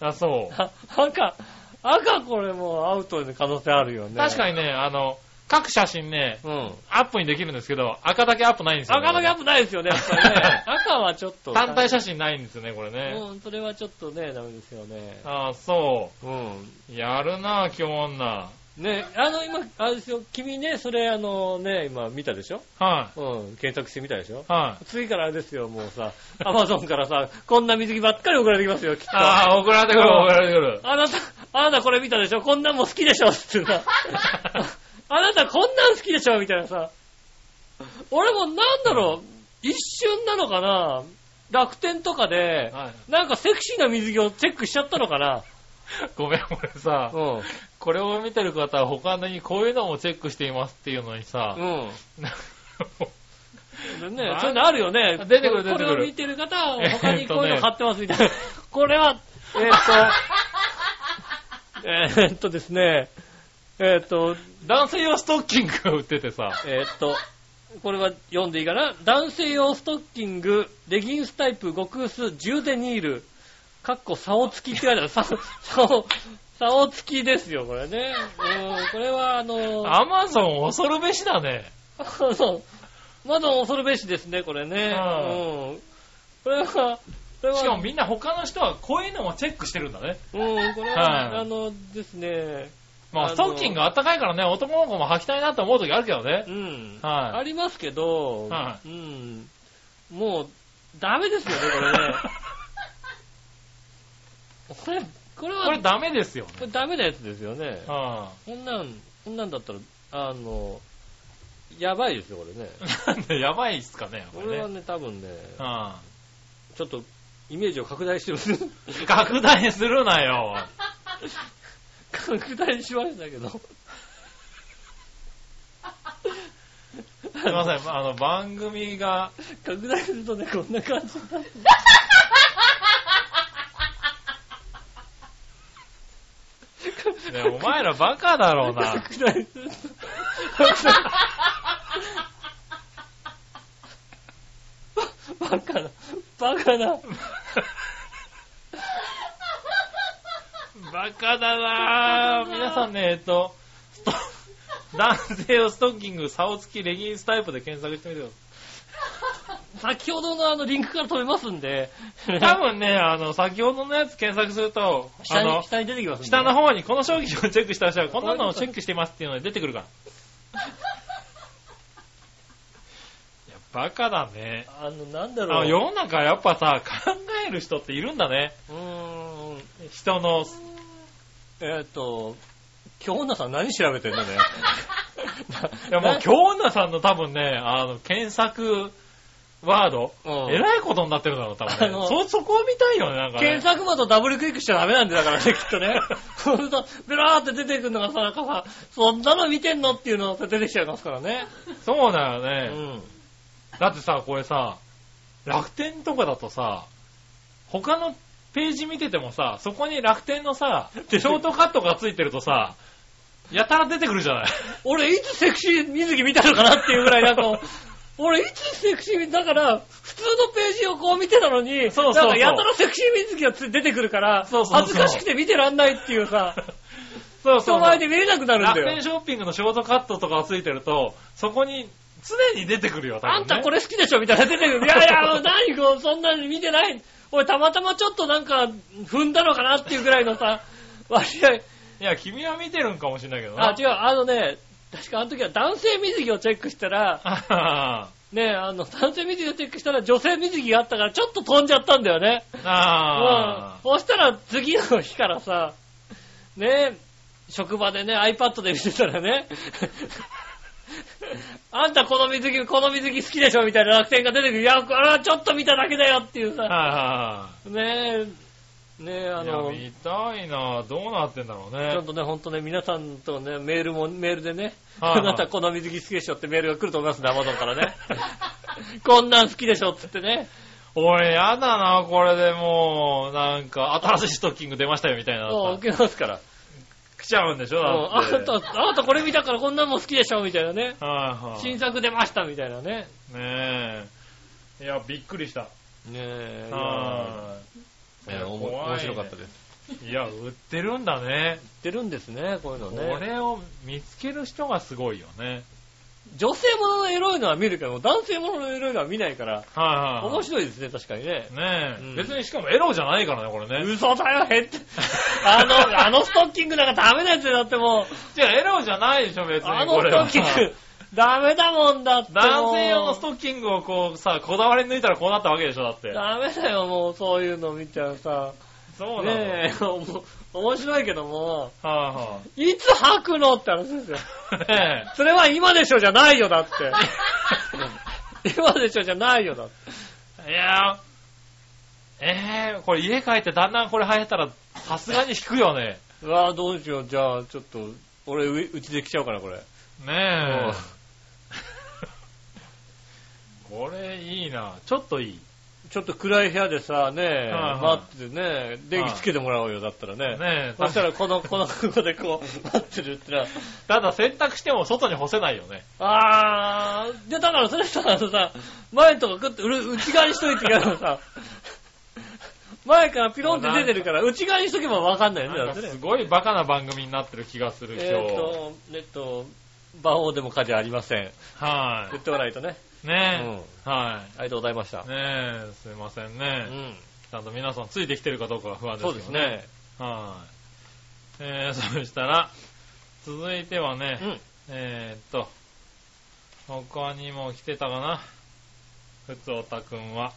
C: あ、そう。
B: あ赤、赤これもうアウトの可能性あるよね。
C: 確か
B: に。
C: にね、あの、各写真ね、
B: うん。
C: アップにできるんですけど、赤だけアップないんですよ、
B: 赤だけアッ
C: プ
B: プないですよね、やっぱり ね。赤はちょっと。
C: 単体写真ないんですよね、これね。
B: うん、それはちょっとね、ダメですよね。
C: あ、そ
B: うん。
C: う。やるなぁ、今日女。
B: ね、あの、今、あれですよ、君ね、それあのね、今見たでしょ
C: は
B: うん、検索してみたでしょ
C: い。はい。
B: 次からあれですよ、もうさ、アマゾンからさ、こんな水着ばっかり送られてきますよ、きっと。
C: ああ、送られてくる、送られてくる。
B: あなた、あなたこれ見たでしょこんなんも好きでしょつ ってさ。あなたこんなん好きでしょみたいなさ。俺もなんだろう、一瞬なのかな楽天とかで、
C: はい
B: なんかセクシーな水着をチェックしちゃったのかな
C: ごめん、俺さ、
B: うん。
C: これを見てる方は他にこういうのもチェックしていますっていうのにさ、
B: うん。 ね
C: ま、あ
B: そういうのあるよね。
C: 出てくる
B: これこ
C: 出てくる
B: れを見てる方は
C: えーっとね
B: 他にこういうの買ってますみたいな。これは、
C: えっと、
B: えーっとですね、えーっと、
C: 男性用ストッキングが売っててさ、
B: えーっと、これは読んでいいかな男性用ストッキング、レギンスタイプ、極薄、ジューデニール、かっこ、竿付きって書いてある。竿、竿、竿付きですよ、これね。うん、これは、あのー、
C: アマゾン恐るべしだね。
B: そう。まだ恐るべしですね、これね。
C: は
B: うん。これは、これは、
C: しかもみんな他の人はこういうのもチェックしてるんだね。
B: うん、これ
C: はい
B: は、あの、ですね、
C: ま
B: あ
C: あ、
B: の
C: ストッキングあったかいからね、男の子も履きたいなって思う時あるけどね
B: う。ん、
C: はい
B: ありますけど、
C: は
B: うん、もう、ダメですよね、これ ね。これ、これは、
C: これダメですよ
B: これ
C: ね。
B: ダメなやつですよね。
C: は
B: こんなん、こんなんだったら、あの、やばいですよ、これね。
C: いなん でやばいっすかね、こ
B: こ
C: れ
B: れは
C: ね。
B: ね、多分ね、
C: は
B: ちょっと、イメージを拡大してます。
C: い拡大するなよ。
B: 拡大しましたけど。
C: すいません、あの、番組が、
B: 拡大するとね、こんな感じになる。
C: ねお前らバカだろうな。
B: 拡大すると。バカな、バカな。
C: バカだなぁ。 皆さんね、えっと、スト 男性用ストッキング、竿付きレギンスタイプで検索してみてく
B: 先ほどのあのリンクから飛べますんで、
C: だ さい。多分ね、あの、先ほどのやつ検索すると、
B: 下
C: あ
B: に、
C: の、
B: 下に出てきますんで
C: 下の方にこの商品をチェックした人はこんなのをチェックしてますっていうので出て くるから。いや、バカだね。
B: あの、なんだろう。
C: あ世の中やっぱさ、考える人っているんだね。
B: うーん。
C: 人の、
B: えっ、と、今日なさん何調べてんの ね。
C: いやもう、京女さんの多分ね、あの、検索ワード、
B: うん
C: えらいことになってるだろう、多分、
B: あの
C: ね。そ、そこを見たいよね、なんか、ね
B: 検。索窓ダブルクリックしちゃダメなんだよだからね、きっとね。ほんと、ベラーって出てくるのがさ、なんかさ、そんなの見てんのっていうのって出てきちゃいますからね。
C: そうだよ
B: う
C: ね、
B: ん。
C: だってさ、これさ、楽天とかだとさ、他のページ見ててもさ、そこに楽天 のさ、ショートカットがついてるとさ、やたら出てくるじ ゃない。
B: 俺、いつセクシー水着見たのかなっていうぐらい、なんか、俺、いつセクシー、だから、普通のページをこう見てたのに、
C: そうそうそう
B: なんかやたらセクシー水着がつ出てくるから、
C: そうそうそう
B: 恥ずかしくて見てらんないっていうさ、
C: そう
B: 人前で見れなくなるんだ
C: 楽天
B: よ。
C: ショッピングのショートカットとかがついてると、そこに常に出てくるよ、多分、ね。
B: あんたこ
C: れ。
B: れ好きでしょみたいな出てくる。いやいや、もう何こう、そんなの見てない。俺、たまたまちょっとなんか、踏んだのかなっていうぐらいのさ、割合。
C: いや、君は見てるんかもしれないけど
B: あ、
C: な。
B: 違う、あのね、確かあの時は男性水着をチェックしたら、
C: あはは
B: ね、あの、男性水着をチェックしたら女性水着があったからちょっと飛んじゃったんだよね。うん
C: あ。
B: そしたら次の日からさ、ね、職場でね、iPad で見てたらね、 あんたこの水着、この水着好きでしょみたいな楽天が出てくる。いや、あれはちょっと見ただけだよっていう
C: はい
B: さ、
C: は
B: ねえ、ねえ、あ
C: いは
B: の
C: い。い、や、見たいなどうなってんだろう
B: ちょ
C: ね
B: っ。とね、ほんとね、皆さんとね、メールも、メールでね、
C: はい
B: あなたこの水着好きでしょってメールが来ると思いますね、アマゾンから ね。こんなん好きでしょっつってね。
C: 俺、やだなこれでもう、なんか、新しいストッキング出ましたよ、みたいな。
B: もう受けますから。
C: 来ちゃうんでしょ
B: うんあ
C: だっ
B: ん
C: て。
B: た、あんたこれ見たからこんなんも好きでしょみたいなね。
C: はいはい。
B: 新作出ましたみたいなね。
C: ねえ。いや、びっくりした。
B: ねえ、
C: は
B: えーおも
C: 怖いね
B: 面白かったです。
C: い。いや、売ってるんだね。
B: 売ってるんですね、こういうの
C: こ
B: ね。
C: れを見つける人がすごいよね。
B: 女性もののエロいのは見るけど、男性もののエロいのは見ないから、
C: はいはいはい。
B: 面白いですね、確かにね。
C: ねえ、
B: うん
C: 別にしかもエロじゃないからね、これね。
B: 嘘だよ、減 って。あの、あのストッキングなんかダメなやつだよだってもう。
C: じゃあエロじゃないでしょ、別
B: あ
C: に
B: の
C: こ
B: ス
C: れ
B: ト
C: は。
B: ッキン グ、ダメだもんだってもう。
C: 男性用のストッキングをこうさ、こだわり抜いたらこうなったわけでしょ、だって。
B: ダメだよ、もう、そういうの見ちゃうさ。
C: そうなの。
B: ねえ、おも面白いけども、
C: はい
B: つ履くのって話 ですよ。
C: いはい。ね
B: それは今でしょじゃないよ、だっ て。今でしょじゃないよ、だって。
C: え。いやーええこれ家帰ってだんだんこれ生えたら、さすがに引くよね。
B: うわぁ、どうしよう。じゃあ、ちょっと、俺、ううちで来ちゃおうかな、これ。
C: ねえ。これいいな。ちょっといい。
B: ちょっと暗い部屋でさ、ねえ、
C: はい
B: 待
C: は
B: っててね、電気つけてもらおうよ、だったらね。
C: ねえ。
B: そした
C: た
B: ら、この、 この、ここでこう、待ってるってら、
C: ただ洗濯しても外に干せないよね。
B: あー、で、だからそれさ、あのさ、前とかグッとうる内側にしといてやるのさ、前からピロンって出てるから、内側にしとけばわかんないよね、
C: な
B: だ
C: ん
B: って
C: か
B: ね
C: す。ごいバカな番組になってる気がする、今日。
B: えっ、と、えっと、馬王でも家事ありません。
C: は
B: 言ってもらえとね。
C: い。
B: う
C: ね
B: ん。
C: え。は
B: ありがとうございました
C: い。。ねえ、すいません
B: う
C: ね。
B: ん。
C: ちゃんと皆さんついてきてるかどうかが不安です
B: そ
C: よ
B: う
C: ね。
B: です。ね。
C: はい。えー、 そしたら、続いてはね、
B: うん。
C: えー、っと、他にも来てたかな。ふつおたくんは。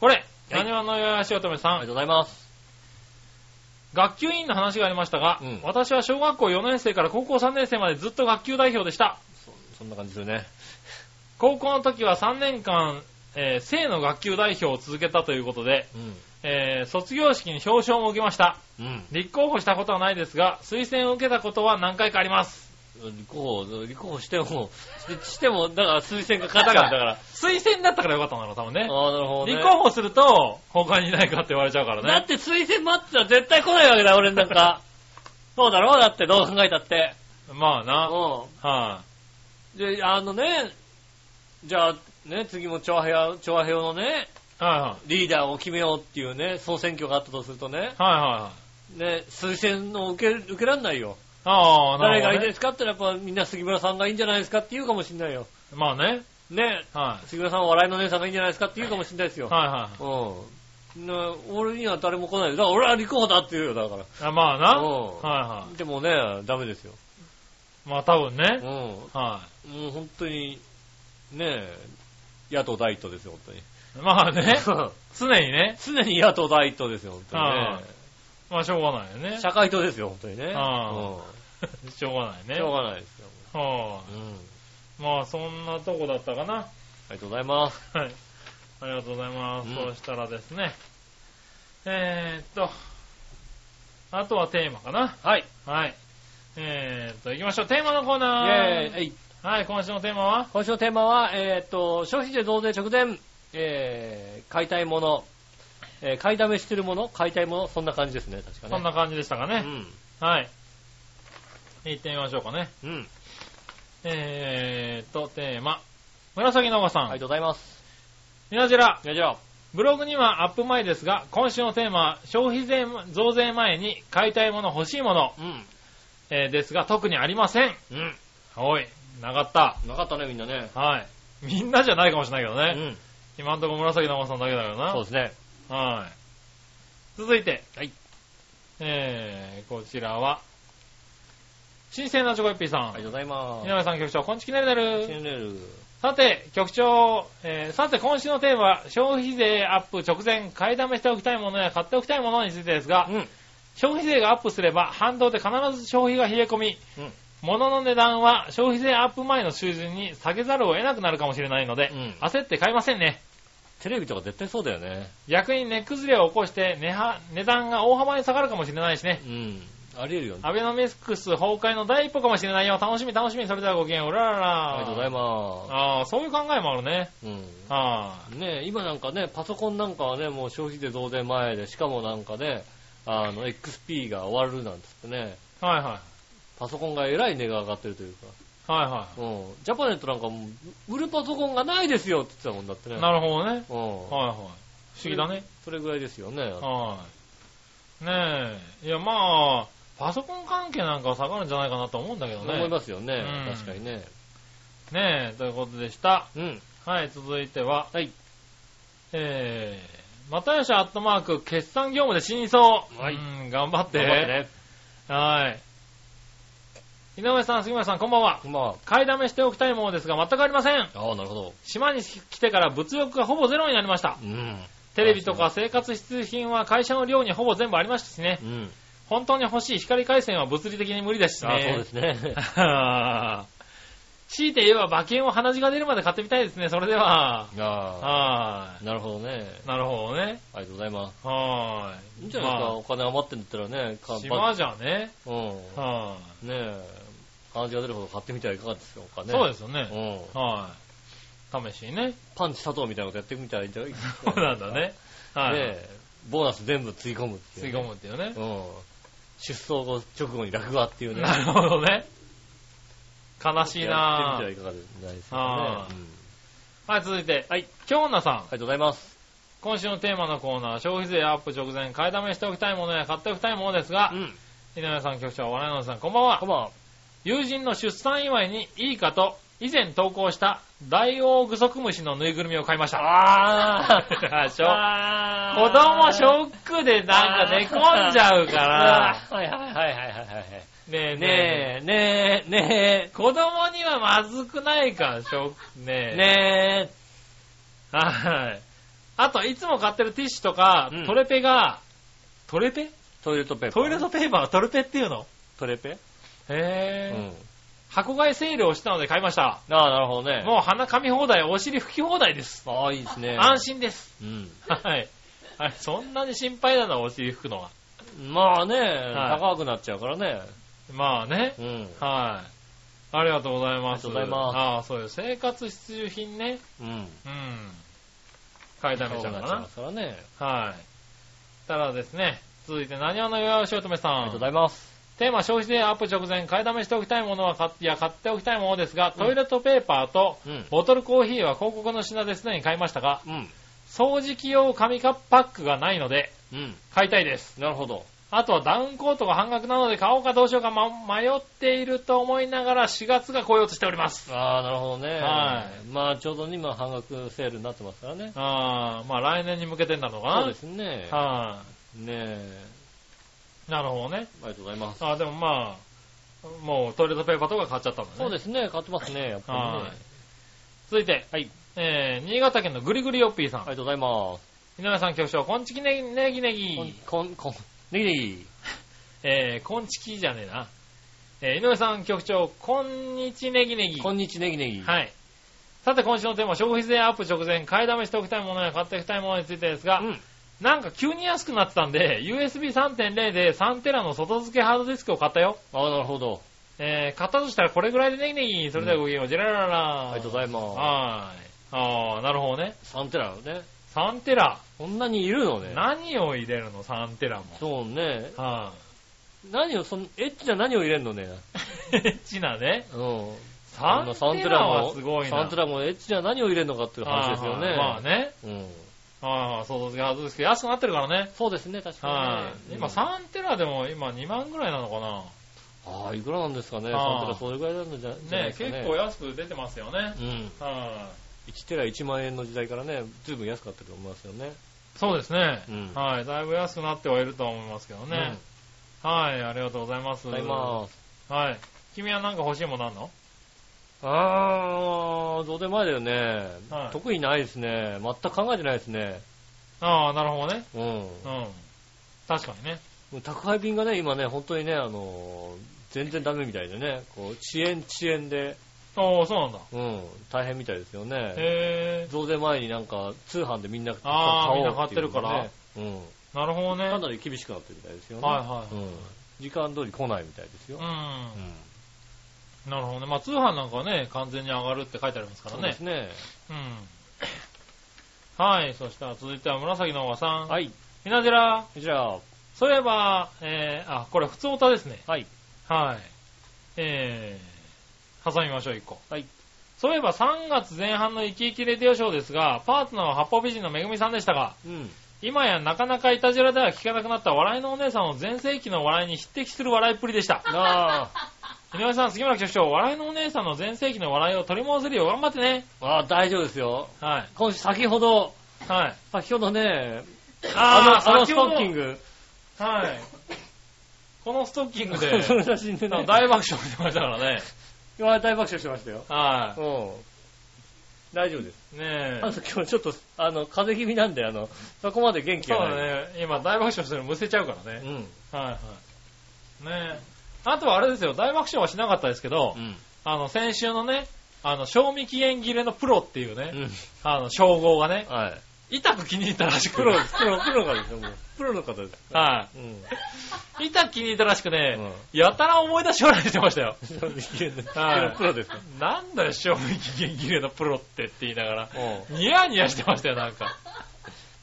C: これ何はのよやしおとめさ
B: ありが
C: ん。
B: とうございます。
C: 学級委員の話がありましたが、
B: うん
C: 私は小学校4年生から高校3年生までずっと学級代表でした。
B: そんな感じするね。
C: 高校の時は3年間、えー、生の学級代表を続けたということで、
B: う
C: えー、卒業式に表彰も受けました。
B: ん。うん。
C: 立候補したことはないですが、推薦を受けたことは何回かあります。
B: 立候補、立候補しても、し しても、だから推薦が勝たなかったから。
C: 推薦だったからよかったんだろう、多分ね。
B: ああ、なるほどね。
C: 立候補すると、他にいないかって言われちゃうから
B: だっ
C: ね。
B: て推薦待ってたら絶対来ないわけだ、俺なんか。そうだろうだって、どう考えたって。
C: まあな。は
B: う
C: い、
B: で、あのね、じゃあ、ね、次も長平、長平のね、
C: は
B: リーダーを決めようっていうね、総選挙があったとするとね
C: い、はい。はいはいはい。
B: ね、推薦を受け、受けらんないよ。
C: ああ、な
B: 誰
C: るほ
B: がいい
C: ど、ね。
B: ですかって言ったらやっぱみんな杉村さんがいいんじゃないですかって言うかもしんないよ。
C: まあね。
B: ね、
C: は
B: 杉村さんは笑いの姉さんがいいんじゃないですかって言うかもしんないです
C: い。
B: よ。
C: はいは
B: うん。ね、俺には誰も来ない。だから俺は立候補だって言うよ、だか
C: い。あまあな。
B: うん
C: はいは
B: ら。でもね、ダメですよ。
C: い。まあ多分
B: う
C: ね
B: ん。。も
C: は
B: う本当に、ねえ、野党第一党ですよ、本
C: い。ま あね。
B: 当に。
C: 常にね。
B: 常に野党第一党ですよ、本当に
C: はまあしょうがないよね
B: ね。。社会党ですよ、本当にね。うん。し
C: あーしょうがないね。
B: ょうがないですよ。
C: は
B: うん。あ
C: い。まあそんなとこだったかな。
B: りがとうございます。
C: はい。ありがとうございます。
B: うん
C: そうしたらですね、えー、っと、あとはテーマかな。
B: はい。
C: はい。えー、っと、行きましょう。テーマのコー
B: イェ
C: ナー。
B: ーイえい。
C: はい、今週のテーマは
B: 今週のテーマは、えーっと、消費税増税直前、えー、買いたいもの、えー買いだめしてるもの、買いたいもの、そんな感じですね、確かね。
C: そんな感じでしたかね。
B: ね。
C: はい。行ってみましょうかね。
B: うん。うん。
C: えーっと、テーマ。紫のおばさん。
B: ありがとうございます。
C: みなじら。
B: じゃあじゃあ、
C: ブログにはアップ前ですが、今週のテーマは、消費税増税前に買いたいもの欲しいもの、
B: うん。
C: えーですが、特にありません。
B: うん。
C: おい、なかった。
B: なかったね、みんなね。
C: はい。みんなじゃないかもしれないけど
B: う
C: ね。
B: ん。
C: 今んとこ紫のおばさんだけだよな。
B: そうですね。
C: はい。続いて。
B: はい。
C: えー、こちらは、新鮮なチョコヨッピーさん。
B: ありがとうございま
C: 井
B: す。
C: 上さん局長、こんちきねるね
B: チ
C: る。
B: ンレール。
C: さて、局長、えー、さて今週のテーマは、消費税アップ直前、買いだめしておきたいものや買っておきたいものについてですが、
B: うん。
C: 消費税がアップすれば反動で必ず消費が冷え込み、
B: うん
C: 物の値段は消費税アップ前の水準に下げざるを得なくなるかもしれないので、
B: うん
C: 焦って買いませんね。
B: テレビとか絶対そうだよね。
C: 逆に値崩れを起こして値は値段が大幅に下がるかもしれないしね
B: う。ん。ありえるよね。
C: アベノミクス崩壊の第一歩かもしれないよ。楽しみ楽しみ。それではごきげんよう。うららら。
B: ありがとうございます。
C: ああ、そういう考えもあるね。
B: うん。
C: あ
B: ねえ今なんかね、パソコンなんかはね、もう消費税増税前で、しかもなんかね、あの、XP が終わるなんつってね、
C: あ、はいは
B: パソコンがえらい値が上がってるというか、
C: い。はいは
B: うん。ジャパネットなんかもう、売るパソコンがないですよって言ってたもんだってね。
C: い。なるほどね。
B: うん。
C: はいはい。不思議だね。
B: それぐらいですよね。
C: はい。ねえ。いや、まあ、パソコン関係なんかは下がるんじゃないかなと思うんだけどね。
B: 思いますよね
C: う。ん
B: 確かにね。
C: ねえ、ということでした。
B: うん。
C: はい、続いては、
B: はい。
C: えー、またよしアットマーク、決算業務で死にそう。
B: はい
C: うん、頑張って。
B: 頑張ってね。
C: はい。井上さん、杉村さん、こんばんは。
B: ま
C: 買いだめしておきたいものですが、全くありません。
B: あ、ああ、なるほど。
C: 島に来てから物欲がほぼゼロになりました。
B: うん。
C: テレビとか生活必需品は会社の寮にほぼ全部ありましたしね
B: う。ん。
C: 本当に欲しい光回線は物理的に無理ですしね。
B: ああ、そうです ね。
C: 強いて言えば馬券を鼻血が出るまで買ってみたいですね、それで
B: あ
C: は。は
B: あ、なるほどね。
C: い。なるほどね。
B: ありがとうございます。
C: はい
B: いん
C: い。
B: じゃないですか、
C: ま
B: お金余ってんだったらね、
C: あ
B: か
C: 島じゃね。
B: うん。
C: は
B: ねえ、感じが出るほど買ってみてはいかがでしょうか
C: い。
B: ね。。
C: そうですすよね。
B: うん。
C: はい。試しにね。
B: パンチ佐藤みたいなことやってみたらいいんじゃないです
C: そ
B: か
C: う なんだ。ね。は
B: ね
C: い。
B: え、ボーナス全部つぎ込むって
C: 吸
B: い
C: いう
B: ね、
C: 込むっていうね。
B: む。うん。出走後、直後に落馬っていう ね。
C: なるほどね。悲しい
B: やっ
C: な
B: てみ
C: ぁ。
B: てはいかがでないですか
C: あ
B: ね。
C: ー
B: うん
C: はい、続いて。はい。京奈さん
B: あ。りがとうございます。
C: 今週のテーマのコーナー、消費税アップ直前、買いだめしておきたいものや買っておきたいものですが
B: う、ん。
C: 井上さん、局長、笑いのおじさん、こんばんは
B: こん。ばんは。
C: 友人の出産祝いにいいかと、以前投稿した大王グソクムシのぬいぐるみを買いました。あ あ子
B: あ
C: 供シ
B: っ
C: ョックでなんか寝込んじゃう から。
B: はいはいはいはいはいはい。
C: ねえね
B: ねえ、ねえ、ね
C: え。子供にはまずくないか、ショック。
B: え、
C: ねえ。
B: ね
C: はい。あと、いつも買ってるティッシュとか、
B: うん
C: トレペが、トレペ
B: え。トイレットペーパー。
C: トイレットペーパーはトレペっていうの
B: トレペう
C: へえ、
B: ん。
C: 箱買いセールをしたので買いました。
B: ああ、なるほどね。
C: もう鼻噛み放題、お尻拭き放題です。
B: ああ、いいですね。
C: 安心です。
B: 心。
C: はい。あれ、そんなに心配なのお尻拭くのは。
B: うん。まあね、
C: い
B: 高くなっちゃうからね。
C: まあね。
B: うん。
C: はい。ありがとうございます。
B: ありがとうございます
C: ああ、そういう生活必需品ね。
B: うん。
C: うん。買いだめちゃう
B: 高くな
C: の
B: っちゃいま
C: か
B: すからね。
C: な。はい。たらですね、続いて、何話の岩尾しおとめさ
B: ありがとうござ
C: ん。
B: います。
C: テーマ消費税アップ直前、買いだめしておきたいものは買って、いや、買っておきたいものですが、トイレットペーパーと、
B: うん。
C: ボトルコーヒーは広告の品ですでに買いましたが、
B: うん。
C: 掃除機用紙カップパックがないので、
B: うん。
C: 買いたいです。
B: なるほど。
C: あとはダウンコートが半額なので買おうかどうしようか、ま、迷っていると思いながら4月が来ようとしております。
B: ああ、なるほどね。。
C: はい
B: まあ、ちょうど今半額セールになってますからね。
C: あー、まあ来年に向けてなのかな。
B: そうですね。
C: は
B: ねえ。
C: い。なるほどね。
B: ありがとうございます。
C: あーでもまあ、もうトイレットペーパーとか買っちゃったんだね。
B: そうですね、買ってますね、やっぱり
C: はい
B: ね。
C: 続いて、
B: はい。
C: えー、新潟県のぐりぐりよっぴーさん。
B: ありがとうございます。
C: 井上さん局長、こんちきねぎねぎね
B: こん
C: ぎ。、
B: こん、こん、ネギネギ。
C: えー、こんちきじゃねえな。えー、井上さん局長、こんにちねぎねぎ。
B: こんにちネギネギ。
C: はい。さて、今週のテーマ、消費税アップ直前、買いだめしておきたいものや買っておきたいものについてですが、
B: うん。
C: なんか急に安くなってたんで、USB3.0 で3テラの外付けハードディスクを買ったよ。
B: ああ、なるほど。
C: えー、買ったとしたらこれぐらいでネギネギ。それではごきげんよう。ジェラララ
B: ありがとうございま
C: はーい。あー、なるほどね。
B: す。3テラね。
C: 3テラ。
B: こんなにいるのね。
C: 何を入れるの ?3 テラも。
B: そうね。
C: は
B: 何を、その、エッチな何を入れんのね。
C: い。 エッチなね。
B: うん。あの
C: 3テラは
B: も、
C: すごいな。
B: サンテラもエッチな何を入れんのかっていう話ですよ
C: は
B: ね。
C: いまあね。
B: うん。
C: ああ、想像付きハードですけど、安くなってるからね。
B: そうですね、確か
C: は
B: にね。
C: い。今
B: 3
C: 3テラでも今2万ぐらいなのかな。
B: ああ、いくらなんですかね。3
C: は
B: テ
C: い
B: ラそれぐらいなんじゃじゃない
C: ね
B: ですかね。
C: 結構安く出てますよね。
B: うん。
C: は
B: 1テラ1万円の時代からね、ずいぶん安かったと思いますよね。
C: い。そうですね
B: うん。
C: はい。だいぶ安くなってはいるとは思いますけどね。はい。ありがとうございます。
B: うん。買います。
C: はい。君はなんか欲しいものあんの
B: ああ、どうでもいいだよね。
C: はい
B: 特にないですね。全く考えてないですね。
C: ああ、なるほどね。
B: うん。
C: うん。確かにね。
B: もう宅配便がね、今ね、本当にね、あのー、全然ダメみたいでね、こう、遅延遅延で、
C: ああ、そうなんだ。
B: うん、大変みたいですよね。
C: へえ。
B: 増税前になんか、通販でみんな買
C: あー
B: おう
C: みんな買ってるから
B: っていうのね
C: なるほどね。
B: うん。
C: は
B: かな
C: い
B: り厳しくなってるみたいですよね。
C: は
B: う
C: い。
B: ん。時間通り来ないみたいですよ
C: う。ん
B: う。ん。
C: なるほどね。まあ通販なんかはね、完全に上がるって書いてありますから
B: そうで
C: ね
B: す。ね。
C: うん。はい。そしたら続いては紫のおばさん。
B: はい。
C: みなじら、
B: じゃあ、
C: そういえば、えー、あ、これ普通歌ですね。
B: はい。
C: はい。えー、挟みましょう、一個。
B: はい。
C: そういえば3月前半のイキイキレディオショーですが、パートナーは八方美人のめぐみさんでしたが、
B: うん。
C: 今やなかなかいたじらでは聞かなくなった笑いのお姉さんの全盛期の笑いに匹敵する笑いっぷりでした。
B: あ ー
C: 井上さん、杉村局長、笑いのお姉さんの全盛期の笑いを取り戻せるよう頑張ってね。
B: あー、大丈夫ですよ。
C: はい。
B: 今週、先ほど、
C: はい。
B: 先ほどね、あ
C: あー
B: の、あのス
C: 先ほ
B: ト
C: ど
B: ッキング、
C: はい。このストッキング で、
B: その写真でね、
C: 大爆笑してましたからね。
B: 大爆笑してましたよ。
C: は
B: うん。大丈夫です。
C: い。ねえ
B: あ。の、今日ちょっと、あの、風邪気味なんで、あの、そこまで元気
C: そう
B: が
C: だ
B: ない。
C: ね。今、大爆笑してるのむせちゃうからね。
B: ね。
C: はいはい。ねえ。あとはあれですよ、大爆笑はしなかったですけど、
B: うん。
C: あの、先週のね、あの、賞味期限切れのプロっていうね、
B: うん。
C: あの、称号がね、
B: はい。
C: 痛く気に入ったらしく、
B: プロ、プロ、プロの方ですよ、もう。プロの方です。
C: は
B: うん。
C: い。痛く気に入ったらしくね、
B: う
C: やたら思い出し笑いしてましたよ。はい
B: プロですよ。
C: なんだよ、賞味期限切れのプロってって言いながら、
B: うん
C: ニヤニヤしてましたよ、なんか。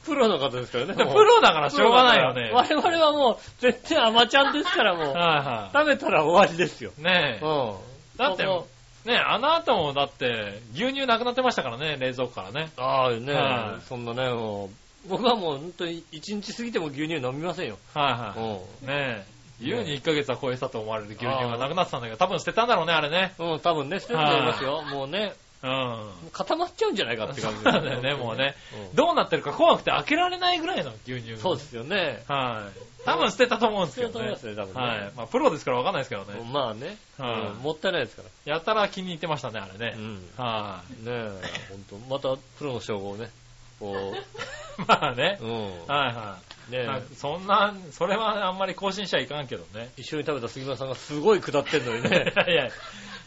B: プロの方ですからね。
C: プ
B: もう
C: ロだからしょうがないよね。はい
B: 我々はもう、全然アマちゃんですから、もう。
C: は
B: 食べたら終わりですよ。
C: い。ねえ。
B: うん。
C: だって
B: こ
C: ねあの後もだって、牛乳なくなってましたからね、冷蔵庫からね。
B: こああ、ね、
C: はい
B: そんなね、もう、僕はもう本当に一日過ぎても牛乳飲みませんよ。
C: はいは
B: う
C: い。ねえ。優に1ヶ月は超えてたと思われる牛乳がなくなってたんだけど、多分捨てたんだろうね、あれね。
B: ん。うん、多分ね、捨てると思いますよ。もうね、
C: うん。
B: 固まっちゃうんじゃないかって感じ
C: そうだよ ね、もうね。
B: うん
C: どうなってるか怖くて開けられないぐらいの牛乳。
B: そうで。すよね。
C: はい。多分捨てたと思うんです
B: 捨
C: け
B: てると
C: ど
B: 思い
C: ね
B: ま。すね、多分ね。
C: はい。まあ、プロですからわかんないですけどね。
B: まあね、
C: はい
B: うんもったいないですか
C: やたら気に入ってましたね、あれ
B: ら。う
C: ね。
B: ん。ね
C: は
B: え、ほんと。また、プロの称号をね。こ
C: い。 まあね
B: う、う。ん。
C: はいは
B: ね
C: い
B: え
C: まあ。そんな、それはあんまり更新しちゃいかんけどね。
B: 一緒に食べた杉村さんがす ごい下ってんのに
C: いや
B: ね。
C: いや、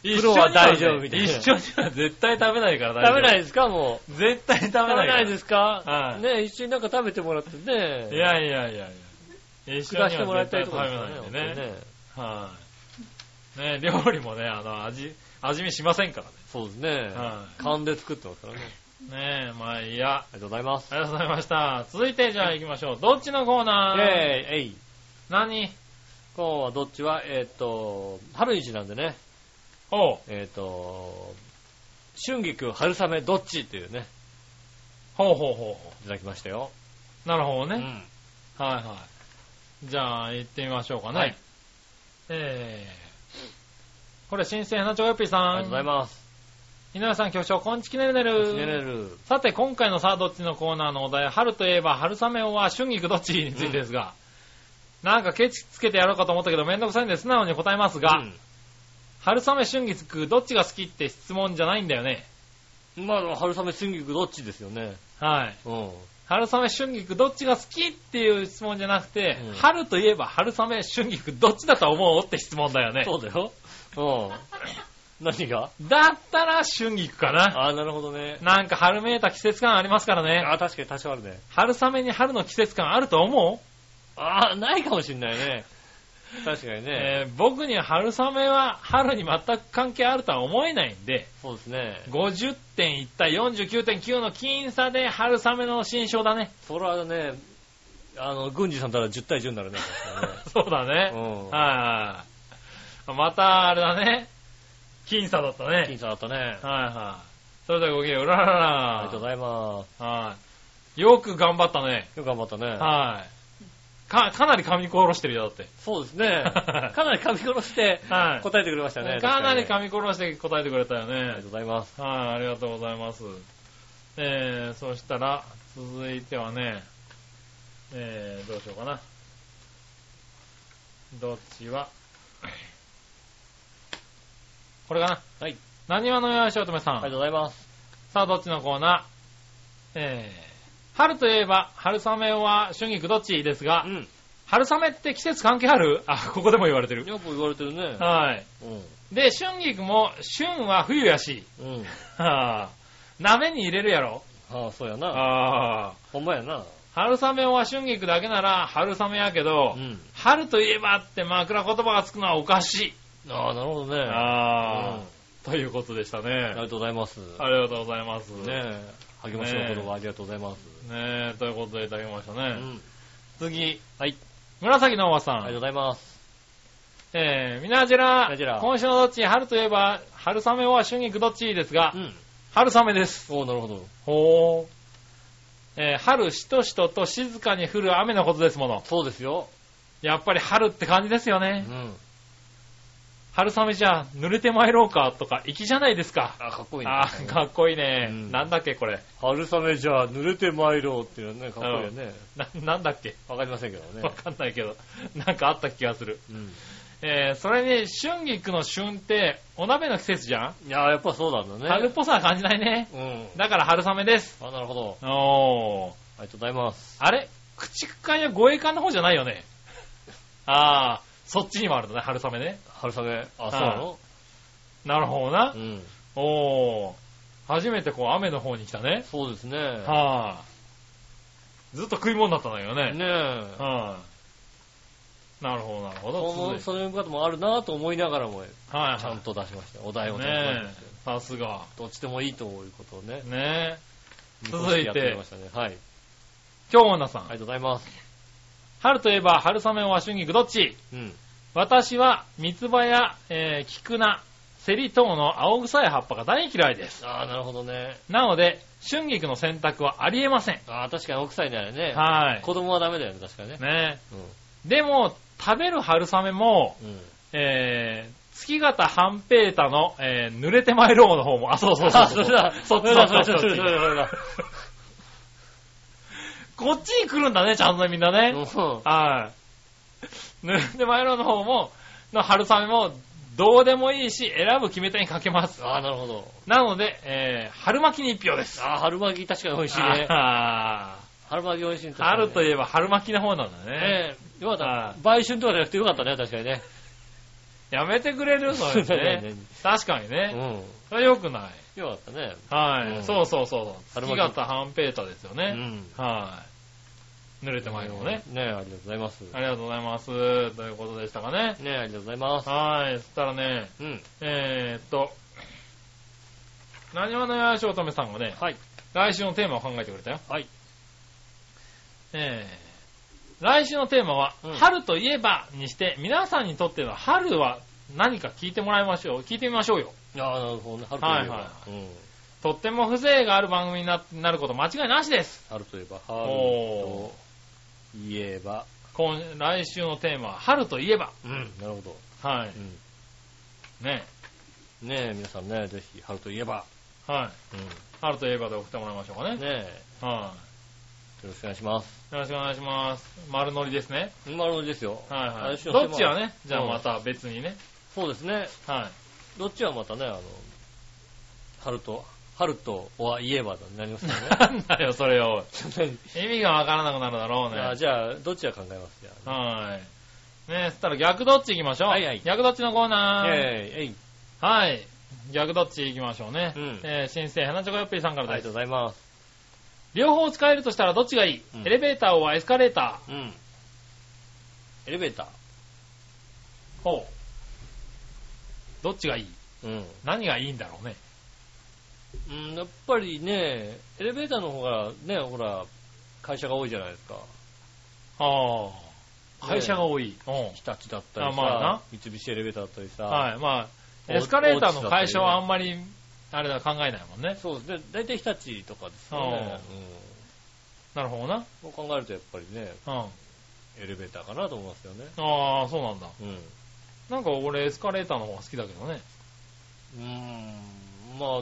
C: 一
B: プロ
C: 緒に
B: は
C: は
B: 大丈夫みたいな
C: 一緒には絶対食べないから大丈夫。
B: 食べないですか、もう。
C: 絶対食べ
B: 食
C: ないか
B: べ
C: ら。
B: ないですか、
C: はい
B: ね一緒になんか食べてもらってね。
C: い、やいやいやいや。一緒に
B: 下
C: は
B: してもらい
C: 絶
B: たい
C: 対
B: と
C: 食
B: こ
C: べ
B: ろ
C: な
B: で
C: い
B: すよ
C: んで
B: ね。
C: ね。
B: ね
C: はい。ね料理もね、あの、味、味見しませんからね。
B: そうですね。
C: は
B: 勘で作ってますからね。
C: い。ねえ、まあいいや。
B: ありがとうございます。
C: ありがとうございました。続いて、じゃあ行きましょう。どっちのコー
B: イェ
C: ナ
B: ー
C: ー
B: イ、えい。
C: 何
B: 今日はどっちは、えっ、と、春一なんでね、
C: おう。
B: えっ、と、春菊、春雨、どっちっていうね、
C: ほうほうほうほ
B: いただきましたよ。
C: う。なるほど
B: う
C: ね。
B: ん。
C: はいはい。じゃあ行ってみましょうかね。
B: はい
C: えー。これ、新鮮なチョコヨッピーさん。
B: ありがとうございます。
C: 井上さん、局長、こんちきねるね
B: ひねれ
C: る。
B: る。
C: さて、今回のさあ、どっちのコーナーのお題、春といえば春雨は春菊どっちについてですが、なんかケチつけてやろうかと思ったけど、めんどくさいんで素直に答えますが、春雨春菊どっちが好きって質問じゃないんだよね。
B: うん、まあ、春雨、春菊、どっちですよね。
C: はい。
B: うん。
C: 春雨春菊どっちが好きっていう質問じゃなくて、
B: うん
C: 春といえば春雨春菊どっちだと思うって質問だよね。
B: そうだよ。うん。何が
C: だったら春菊かな。
B: あーなるほどね。
C: なんか春めいた季節感ありますからね。
B: あー確かに多少あるね。
C: 春雨に春の季節感あると思う、
B: ああ、ないかもしんないね。確かにね。
C: えー僕には春雨は春に全く関係あるとは思えないんで、
B: そうですね。
C: 50点いった49.9の僅差で春雨の新章だね。
B: それはね、あの、軍司さんたら10対10になるね。
C: そ
B: 確
C: うだ
B: かに
C: ね。
B: ね
C: はい、また、あれだね。僅差だったね。
B: うん。僅差あったね。
C: はいはい。それではごきげんよう、うらら
B: あ
C: ら。
B: りがとうございます。
C: はい。よく頑張ったね。
B: よく頑張ったね。
C: はい。か、かなり噛み殺してるよ、だって。
B: そうです ね。かなり噛み殺して
C: はい
B: 答えてくれましたね。
C: かなり
B: 確
C: 噛み殺して答えてくれたよ
B: にねありが
C: ね
B: と。うございます。
C: はい、ありがとうございます。えー、そしたら、続いてはね、えー、どうしようかな。どっちは、これかな。
B: はい。
C: 何話のよしおとめさん。
B: ありがとうございます。
C: さあ、どっちのコーナーえー、春といえば、春雨は春菊どっちですが
B: う、ん。
C: 春雨って季節関係あるあ、ここでも言われてる。
B: よく言われてるね。
C: はい。
B: う
C: で、春菊も、春は冬やし、
B: ん。うん。
C: はあ、鍋に入れるやろ。
B: ああ、そうやな。
C: ああ。
B: ほんまやな。
C: 春雨は春菊だけなら春雨やけど、
B: うん。
C: 春といえばって枕言葉がつくのはおかしい。
B: ああ、なるほどね。
C: あ
B: うん
C: ということでした
B: あ
C: ね
B: り。がとうございます。ね
C: ありがとうございます。ね
B: え。励ましの言葉ありがとうございます。
C: え、ということでいただきましたね。
B: うん。
C: 次。
B: はい。
C: 紫のおばさ。
B: ありがとうんございます。
C: えー、みなじら
B: みなじら、
C: 今週のどっち、春といえば、春雨は春菊どっちですが
B: う、ん。
C: 春雨です。
B: おーなるほど。
C: ほー。えー、春しとしとと静かに降る雨のことですもの。
B: そうですよ。
C: やっぱり春って感じですよ
B: う
C: ね。
B: ん。
C: 春雨じゃ、濡れて参ろうかとか、粋じゃないですか。
B: あ、かっこいいね。
C: あー、かっこいいね。
B: うん
C: なんだっけ、これ。
B: 春雨じゃあ濡れて参ろうっていうのはね、かっこいいよね。
C: な、なんだっけ。
B: わかりませんけど
C: わ
B: ね。
C: かんないけど。なんかあった気がする。
B: うん。
C: えー、それに、春菊の旬って、お鍋の季節じゃん
B: いやーやっぱそうなんだね。
C: 春っぽさは感じないね。
B: うん。
C: だから春雨です。
B: あ、なるほど。
C: おー。
B: ありがとうございます。
C: あれ駆逐艦や護衛艦の方じゃないよね。あー、そっちにもあるのね、春雨ね。
B: 春雨。あ、そうなの
C: なるほどな
B: う。ん。
C: おー。初めてこう雨の方に来たね。
B: そうですね。
C: はー。ずっと食い物だったんだけどね。
B: ねえ。
C: はい。なるほど、なるほど。
B: そ
C: 続
B: の
C: いて
B: そういう方もあるなと思いながらも、
C: はいはい。
B: ちゃんと出しました。お題をちゃんと出し
C: ね
B: ましたよ
C: え、さすが。
B: どっちでもいいということをね。
C: ねえ。続いて
B: やってくれましたねはい。あり
C: 京女さん、
B: がとうございます。
C: 春といえば春雨は春菊どっち
B: うん。
C: 私は、三つ葉や、えー、菊菜、セリ等の青臭い葉っぱが大嫌いです。
B: ああ、なるほどね。
C: なので、春菊の選択はありえません。
B: ああ、確かに奥さんになるね。
C: は
B: 子供はダメだよね、確かにね
C: い。。ね
B: う
C: でも、食べる春雨も、
B: ん。うん。
C: えー、月形半平太の、えー、濡れてまいろうの方も、あ、そうそうそう
B: あ それだ
C: そっ
B: そ
C: ち
B: れ
C: だ、
B: だ
C: そっち
B: そ
C: だ、そ
B: れ
C: っ
B: だ
C: ち
B: それだそれ
C: だ
B: だ。
C: こっちに来るんだね、ちゃんとみんなね。
B: うん
C: はい。ぬでまいろの方も、の春雨も、どうでもいいし、選ぶ決め手にかけます。
B: ああ、なるほど。
C: なので、えー、春巻きに一票です。
B: ああ、春巻き確かに美味しいね。
C: あ
B: 春巻き美味しいん
C: ー春と
B: い
C: いえば春巻きの方なんだね。
B: ね。えよか
C: は
B: った。売春とかじゃなくてよかったね、確かにね。。
C: やめてくれるそうですね 確かに
B: う
C: ね。
B: ん。
C: それは良くない。
B: よかったね。
C: はい、
B: うん
C: そうそうそうそう。
B: 春
C: 月
B: 巻き
C: 形半ペータですよ
B: う
C: ね。
B: ん。
C: はい。濡れてまいりもね。
B: ねえ、ありがとうございます。
C: ありがとうございます。ということでしたかね。
B: ねえ、ありがとうございます。
C: はい。そしたらね、
B: うん。
C: えー、っと、何わのやしおとめさんがね、
B: はい。
C: 来週のテーマを考えてくれたよ。
B: はい。
C: えー、来週のテーマは、
B: うん
C: 春といえばにして、皆さんにとっての春は何か聞いてもらいましょう。聞いてみましょうよ。
B: ああ、なるほどね。春といえば。
C: はいは
B: うん。
C: とっても風情がある番組にななること間違いなしです。
B: 春といえば、春
C: お
B: といえば。
C: 今来週のテーマは、春といえば。
B: うん。なるほど。
C: は
B: う
C: い。ね。
B: ん。ねえ、皆さんね、ぜひ、春といえば。
C: はい。
B: うん。
C: 春といえばで送ってもらいましょうかね。
B: ねえ、
C: は
B: よろしくお願いします。
C: い。よろしくお願いします。丸乗りですね。
B: うん丸のりですよ。
C: はいはい。
B: 来週のテー
C: ど
B: マ
C: っちはね、じゃあまた別にね。
B: そうですね。
C: はい。
B: どっちはまたね、あの、春と、春とはいえばになりますからね。
C: なんだよ、それを。 意味がわからなくなるだろう
B: あ
C: ね。
B: じゃあ、どっちは考えますじゃあ。
C: はい。ねそしたら逆どっち行きましょう。
B: はいはい
C: 逆どっちのコーナー。
B: えい、えい。
C: はい。逆どっち行きましょうね。
B: うん
C: えー、新生花チョコヨッピーさんから
B: ありが
C: で
B: と
C: す。
B: うございます。
C: 両方使えるとしたらどっちがいい、
B: うん
C: エレベーターはエスカレータ
B: うん。エレベータ
C: ー。ほう。どっちがいい
B: ー。うん。
C: 何がいいんだろうね。
B: うん、やっぱりね、エレベーターの方がね、ほら、会社が多いじゃないですか。
C: ああ。会社が多い。うん
B: 日立だったり
C: あ
B: さ、
C: まあな
B: 三菱エレベーターだったりさ。
C: はい、まあ、
B: お
C: エスカレーターの解消はあんまり、あれだ、考えないもんね。
B: そうですね。大体日立とかですよね。
C: なるほどな。
B: うん。そう考えるとやっぱりね、
C: うん。あ
B: エレベーターかなと思いますよね。
C: あ、そうなんだ。
B: うん。
C: なんか俺、エスカレーターの方が好きだけどね。
B: うーん。まあ、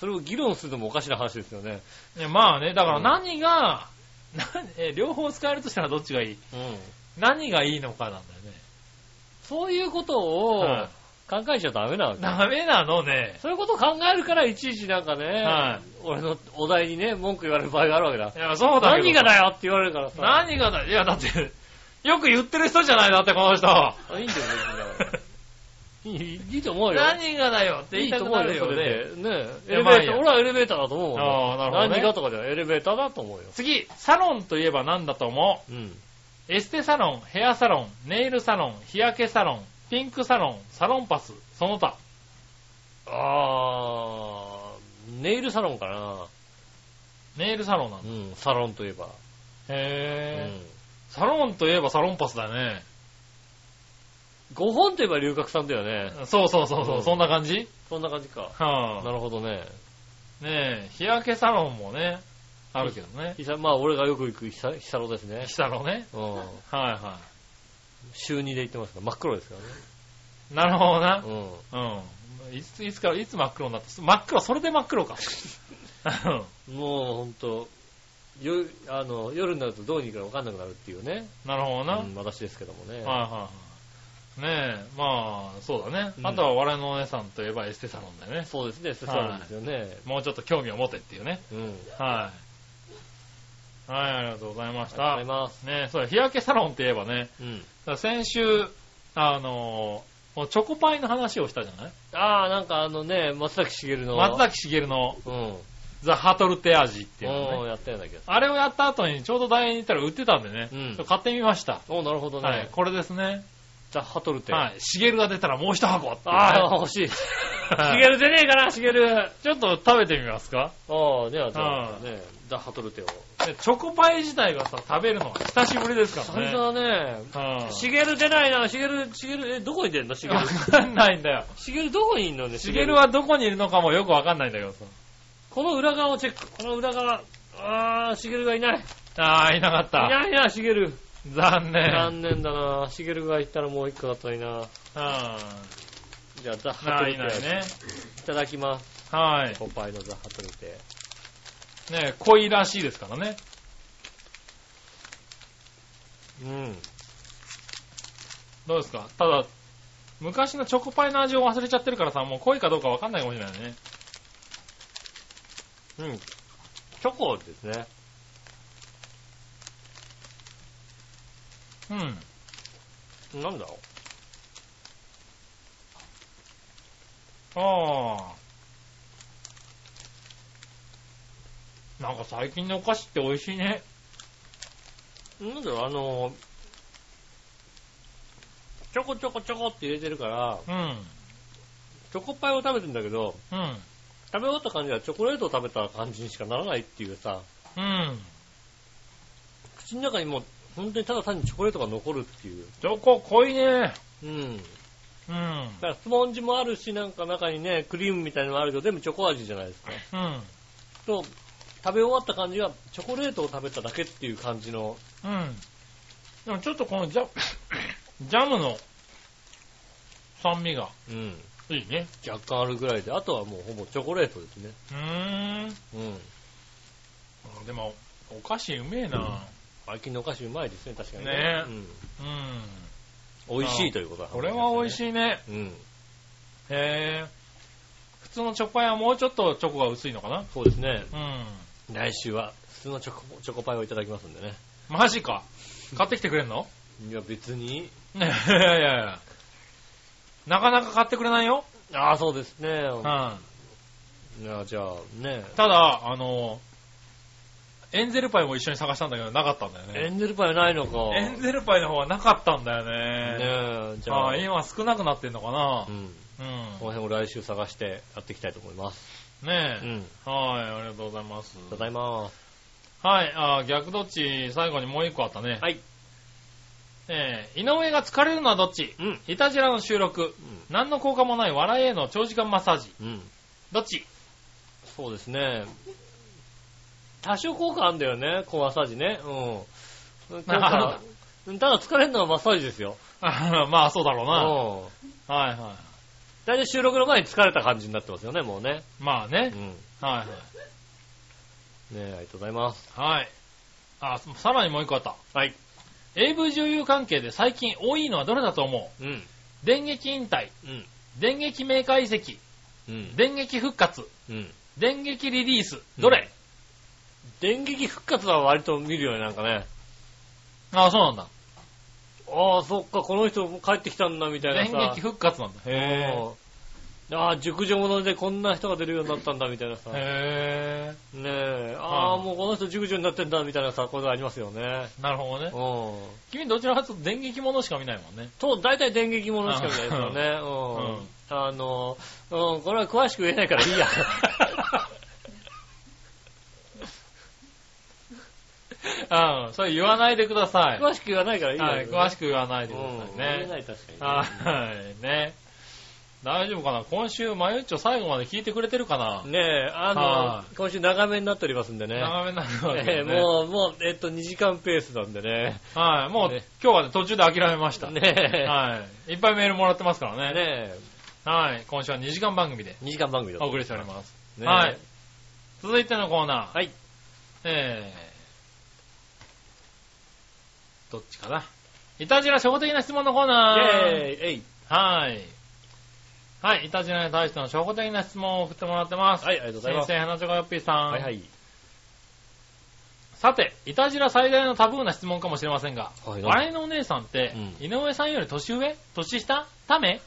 B: それを議論するのもおかしな話ですよね。
C: いや、まあね、だから
B: うん
C: 何が、 なえ両方使えるとしたらどっちがいい
B: うん。
C: 何がいいのかなんだよね。
B: そういうことを
C: は
B: 考えちゃダメなわけ。
C: ダメなのね。
B: そういうことを考えるから、いちいちなんかね、
C: は
B: 俺のお題にね、文句言われる場合があるわけだ
C: い。や、そうだけど。
B: 何がだよって言われるからさ。
C: 何がだいや、だって、よく言ってる人じゃないだって、この人。
B: あいいんだよ、別に。いいいいと思うよ。
C: 何がだよって言
B: い
C: い
B: い
C: た
B: と
C: く
B: 思
C: な
B: う
C: る
B: よ、そ
C: よね。
B: れで。ね
C: い
B: え。エ
C: や
B: レベ
C: まあいい
B: ータ
C: や
B: ー、俺はエレベーターだと思うもん。
C: ああなるほどね
B: 何がとかじゃない、エレベーターだと思うよ。
C: 次、サロンといえば何だと思う
B: うん。
C: エステサロン、ヘアサロン、ネイルサロン、日焼けサロン、ピンクサロン、サロンパス、その他。
B: あー、ネイルサロンかな。
C: ネイルサロンなん
B: う
C: だ。
B: ん、サロンといえば。
C: へぇー。サロンといえばサロンパスだよね。
B: 5本といえば龍角さんだよね。
C: そうそうそうそう、
B: うん
C: そんな感じ
B: そんな感じか。
C: は
B: な
C: ぁ、
B: るほどね。
C: ねえ、日焼けサロンもね、あるけどね。
B: ひさまあ、俺がよく行くひさひさろですね
C: 日。サロンね。
B: うん。
C: はいは
B: 週2で行ってますから、真っ黒ですか
C: い。なるほどな
B: ら。ね。
C: うん。いつ、いつから、いつ真っ黒になった真っ黒、それで真っ黒か。うん
B: うん。もう、ほんと、よあの夜になるとどうにかわかんなくなるっていうね。
C: なるほどな。
B: うん、私ですけどもね。
C: はいはいはい。ねえ、まあ、そうだね。
B: うん
C: あとは我のお姉さんといえばエステサロンだよね。
B: そうですね、そうなんですよね。
C: もうちょっと興味を持てっていうね。
B: うん。あり
C: はい。はい、ありがとうございまし
B: がとうご
C: た
B: ざい。ます。
C: ねえ、そうだ日焼けサロンって言えばね、
B: うん。
C: だから先週、あのー、もうチョコパイの話をしたじゃない
B: ああ、なんかあのね、松崎しげるの。
C: 松崎しげるの
B: うん。
C: ザ・ハトルテ味っていうの
B: お
C: ね。
B: ーやったような気がす
C: あれをやった後にちょうど大円に行ったら売ってたんでね、
B: うん
C: ちょっと買ってみました。
B: る。おーなるほどね。
C: はい、これですね。
B: じゃあ、ハトルテ。
C: はい、しげるが出たらもう一箱っていうね
B: ああ、欲しい。し
C: はい
B: げる出ねえかな、しげる。
C: ちょっと食べてみますか
B: ああ、では、じゃあ
C: うん
B: ね、じゃあ、ハトルテを。
C: でチョコパイ自体がさ、食べるのは久しぶりですから
B: 最
C: ね。
B: 初はね、
C: うん
B: しげる出ないな、しげる、しげる、え、どこに出んのしげる
C: わ。かんないんだよ。
B: しげるどこにいんの ね、
C: しげる。はどこにいるのかもよくわかんないんだけどさ。
B: この裏側をチェック。この裏側。ああ、しげるがいない。い
C: あー、いなかった。
B: ないな、しげる。
C: 残念。
B: 残念だな。しげるが行ったらもう一個だったらいいな。
C: うん。
B: じゃあ、ザ・ハト
C: な
B: ル
C: い
B: テ。
C: ないね。
B: いただきます。
C: はい。
B: ポパイのザ・ハトルテ。
C: ね濃いらしいですからね。
B: うん。
C: どうですかただ、昔のチョコパイの味を忘れちゃってるからさ、もう濃いかどうかわかんないかもしれないね。
B: うん。チョコですね。
C: うん。
B: なんだろ
C: あー。なんか最近のお菓子って美味しいね。
B: うなんだろうあの、ちょこちょこちょこって入れてるから、
C: うん。
B: チョコパイを食べてんだけど、
C: うん。
B: 食べ終わった感じはチョコレートを食べた感じにしかならないっていうさ、
C: うん。
B: 口の中にもう本当にただ単にチョコレートが残るっていう。
C: チョコ濃いね。
B: うん。だ
C: うん。
B: からスポンジもあるし、なんか中にね、クリームみたいなのもあるけど、全部チョコ味じゃないですか。
C: うん。
B: と、食べ終わった感じがチョコレートを食べただけっていう感じの、
C: うん。でもちょっとこのジャム、 ジャムの酸味が
B: うん。
C: いいね。
B: 若干あるぐらいで、あとはもうほぼチョコレートですね。
C: うーん。
B: うん。
C: でも、お菓子うめえな。
B: 最近のお菓子うまいですね、確かに
C: ね
B: うん
C: うん。
B: 美味しいということだ、
C: これは美味
B: い。
C: しいね。
B: うん。
C: へえ。普通のチョコパイはもうちょっとチョコが薄いのかな
B: そうですね。
C: うん。
B: 来週は普通のチョコチョコパイをいただきますんでね。
C: マジか。買ってきてくれんの
B: いや、別に。
C: いやいやいや。なかなか買ってくれないよ。
B: ああ、そうですね。い
C: うん。
B: や、じゃあね、
C: ただ、あの、エンゼルパイも一緒に探したんだけど、なかったんだよ
B: エ
C: ね。
B: ンゼルパイないのか。
C: エンゼルパイの方はなかったんだよね。
B: ねえ、じゃ
C: あ
B: あ、
C: あ今少なくなってんのかな
B: う。ん。
C: うん
B: この辺を来週探してやっていきたいと思います。
C: ね
B: う
C: え。
B: ん。
C: はい、ありがとうございます。
B: ただいまーす。
C: はい、あー逆どっち、最後にもう一個あったね。
B: はい。
C: えー井上が疲れるのはどっち
B: うん。
C: いたじらの収録。何の効果もない笑いへの長時間マッサージ。
B: うん。
C: どっち
B: そうですね。多少効果あるんだよね、こうマッサージね。うん。効
C: あ
B: 果うんただ疲れるのはマッサージですよ。
C: あまあ、そうだろう
B: うん。
C: な。はいは
B: 大体収録の前に疲れた感じになってますよね、もうね。
C: い。まあ
B: う
C: ね
B: ん。。ね
C: はい
B: え、ありがとうございます。
C: はい。はい。あ、さらにもう一個あった。
B: はい。
C: AV 女優関係で最近多いのはどれだと思
B: うん。
C: う電撃引退、
B: うん。
C: 電撃メーカー移籍、
B: うん。
C: 電撃復活、
B: うん。
C: 電撃リリース。どれ、
B: 電撃復活は割と見るよね、なんかね。
C: ああ、そうなんだ。
B: ああ、そっか、この人も帰ってきたんだ、みたいな
C: 電
B: さ。
C: 撃復活なんだ。へー
B: うんああ、熟女者でこんな人が出るようになったんだ、みたいなさ。ね
C: へ
B: え。ああ、
C: はい
B: もうこの人熟女になってんだ、みたいなさ、ことありますよね。
C: ー。なるほどね。
B: うん。
C: 君どちらかというと電撃ものしか見ないもんね。
B: と、大体電撃ものしか見ないですよね。うん。
C: うん
B: あの、うん、これは詳しく言えないからいい や。
C: うん、それ言わないでください。
B: 詳しく言わないからいいや。
C: はい、詳し
B: く
C: く言わないで
B: 言
C: く
B: え
C: だ
B: ない。うん、言え
C: さいね。
B: ない、確か
C: はい、ね。大丈夫かな今週、まゆっちょ最後まで聞いてくれてるかな
B: に。ねえ、あ
C: は
B: の、今週長めになっておりますんでね。
C: 長めになるわけ
B: ええ
C: で、ね。
B: もう、もう、えっと、2時間ペースなんでね。
C: はい、もう、
B: ね
C: 今日はね、途中で諦めました。
B: ねえ。
C: はい。いっぱいメールもらってますからね。
B: ねえ。
C: はい。今週は2時間番組で
B: 2時間番組だ
C: お
B: と。
C: 送りしております。
B: ねえ
C: はい。続いてのコーナー。
B: はい。
C: えー、どっちかな。いたじら初歩的な質問のコー
B: イェ
C: ナー。
B: ーイえい
C: はい。はい。いたじらに対しての初歩的な質問を送ってもらってます。
B: はい、ありがとうございます。
C: 先生、花ちょこよっぴーさん。
B: はいはい。
C: さて、いたじら最大のタブーな質問かもしれませんが、
B: はい
C: 笑いのお姉さんって、
B: う
C: 井上さんより年上年下ため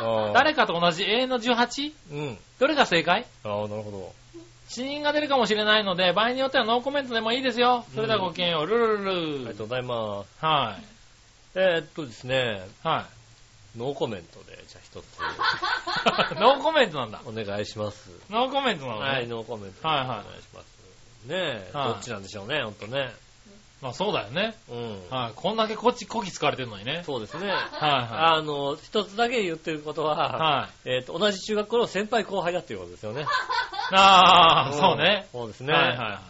B: 誰
C: 誰かと同じ永遠の 18?
B: うん。
C: どれが正解
B: ああ、なるほ
C: 死人が出るかもしれないので、場合によってはノーコメントでもいいですよ。それではごきげんよう、ルルル
B: ど。あり
C: ル
B: が
C: ル
B: と。うございます。
C: はい。
B: えーっとですね、
C: は
B: ノーコメントで、じゃあ一つ
C: い。 ノーコメントなんだ。
B: お願いします。
C: ノーコメントなのね。
B: はい、ノーコメントでお
C: はい
B: 願
C: はい
B: します。ねえ、
C: はい
B: どっちなんでしょうね、ほんとね。
C: まあそうだよね。
B: うん。
C: はい。こんだけこっちこき使われてるのにね。
B: そうですね。
C: は
B: あの、一つだけ言ってること
C: いはい。
B: は、
C: はい。
B: えーっと、同じ中学校の先輩後輩だっていうことですよね。
C: ああ、
B: ん
C: そうね。
B: そうですね。
C: はいはいは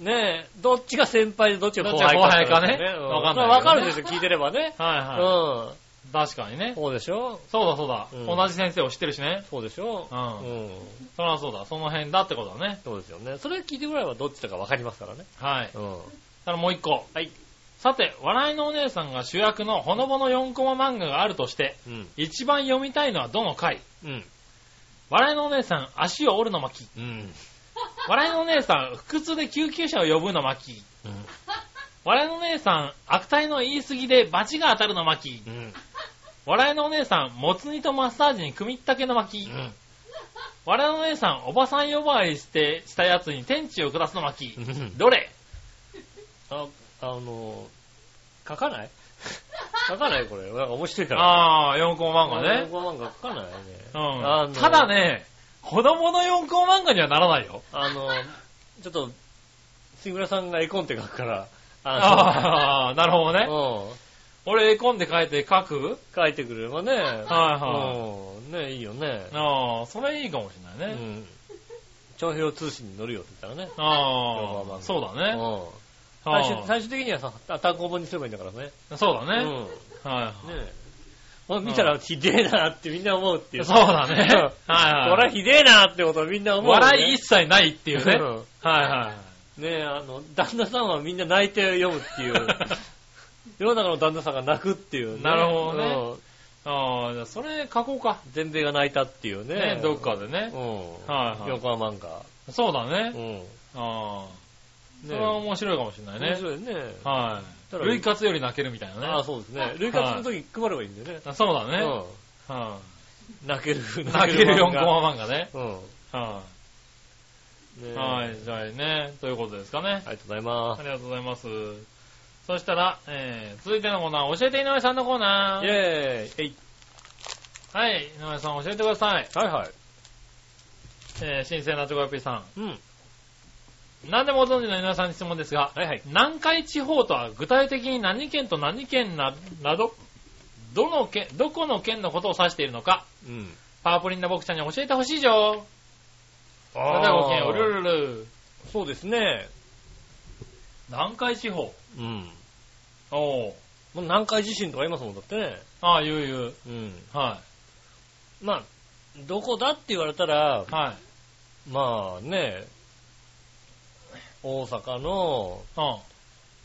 C: い。
B: ねえ、どっちが先輩でどっちが後輩
C: どっちが後輩かね
B: うん
C: わか
B: そ
C: んないけどね
B: れはわかるでしょ、聞いてればね。
C: はいは
B: う
C: い。確かにね
B: ん。。そうでしょ
C: そうだそうだ。
B: うん
C: 同じ先生を知ってるしね。
B: そうでしょ
C: う。
B: うんん。
C: そらそうだ。その辺だってことだね。
B: そうですよね。それ聞いてもらえばどっちだかわかりますからね。
C: はい。
B: うん。
C: ただもう一個。
B: はい。
C: さて、笑いのお姉さんが主役のほのぼの4コマ漫画があるとして、
B: うん。
C: 一番読みたいのはどの回
B: うん。
C: 笑いのお姉さん、足を折るの巻。
B: うん。
C: 笑いのお姉さん、腹痛で救急車を呼ぶの巻。笑いのお姉さん、悪態の言い過ぎで罰が当たるの巻
B: う。ん。
C: 笑いのお姉さん、もつ煮とマッサージに組みったけの巻。
B: うん。
C: 笑いのお姉さん、おばさん呼ばわりして、したやつに天地を下すの巻。
B: うん
C: どれ
B: あ、あの、書かない 書かないこれ。なんか面白いから。
C: ああ、4コマ
B: あ
C: 漫画ね。
B: なんか書かないね。あ
C: うん。
B: の
C: ただ。ね、子供の4コマ漫画にはならないよ。
B: あの、ちょっと、杉村さんが絵コンテ書くから、あ
C: あ あ、なる
B: の、
C: ほどね。
B: うん。
C: 俺絵コンで書いて書く
B: 書いてくれればね。
C: は
B: うん。ねいいよね。
C: ああ、それいいかもしれ
B: う
C: ないね。
B: ん。長平通信に乗るよって言ったらね。
C: あ
B: うん
C: あ、そうだね。
B: うん
C: は
B: 最
C: い
B: 終最終的にはさ、あ単行本にすればいいんだからね。
C: そうだ
B: う
C: ね。
B: ん。ね
C: は
B: え。ほん見たらひでえなってみんな思うってい
C: い。
B: う。
C: そうだね。
B: うん
C: はい
B: こ
C: は
B: れ
C: い。
B: ひでえなってことをみんな思う、
C: 笑い一切ないっていうね。
B: うん
C: はいはい。
B: ねえ、あの、旦那さんはみんな泣いて読むって いう。世の中の旦那さんが泣くっていう、
C: なるほどね
B: うん
C: ああ、じゃあそれ書こうか。
B: 全米が泣いたっていうね。
C: ね、どっかで
B: う
C: ね。
B: ん。
C: はいはい
B: 横浜漫画。
C: そうだ
B: うん。
C: ね。
B: ね
C: ああ、それは
B: 面
C: 面白いかもしれないね。
B: 白いね。
C: は
B: た
C: い。
B: だ
C: 類活より泣けるみたいなね。
B: ああ、そうですね。類活の時配ればいいんでね。
C: あそうだね。
B: うん
C: はい。
B: 泣ける、
C: 泣ける4コ
B: 漫
C: マ漫画ね。
B: 画。うん。
C: は
B: ね
C: い。
B: え
C: は
B: あり
C: い、じゃあね、ということですかね。
B: がとうございま
C: あ
B: す。
C: りがとうございます。そしたら、えー、続いてのコーナー、教えて井上さんのコーナ
B: イ
C: ー。
B: ェーイえい
C: はい、井上さん教えてください。
B: はいはい。
C: えー、新鮮なチョコヨッピーさ
B: うん。
C: ん。何でもご存知の井上さんに質問ですが、
B: はいはい。
C: 南海地方とは具体的に何県と何県ななど、どの県、どこの県のことを指しているのか、
B: うん。
C: パープリンな僕ちゃんに教えてほしいじょー。
B: あ
C: それではごきげんようルルルル。
B: そうですね。
C: 南海地方。
B: うん。
C: おー。
B: もう南海地震とか言いますもん、だってね。
C: ああ、言う言う。
B: うん。
C: は
B: まあ、どこだって言われたら
C: い。、はい。
B: まあね、大阪の
C: うん。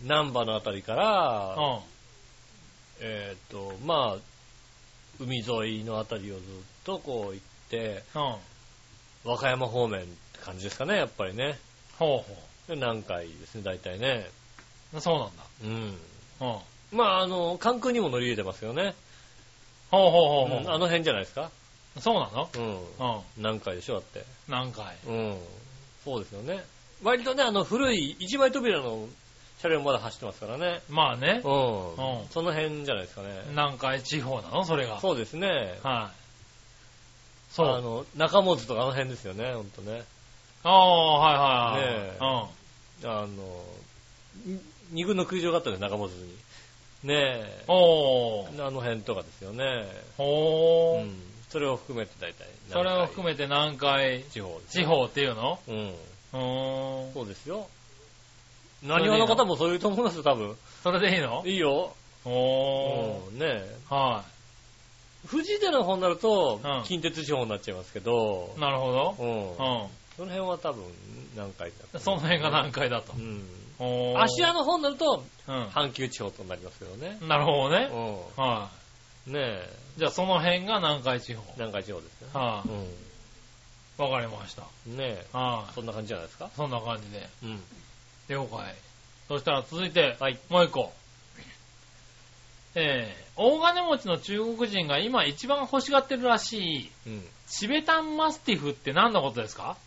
B: 南波のあたりから、
C: うん。
B: えっ、と、まあ、海沿いのあたりをずっとこう行って、
C: うん。
B: 和歌山方面って感じですかね、やっぱりね。
C: ほうほ
B: で南海ですね、大体ね。
C: う。そうなんだ。
B: うん。
C: うん。
B: まあ、あの、関空にも乗り入れてますよね。
C: ほう
B: う
C: ほうほうほう。
B: んあの辺じゃないですか。
C: そうなの
B: うん。
C: うん。
B: 南海でしょ、だって。
C: 何回
B: うん。そうですよね。割とね、あの、古い一枚扉の車両まだ走ってますからね。
C: まあね
B: う。ん。
C: うん
B: その辺じゃないですかね。
C: 南海地方なのそれが。
B: そうですね。
C: はい。そ
B: あ
C: う。
B: の、中本とかあの辺ですよね、ほんとね。
C: ああ、はいはい
B: ねえ
C: は
B: あ
C: い。
B: の、に二軍の空場があったんです、中本に。ねえ。
C: うん。おー。
B: あの辺とかですよね。う
C: ほー。
B: ん。それを含めて大体。
C: それを含
B: め
C: めて南海
B: 地方です
C: 地。方っていうの
B: うん。
C: うーん。
B: そうですよ。
C: れで
B: 何
C: いいの
B: 話の方もそういうと思いますよ、多分。
C: それでいいの
B: いいよ。
C: お
B: うん。ねえ。
C: ー。は
B: 富士寺の方になると
C: うん、
B: 近鉄地方になっちゃいますけど
C: い。、なるほど
B: う。ん。
C: う
B: その辺は多分、何回
C: ん。その辺が南海だと
B: う。ん。
C: おー。
B: 芦屋の方になると、
C: う
B: 阪急地方となりますけどね。
C: ん。なるほどね。
B: う
C: は
B: ん。ねえ、
C: い。じゃあその辺が南海地方。
B: 南海地方ですね。
C: は
B: う
C: い。わかりました。
B: ん。ねえ、
C: は
B: そんな感じじゃないですか
C: い。。そんな感じで。
B: うん。
C: 了解。そしたら続いて、
B: はい。
C: もう一個。えー、大金持ちの中国人が今一番欲しがってるらしい、
B: うん。
C: チベタンマスティフって何のことですか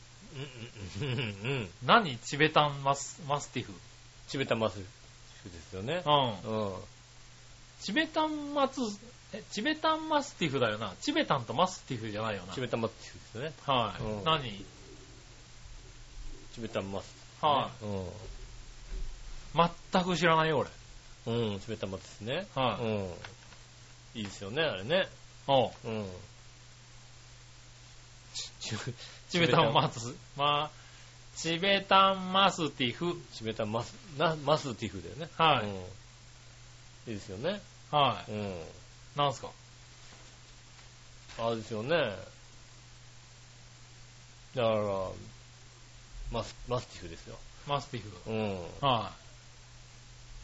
B: うん。うん。うん。
C: 何チベタンマス、マスティフ。
B: チベタンマスですよね
C: う。ん。
B: うん。
C: チベタンマツ、え、チベタンマスティフだよな。チベタンとマスティフじゃないよな
B: チ。ベタンマスですね。
C: はい。
B: うん
C: 何
B: チベタンマス。。
C: はいい。全く知らないよ、俺。
B: うん。うん、チベタンマスですね。
C: は
B: う
C: い。
B: ん。いいですよね、あれね。
C: おう
B: うん。チ
C: チベタンマス、まあ、チベタンマスティフ。
B: チベタンマス、なマスティフだよね。
C: はい
B: うん。いいですよね。
C: は
B: うん。
C: い。なんすか
B: あれですよね。だから、マス、マスティフですよ。
C: マスティフ。
B: うん。
C: は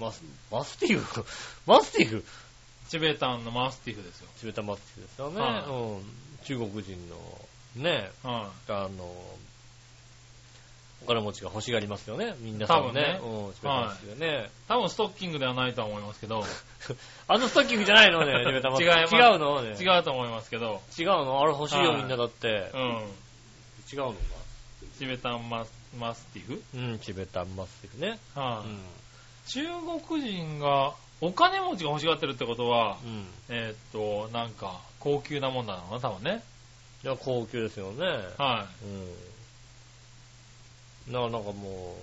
B: マス、マスティフマスティフ
C: い。チベタンのマスティフですよ。
B: チベタンマスティフですよね。
C: はい
B: うん。中国人の、ね、
C: は
B: あの、お金持ちが欲しがりますよね。みんなさんね。
C: 多分
B: うん、チベタンマスティフね。
C: い。多分ストッキングではないとは思いますけど、
B: あのストッキングじゃないの ね、チベタンマスティフ
C: 違います
B: 違うのね。
C: 違うと思いますけど、
B: 違うのあれ欲しいよ、
C: はい
B: みんなだって
C: う。ん。
B: 違うのか。
C: チベタンマスマスティフ
B: うん、チベタンマスティフね。う
C: はい、
B: ん。
C: 中国人が、お金持ちが欲しがってるってことは、
B: うん。
C: えーっと、なんか、高級なもんだろうな、多分ね。
B: いや、高級ですよね。
C: は
B: うん。ななんかも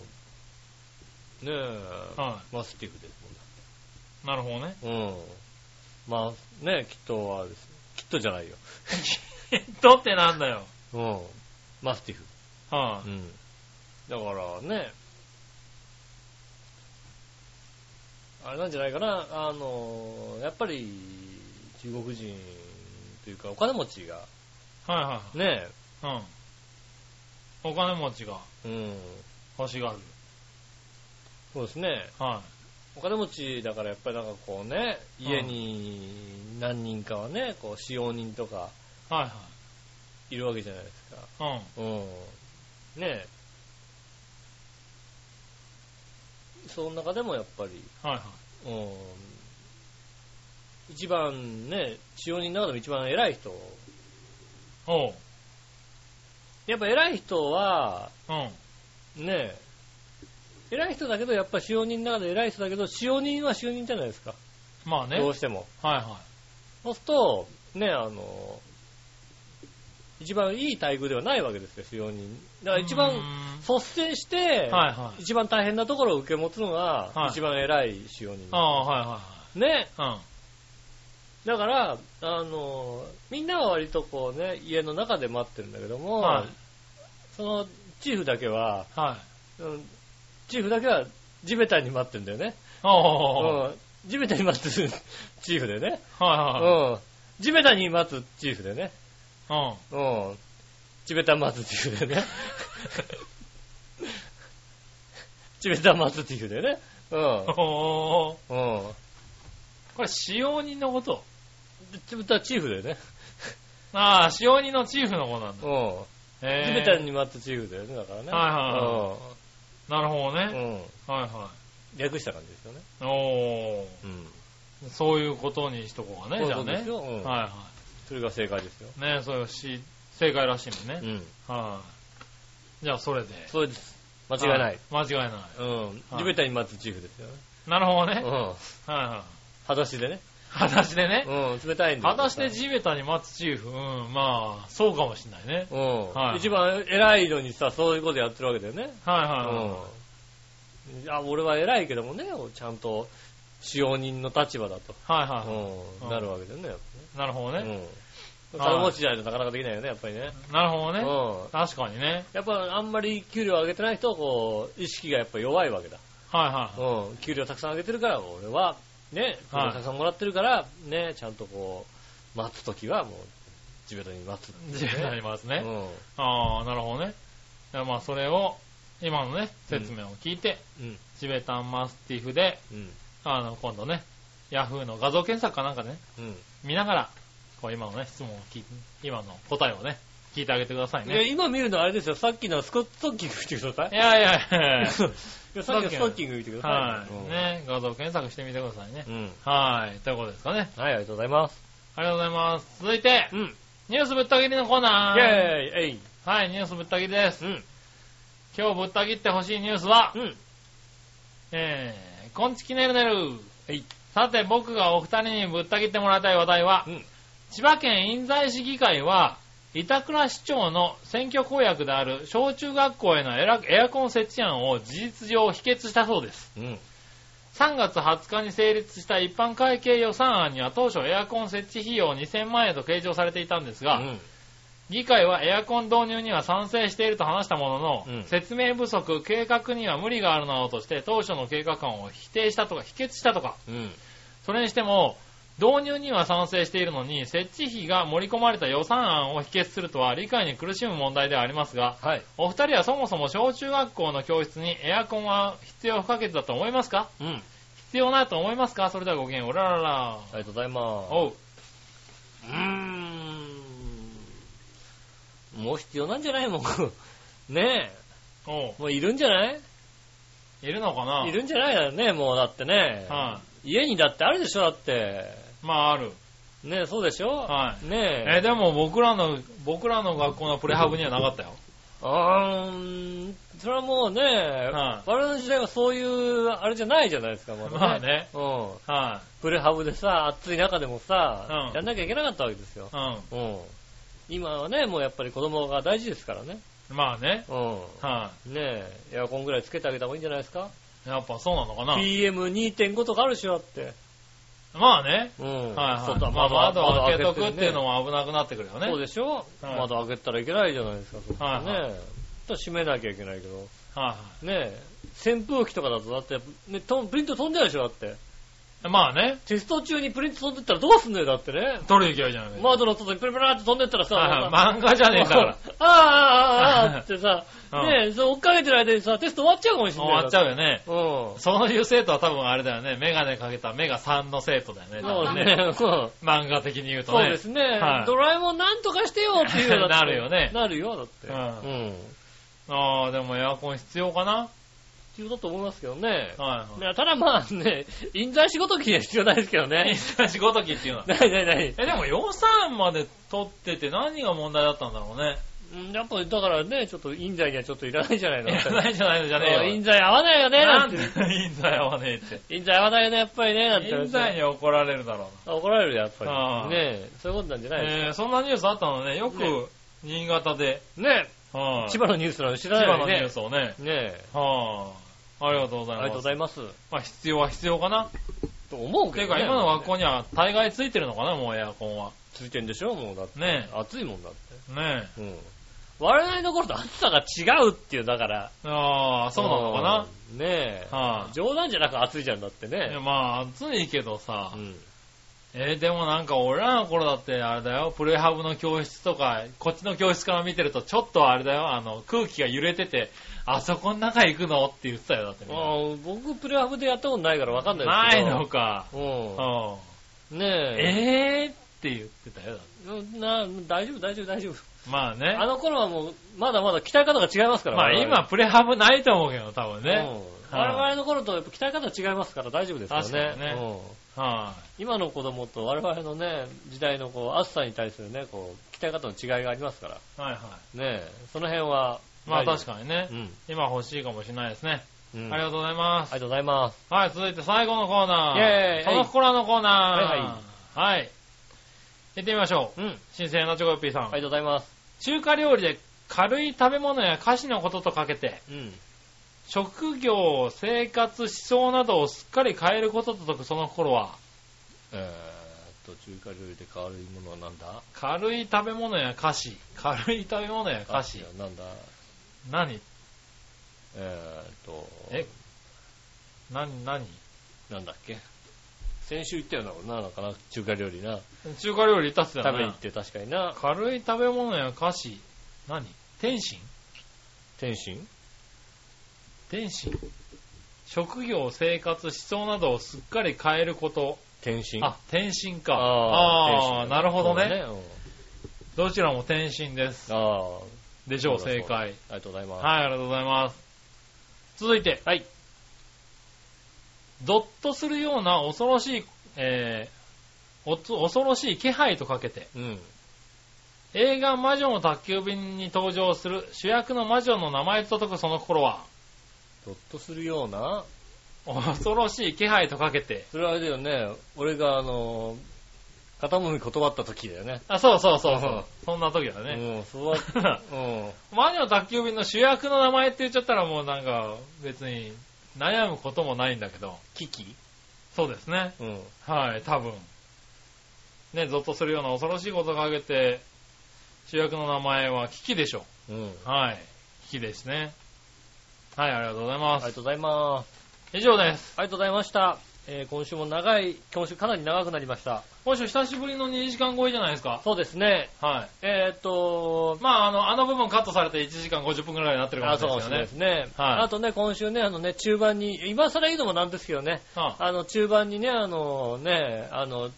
B: う、ねえ、
C: い。は
B: マスティフです
C: い。なるほど ね。
B: もんね。うん。まあ、ねえ、きっとあれです。きっとじゃないよ。
C: とってなんだよ。
B: うん。マスティフ。
C: は
B: う
C: い。
B: ん。だからね、あれなんじゃないかな、あの、やっぱり、中国人というか、お金持ちが、
C: はいはい。
B: ね
C: うん。お金持ちが
B: え、うん。
C: 欲しがる。
B: そうですね。
C: は
B: お金持ちだからやっぱりなんかこうね、家に何人かはね、こう使用人とか
C: い。はい
B: るわけじゃないですか。
C: いはい。
B: うん。ねえ。その中でもやっぱり、
C: うん。はいはい。
B: うん。一番ね、使用人の中でも一番偉い人
C: おう。
B: やっぱ偉い人は、
C: うん。
B: ねえ、偉い人だけど、やっぱ使用人の中で偉い人だけど、使用人は使用人じゃないですか。
C: まあね。
B: ど
C: は
B: う
C: い
B: しても。
C: は
B: そうすると、ねえ、あの、一番いい待遇ではないわけですよ、使用人。だから
C: い。
B: 一
C: うー
B: 番
C: ん
B: 率先して、
C: はいはい。
B: 一番大変なところを受け持つのが、
C: はい
B: 一番偉い使用人。
C: ああ、は
B: ね
C: いはいはい。
B: だから、あの、みんなは割とこうね、家の中で待ってるんだけど
C: う
B: も、
C: ん。はい。
B: そのチーフだけは、
C: はい。
B: うんチーフだけは地べたに待ってんだよね。
C: お
B: う
C: う。
B: ん地べたに待つ チーフでね。
C: はいはい。
B: うん地べたに待つチーフでね。
C: うん。
B: うん地べた待つチーフでね。 地べた待つチーフでね。うん
C: おー
B: うん
C: これ、使用人のこと
B: で地べたチーフでね。
C: ああ、使用人のチーフのことなんだ。
B: うん
C: へ
B: 地
C: え
B: べたに待つチーフだよね、だからね。
C: はなるほど
B: うん
C: ね。
B: うん
C: はいは
B: 略した感じですよね。
C: い。お
B: うん。
C: ーそういうことにしとこうかね、じゃあ
B: そうで
C: ね
B: す。ようん
C: は
B: それが正解ですよ。
C: いはい。ねそういうし、正解らしいもん
B: う
C: ね。
B: ん。
C: はい。じゃあ、それで。
B: そうです。間違いない。。
C: 間違いない。
B: うん。
C: はい
B: 地べたに待つチーフですよね。
C: なるほど
B: う
C: ね。
B: ん。
C: はいはい。
B: 裸足でね。
C: 裸足でね。
B: うん、冷たいんだよ
C: 裸足で地べたに待つチーフ。うん、まあ、そうかもしんないね。
B: うん、
C: はい
B: 一番偉いのにさ、そういうことやってるわけだよね。
C: はい
B: うん。
C: はいはい。
B: いや、俺は偉いけどもね、ちゃんと、使用人の立場だと。
C: はいはいは
B: う。
C: うんん
B: なるわけだよね、やっ
C: い。なるほど
B: ぱね。
C: ね。
B: うん。
C: はい
B: 金持ちじゃないとなかなかできないよね、やっぱりね。
C: なるほど
B: う
C: ね。
B: ん。
C: 確かにね。
B: やっぱあんまり給料上げてない人はこう、意識がやっぱ弱いわけだ。
C: はいはいは
B: うん。給料たくさん上げてるから、俺は、ね、給料たくさんもらってるから、ね、ちゃんとこう、待つときはもう、地べたに待つ。
C: い。地べたに待つね。
B: うん。
C: ああ、なるほどね。じゃあまあそれを、今のね、説明を聞いて、
B: うん。
C: チベタンマスティフで、
B: うん。
C: あの、今度ね、ヤフーの画像検索かなんかね、
B: うん。
C: 見ながら、こう今のね、質問を聞い今の答えをね、聞いてあげてください
B: いや、
C: ね。
B: 今見るのあれですよ。さっきのスコストッキング見てください。
C: いやいやいやいや
B: いやさっきのストッキング見てください。
C: はい。ね、画像検索してみてくださいね
B: う。ん。
C: はい。ということですかね。
B: うん。はい、ありがとうございます。
C: ありがとうございます。続いて、
B: うん。イェ
C: ニュースぶった切りのコーナー。
B: ーイえい。
C: はい、ニュースぶった切りです
B: う。ん。
C: 今日ぶった切ってほしいニュースは、
B: うん。
C: えー、こんちきねるねる。
B: はい。
C: さて、僕がお二人にぶった切ってもらいたい話題は
B: う、ん。
C: 千葉県印西市議会は、板倉市長の選挙公約である小中学校へのエラエアコン設置案を事実上否決したそうです。
B: うん。
C: 3月20日に成立した一般会計予算案には当初エアコン設置費用2000万円と計上されていたんですが、
B: うん。
C: 議会はエアコン導入には賛成していると話したものの、
B: うん
C: 説明不足、計画には無理があるなどとして当初の計画案を否定したとか、否決したとか、
B: うん。
C: それにしても、導入には賛成しているのに、設置費が盛り込まれた予算案を否決するとは理解に苦しむ問題ではありますが、
B: はい。
C: お二人はそもそも小中学校の教室にエアコンは必要不可欠だと思いますか
B: うん。あ
C: 必要ないと思いますかそれではごきげんよう、おららら。
B: りがとうございます。
C: おう。
B: うーん。もう必要なんじゃないもん。 ね
C: おう
B: え。。もういるんじゃない
C: いるのかない
B: るんじゃないよね、もうだってね。
C: は
B: 家にだってあるでしょ、だって。
C: い。まあ、ある。
B: ねえ、そうでしょ。
C: はい
B: ね
C: え、でも僕らの、僕らの学校のプレハブにはなかったよ。
B: あーん、それはもうね、我々の時代はそういう、あれじゃないじゃないですか、まだね。
C: まあね。
B: うん。
C: は
B: プレハブでさ、暑い中でもさ、
C: うん
B: やんなきゃいけなかったわけですよ。
C: い。
B: うん。今はね、もうやっぱり子供が大事ですからね。
C: うん。まあね。
B: う
C: は
B: ん。ねえ、エアコンぐらいつけてあげた方がいいんじゃないですか、
C: い。やっぱそうなのかな
B: ?PM2.5 とかあるでしょ、だって。
C: まあね。
B: うん。
C: はいはい。
B: 外は
C: まあ、窓を開けとく
B: ね
C: っていうのも危なくなってくるよね。
B: そうでしょ、
C: はい
B: 窓開けたらいけないじゃないですか、そこ
C: はい
B: ね。
C: は
B: と閉めなきゃいけないけど。
C: は
B: ねえ、扇風機とかだとだって、ね、とプリント飛んでないでしょだって。
C: いはい。まあね。
B: テスト中にプリント飛んでったらどうすんのよだってね。
C: 取り行きゃいいじゃないですか。
B: 窓の外にプリプリって飛んでったらさ、
C: はい
B: ま
C: はい漫画じゃねえんだから。
B: ああああああってさ、
C: うん
B: ねえ、そう追っかけてる間にさ、テスト終わっちゃうかもしれ
C: 終
B: ない。
C: わっちゃ
B: う。
C: うよね。
B: うん。
C: そういう生徒は多分あれだよね。メガネかけたメガ3の生徒だよね。
B: そ
C: 多
B: う
C: 分
B: ね。そう
C: 漫画的に言うとね。
B: そうですね、
C: はい
B: ドラえもんなんとかしてよっていうよう
C: なるよね
B: なるよ、だって。
C: うん
B: うん。
C: ああ、でもエアコン必要かな
B: 必要だと思いますけどね。
C: はいはい。
B: ねただまあね、印材仕事機には必要ないですけど ね。
C: 仕事機っていうのは。
B: ないないない。
C: え、でも予算まで取ってて何が問題だったんだろ うね。
B: うんやっぱだからね、ちょっと印材にはちょっといらないじゃないの。
C: いや、ないじゃないのじゃねえ
B: 印
C: よ。
B: 材合わないよね、な
C: なんん
B: て
C: で。印材合わねえって。
B: 印材合わないよね、やっぱりね、なんて言われ
C: 印
B: て。
C: 材に怒られるだろ
B: あ怒られるよ、やっぱり。
C: ああ
B: ねえそういうことなんじゃ
C: う
B: な
C: な。
B: いで
C: えー、そんなニュースあったのね。
B: ね
C: よく、新潟で。
B: すか。ね
C: は
B: え
C: い
B: 千葉のニュースなの知ら
C: 千
B: な
C: 葉
B: いよ
C: のニュー
B: ね。
C: スをね。
B: ねえ
C: はあ。ありがとうござ
B: ありが
C: います。
B: とうございます。
C: まあ必要は必要かな。
B: と思う
C: て
B: け
C: いう
B: ど
C: か
B: ね。
C: 今の学校には大概ついてるのかな、もうエアコンは。
B: ついてんでしょ、もうだって。
C: ね
B: 暑いもんだって。
C: え。ねえ。
B: うん。我々の頃と暑さが違うっていう、だから。
C: ああ、そうなのかな。は
B: うんねえ。冗談じゃなく暑いじゃんだって
C: いや
B: ね。
C: まあ暑いけどさ。
B: うん。
C: えーでもなんか俺らの頃だってあれだよ、プレハブの教室とか、こっちの教室から見てるとちょっとあれだよ、あの空気が揺れてて、あそこの中行くのって言ってたよ、だってみんな
B: ああ僕、プレハブでやったことないからわかんない
C: な
B: です
C: い
B: けど。
C: のか。
B: う
C: うん
B: ん。ね
C: えーって言ってたよ、だっ
B: え。な、大丈夫、大丈夫、大丈夫。
C: てまあね
B: あ。の頃はもう、まだまだ鍛え方が違いますから。
C: まあ
B: 我々
C: 今プレハブないと思うけど、多分ね。
B: うん我々の頃とやっぱ鍛え方違いますから大丈夫ですよね。
C: 確かにね
B: うん
C: は
B: 今の子供と我々のね、時代のこう、暑さに対するね、こう、鍛え方の違いがありますから。
C: い。はいはい。
B: ねえ、その辺は。
C: まあ確
B: か
C: かにね。
B: うん。
C: 今欲しいかもしれないですね。
B: うん
C: ありがとうございま
B: あり
C: す。
B: がとうございます。
C: はい、続いて最後のコーナー。
B: イェーイ
C: その心のコーナー。はい、はい。行ってみましょう。
B: うん。あり
C: 新鮮なチョコヨッピーさん。
B: がとうございます。
C: 中華料理で軽い食べ物や菓子のこととかけて、
B: うん。
C: 職業、生活、思想などをすっかり変えることと解くその心は、
B: えーっと、中華料理で変わるものはなんだ
C: 軽い食べ物や菓子。軽い食べ物や菓子。
B: なんだ
C: 何
B: えーっと、
C: え何何
B: なんだっけ先週言ったようなことな、なんかな、中華料理な。
C: 中華料理行ったっつってた
B: 食
C: よ
B: べに行
C: ね
B: っ。て確かにな。
C: 軽い食べ物や菓子。何天津
B: 天津
C: 天津職業、生活、思想などをすっかり変えること。
B: 天津
C: あ、天津か。
B: あ
C: ああー、なるほどね。
B: そう
C: どちらも天津です。
B: うんああ、
C: でしょう、
B: そうだそう
C: 正
B: だ
C: 解。
B: ありがとうございます。
C: はい、ありがとうございます。続いて。
B: はい。
C: ドッとするような恐ろしい、えー、おつ恐ろしい気配とかけて、
B: うん。
C: 映画魔女の宅急便に登場する主役の魔女の名前と解くその心は、
B: ドッとするような、
C: 恐ろしい気配とかけて、
B: それはあれだよね、俺があの、片もみ断った時だよね。、
C: あ、そうそうそうそううんそんな時だね。
B: うん、そうは、うん。
C: 魔女の宅急便の主役の名前って言っちゃったらもうなんか、別に悩むこともないんだけど、
B: キキ
C: そうですね。
B: うん。
C: はい、多分。ね、ゾッとするような恐ろしいことが挙げて、主役の名前はキキでしょ
B: うん。
C: う。はい、キキですね。はい、ありがとうござい
B: あ
C: ま
B: りが
C: す。
B: とうございます。
C: 以上です。
B: ありがとうございました。えー、今週も長い、今週かなり長くなりました。
C: 今週久しぶりの2時間超えじゃないですか。
B: そうですね。
C: は
B: えー、っと
C: い。、まあ、あの、あの部分カットされて1時間50分くらいになってるか
B: あ、
C: も
B: そうかも
C: し
B: し
C: れ
B: れ
C: な
B: ないい
C: で
B: ですす
C: ね。
B: ね。
C: はい
B: あとね、今週ね、あのね、中盤に、今更言うのもなんですけどね、
C: あ
B: あの、中盤にね、あのね、あの、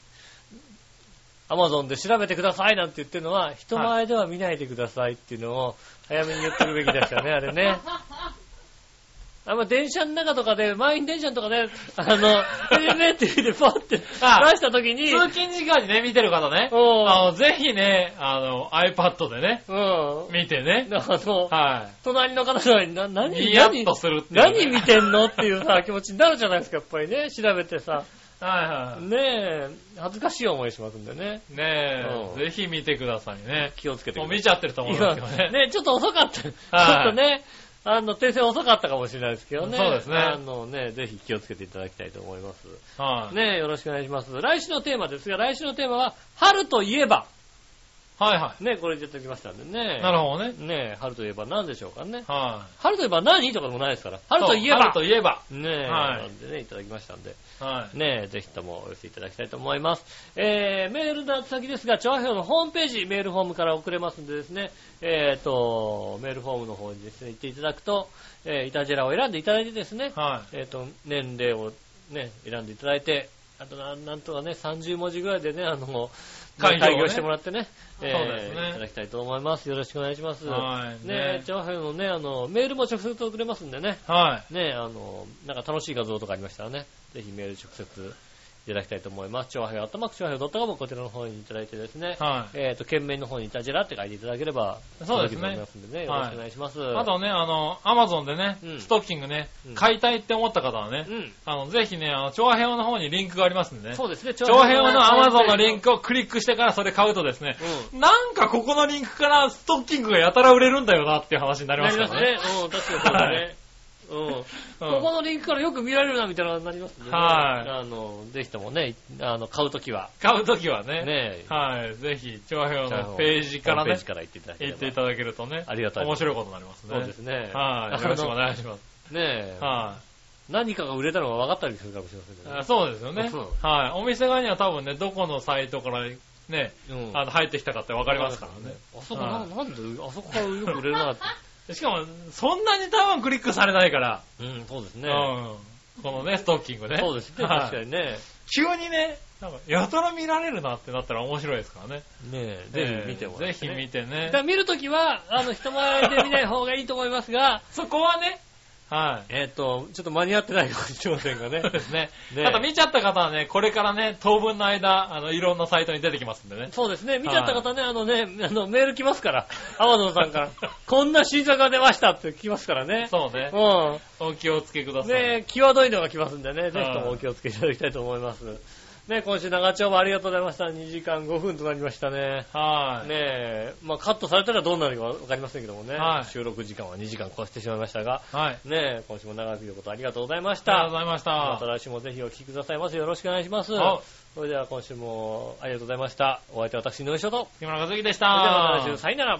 B: アマゾンで調べてくださいなんて言ってるのは、人前では見ないでくださいっていうのを早めに言ってるべきでしたね、あれね。あんま電車の中とかで、満員電車のとかで、あの、テレビって見てポッて出
C: あ
B: した時に、
C: 通勤時間にね、見てる方ね。
B: うん
C: あの、ぜひね、あの、iPad でね、
B: うん。
C: 見てね。
B: あの、
C: は
B: 隣の方が、な、
C: い。
B: 何、
C: ニヤッ
B: 何
C: と、するっていうね、
B: 何見てんのっていうさ、気持ちになるじゃないですか、やっぱりね、調べてさ。
C: はいはいはい。
B: ねえ、恥ずかしい思いしますんでね。
C: ね
B: うん
C: え、ぜひ見てくださいね。
B: 気をつけて
C: もう
B: くだ
C: 見
B: さ
C: ちゃってると
B: い。
C: 思う
B: い
C: んで
B: や
C: すけどね。
B: ねちょっと遅かった。ちょっとね、あの、訂正遅かったかもしれないですけどね。
C: そうですね
B: あのね、ぜひ気をつけていただきたいと思います。
C: はい、
B: ねよろしくお願いします。来週のテーマですが、来週のテーマは、春といえば。
C: はいは
B: ねこれ出てきましたんでね。
C: い。なるほどね。
B: ね春といえば何でしょうかね。
C: は
B: 春といえば何とかでもないですから。
C: い。
B: 春といえば。
C: 春といえば。
B: ねえ、
C: はい
B: なんでね、いただきましたんで。
C: はい。
B: ねえ、ぜひともお寄せいただきたいと思います。えー、メールの宛先ですが、調和表のホームページ、メールフォームから送れますんでですね、えーと、メールフォームの方にですね、行っていただくと、えー、イタジェラを選んでいただいてですね、
C: はい。
B: えーと、年齢をね、選んでいただいて、あとな、なんとかね、30文字ぐらいでね、あの、
C: 開業ね
B: 開業してもらってね、え
C: そうですね
B: いただきたいと思います。よろしくお願いします。
C: はい。
B: ねえ、チャーハンのね、あの、メールも直接送れますんでね。
C: はい。
B: ねえ、あの、なんか楽しい画像とかありましたらね、ぜひメール直接いただきたいと思います。チョアヘア、アットマークチョアヘア .com こちらの方にいただいてですね、
C: はい。
B: えっ、と、件名の方にいたじらって書いていただければ、
C: そうです
B: 届け
C: ね
B: ておりますんでね、よろしくお願いします。
C: あとね、あの、アマゾンでね、
B: うん
C: ストッキングね
B: うん、
C: 買いたいって思った方はね、
B: うん。
C: あの、ぜひね、あの、長編の方にリンクがありますんでね。
B: そうですね、長
C: 長編のアマゾンのリン
B: ク。
C: クをクリックしてからそれ買うとですね、
B: う
C: なんかここのリンクからストッキングがやたら売れるんだよなっていう話になり
B: な
C: ま
B: り
C: す
B: ま
C: か
B: す
C: らね。
B: ね。うん、確かにそうだね。うん。
C: うん
B: ここのリンクからよく見られるな、みたいなのになりますんでね。
C: はい
B: あの、ぜひともね、あの、買うときは、
C: 買うときは
B: ね
C: ね、
B: え、
C: はい、ぜひ、長編
B: チャーハ
C: の
B: ン
C: ページか
B: ホー
C: ら
B: ムペ
C: ね
B: ージ、から行っていただけれ
C: 行
B: ば。
C: っていただけるとね、
B: ありがたい。
C: 面白いことになりますね。
B: そうですね。
C: はい、よろしくお願いします。
B: い。ねえ、
C: は
B: 何かが売れたのが分かったりするかもしれませんけ
C: い
B: どね
C: あ。そうですよね
B: そう。
C: はい、お店側には多分ね、どこのサイトからね、
B: うん
C: あの入ってきたかってわかりますからね。。
B: あそこな、なんで、あそこからよく売れる なって。
C: しかも、そんなに多分クリックされないから、
B: うん、そうですね。
C: うん。このね、ストッキングね。
B: そうですね、
C: はい
B: 確かにね。
C: 急にね、なんか、やたら見られるなってなったら面白いですからね。
B: ねえ、ぜひ見てもら
C: え
B: っ
C: ー
B: て。
C: ぜひ見
B: て。
C: てね
B: だか。ら見るときは、あの、人前で見ない方がいいと思います が、
C: そこはね、はい。
B: えっと、ちょっと間に合ってないかもしれませんがね
C: そう。です ね。
B: ねえ
C: あと見ちゃった方はね、これからね、当分の間、あの、いろんなサイトに出てきますんでね。
B: そうですね。見ちゃった方ね、あのね、あの、メール来ます から。アマゾンさんから。こんな新作が出ましたって来ますからね。
C: そうね。
B: うん。
C: お気をつけください。
B: ねえ、際どいのが来ますんでね、ぜひともお気をつけいただきたいと思います。ねえ今週長丁場ありがとうございました。2時間5分となりましたね。
C: はい。
B: ねえ、まあカットされたらどうなるかわかりませんけどもね、
C: はい
B: 収録時間は2時間超してしまいましたが、
C: はい。
B: ねえ、今週も長くいることありがとうございまし
C: ありがとう
B: た
C: ご。ざいました。
B: また来週もぜひお聞きくださいませ。よろしくお願いします。
C: はい
B: それでは今週もありがとうございました。お相手は私、井上翔と。
C: 木村和之でし
B: それではま
C: た
B: た来。週、さよなら。